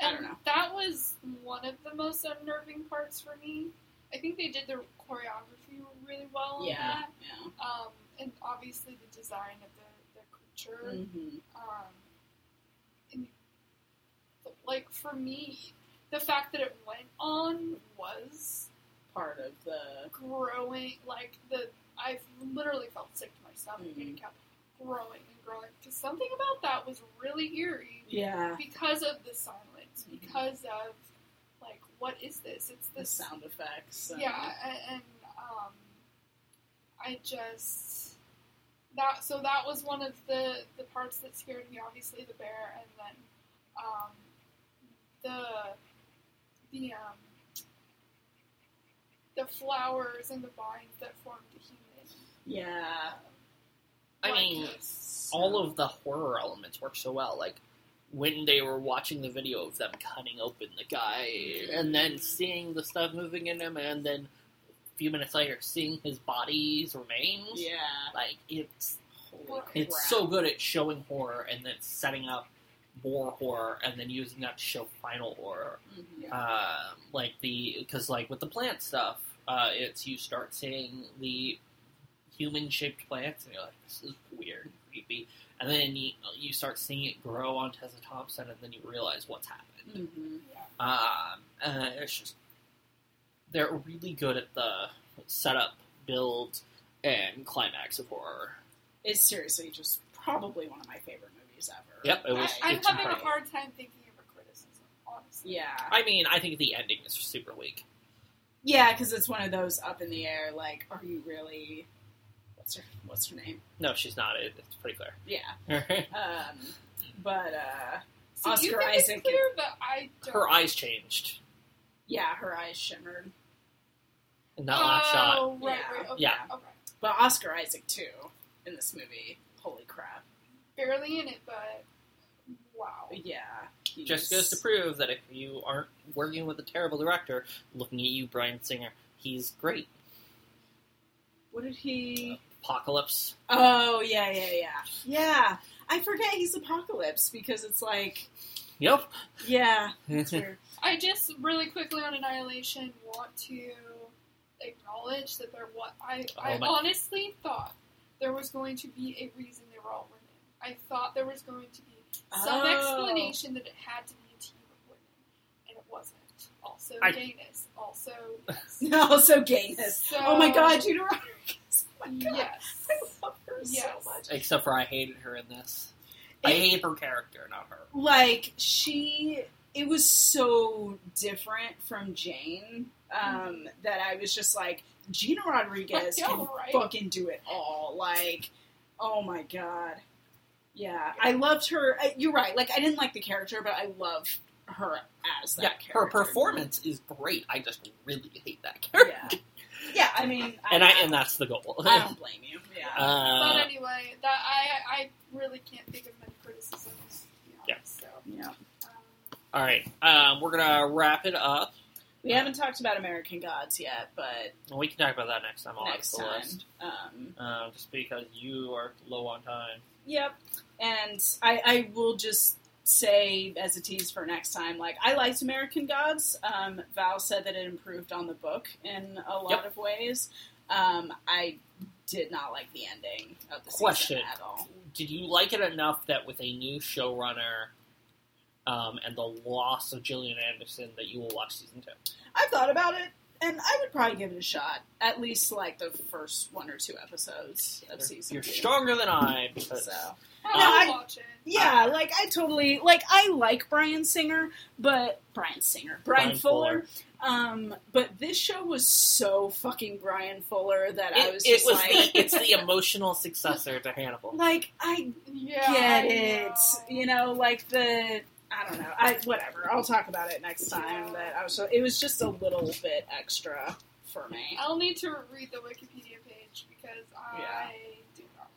[SPEAKER 2] I
[SPEAKER 3] And
[SPEAKER 2] don't know.
[SPEAKER 3] That was one of the most unnerving parts for me. I think they did their choreography really well. on
[SPEAKER 2] Yeah,
[SPEAKER 3] that. Um, and obviously the design of the, the creature.
[SPEAKER 2] yeah. hmm
[SPEAKER 3] um, and, Um, like for me, the fact that it went on was
[SPEAKER 2] Part of the Mm.
[SPEAKER 3] growing. Like the, I've literally felt sick to my stomach, and it kept growing and growing because something about that was really eerie
[SPEAKER 2] Yeah.
[SPEAKER 3] because of the silence,
[SPEAKER 2] Mhm.
[SPEAKER 3] because of like what is this? It's
[SPEAKER 2] The
[SPEAKER 3] this
[SPEAKER 2] sound effects. and-
[SPEAKER 3] yeah, and, and um, I just that so that was one of the the parts that scared me. Obviously, the bear, and then um, the the um, the flowers and the vines that formed the human.
[SPEAKER 2] Yeah.
[SPEAKER 1] I mean,
[SPEAKER 3] likeness.
[SPEAKER 1] all of the horror elements work so well. Like when they were watching the video of them cutting open the guy, and then seeing the stuff moving in him, and then a few minutes later seeing his body's remains.
[SPEAKER 2] Yeah.
[SPEAKER 1] Like it's
[SPEAKER 2] Holy crap.
[SPEAKER 1] it's so good at showing horror and then setting up more horror and then using that to show final horror.
[SPEAKER 2] Mhm.
[SPEAKER 1] Uh, like the because like with the plant stuff, uh, it's you start seeing the human shaped plants and you're like, this is weird, and creepy, and then you, you start seeing it grow on Tessa Thompson, and then you realize what's happened.
[SPEAKER 2] Mhm.
[SPEAKER 3] Yeah.
[SPEAKER 1] Um, uh, it's just they're really good at the setup, build, and climax of horror.
[SPEAKER 2] It's seriously just probably one of my favorite movies ever.
[SPEAKER 1] Yep, it was.
[SPEAKER 3] I, I'm
[SPEAKER 1] it's
[SPEAKER 3] having
[SPEAKER 1] incredible.
[SPEAKER 3] a hard time thinking of a criticism, honestly.
[SPEAKER 2] Yeah.
[SPEAKER 1] I mean, I think the ending is super weak.
[SPEAKER 2] Yeah, because it's one of those up in the air. Like, are you really? What's her What's her name?
[SPEAKER 1] No, she's not. It, it's pretty
[SPEAKER 2] Yeah.
[SPEAKER 1] clear.
[SPEAKER 2] Um, but uh,
[SPEAKER 3] So do you
[SPEAKER 2] Oscar
[SPEAKER 3] think it's
[SPEAKER 2] Isaac-
[SPEAKER 3] clear that I don't.
[SPEAKER 1] Her eyes changed
[SPEAKER 2] yeah, her eyes shimmered.
[SPEAKER 1] in that last shot.
[SPEAKER 3] Oh, right,
[SPEAKER 2] Yeah.
[SPEAKER 3] right, okay,
[SPEAKER 1] Yeah.
[SPEAKER 3] okay.
[SPEAKER 2] But Oscar Isaac too in this movie. Holy crap!
[SPEAKER 3] Barely in it, but wow.
[SPEAKER 2] Yeah. he's-
[SPEAKER 1] Just goes to prove that if you aren't working with a terrible director, looking at you, Brian Singer, he's great.
[SPEAKER 2] What did he?
[SPEAKER 1] Apocalypse.
[SPEAKER 2] Oh yeah, yeah, yeah, yeah. I forget he's Apocalypse because it's like
[SPEAKER 1] Yep.
[SPEAKER 2] yeah. It's weird.
[SPEAKER 3] I just really quickly on Annihilation want to acknowledge that there was. I,
[SPEAKER 1] Oh
[SPEAKER 3] I
[SPEAKER 1] my-
[SPEAKER 3] honestly thought there was going to be a reason they were all women. I thought there was going to be some
[SPEAKER 2] Oh.
[SPEAKER 3] explanation that it had to be a team of women, and it wasn't. Also,
[SPEAKER 1] I-
[SPEAKER 3] gayness. Also, yes.
[SPEAKER 2] also gayness.
[SPEAKER 3] So-
[SPEAKER 2] oh my God, Judah Rodriguez. Oh my God,
[SPEAKER 3] Yes.
[SPEAKER 2] I love her
[SPEAKER 3] Yes.
[SPEAKER 2] so much.
[SPEAKER 1] Except for I hated her in this. I
[SPEAKER 2] It-
[SPEAKER 1] hate her character, not her.
[SPEAKER 2] like she it was so different from jane um, that i was just like gina rodriguez
[SPEAKER 3] I know,
[SPEAKER 2] can
[SPEAKER 3] right?
[SPEAKER 2] fucking do it all like oh my god yeah i loved her I, you're right like i didn't like the character but i love her as that
[SPEAKER 1] Yeah,
[SPEAKER 2] character
[SPEAKER 1] her performance is great. I just really hate that character,
[SPEAKER 2] yeah yeah i mean
[SPEAKER 1] and I and that's the goal.
[SPEAKER 2] I don't blame you yeah
[SPEAKER 3] but
[SPEAKER 1] Uh,
[SPEAKER 3] anyway, that I I really can't think of many criticisms. To be
[SPEAKER 1] Yeah.
[SPEAKER 3] honest,
[SPEAKER 2] yeah
[SPEAKER 3] So, um,
[SPEAKER 1] all right, um, we're gonna wrap it up.
[SPEAKER 2] we haven't talked about american gods yet but
[SPEAKER 1] Well, we can talk about that next time. I'll add it
[SPEAKER 2] next
[SPEAKER 1] to the
[SPEAKER 2] time
[SPEAKER 1] list.
[SPEAKER 2] um
[SPEAKER 1] Uh, just because you are low on time.
[SPEAKER 2] Yep. And I, I will just say as a tease for next time, like I liked American Gods. Um, Val said that it improved on the book in a lot
[SPEAKER 1] Yep.
[SPEAKER 2] of ways. Um, I did not like the ending of the
[SPEAKER 1] Question.
[SPEAKER 2] season at all.
[SPEAKER 1] Did you like it enough that with a new showrunner um, and the loss of Gillian Anderson that you will watch season two?
[SPEAKER 2] I thought about it, and I would probably give it a shot. At least like the first one or two episodes of season.
[SPEAKER 1] You're Uh,
[SPEAKER 2] two.
[SPEAKER 1] stronger than I because
[SPEAKER 2] So.
[SPEAKER 3] I'll
[SPEAKER 2] I-
[SPEAKER 3] watch it.
[SPEAKER 1] uh,
[SPEAKER 2] Yeah, like I totally like I like Brian Singer, but Brian Singer, Brian,
[SPEAKER 1] Brian
[SPEAKER 2] Fuller. Um, but this show was so fucking Brian Fuller that I
[SPEAKER 1] It-
[SPEAKER 2] was
[SPEAKER 1] it
[SPEAKER 2] just
[SPEAKER 1] was
[SPEAKER 2] like,
[SPEAKER 1] the, it's the emotional successor to Hannibal.
[SPEAKER 2] like I
[SPEAKER 3] Yeah,
[SPEAKER 2] get
[SPEAKER 3] I
[SPEAKER 2] it,
[SPEAKER 3] know.
[SPEAKER 2] you know, like the I don't know, I whatever. I'll talk about it next time. But I was so it was just a little bit extra for me.
[SPEAKER 3] I'll need to read the Wikipedia page because I do not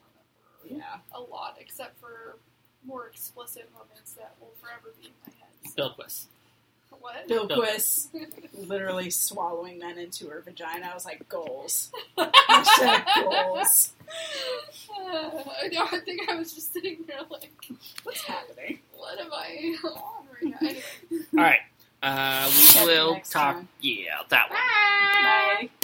[SPEAKER 3] remember
[SPEAKER 2] Yeah,
[SPEAKER 3] a lot except for more explicit moments that will forever be in my head. So,
[SPEAKER 1] Bilquis.
[SPEAKER 3] what?
[SPEAKER 2] Bill
[SPEAKER 1] Bill-
[SPEAKER 2] Quist literally swallowing men into her vagina. I was like, goals, Hashtag goals.
[SPEAKER 3] I know, I think I was just sitting there like,
[SPEAKER 2] What's happening?
[SPEAKER 3] what am I on right now? Anyway.
[SPEAKER 1] All right, uh,
[SPEAKER 2] Check
[SPEAKER 1] we will
[SPEAKER 2] next
[SPEAKER 1] talk.
[SPEAKER 2] time.
[SPEAKER 1] Yeah, that one.
[SPEAKER 3] Bye.
[SPEAKER 2] Bye.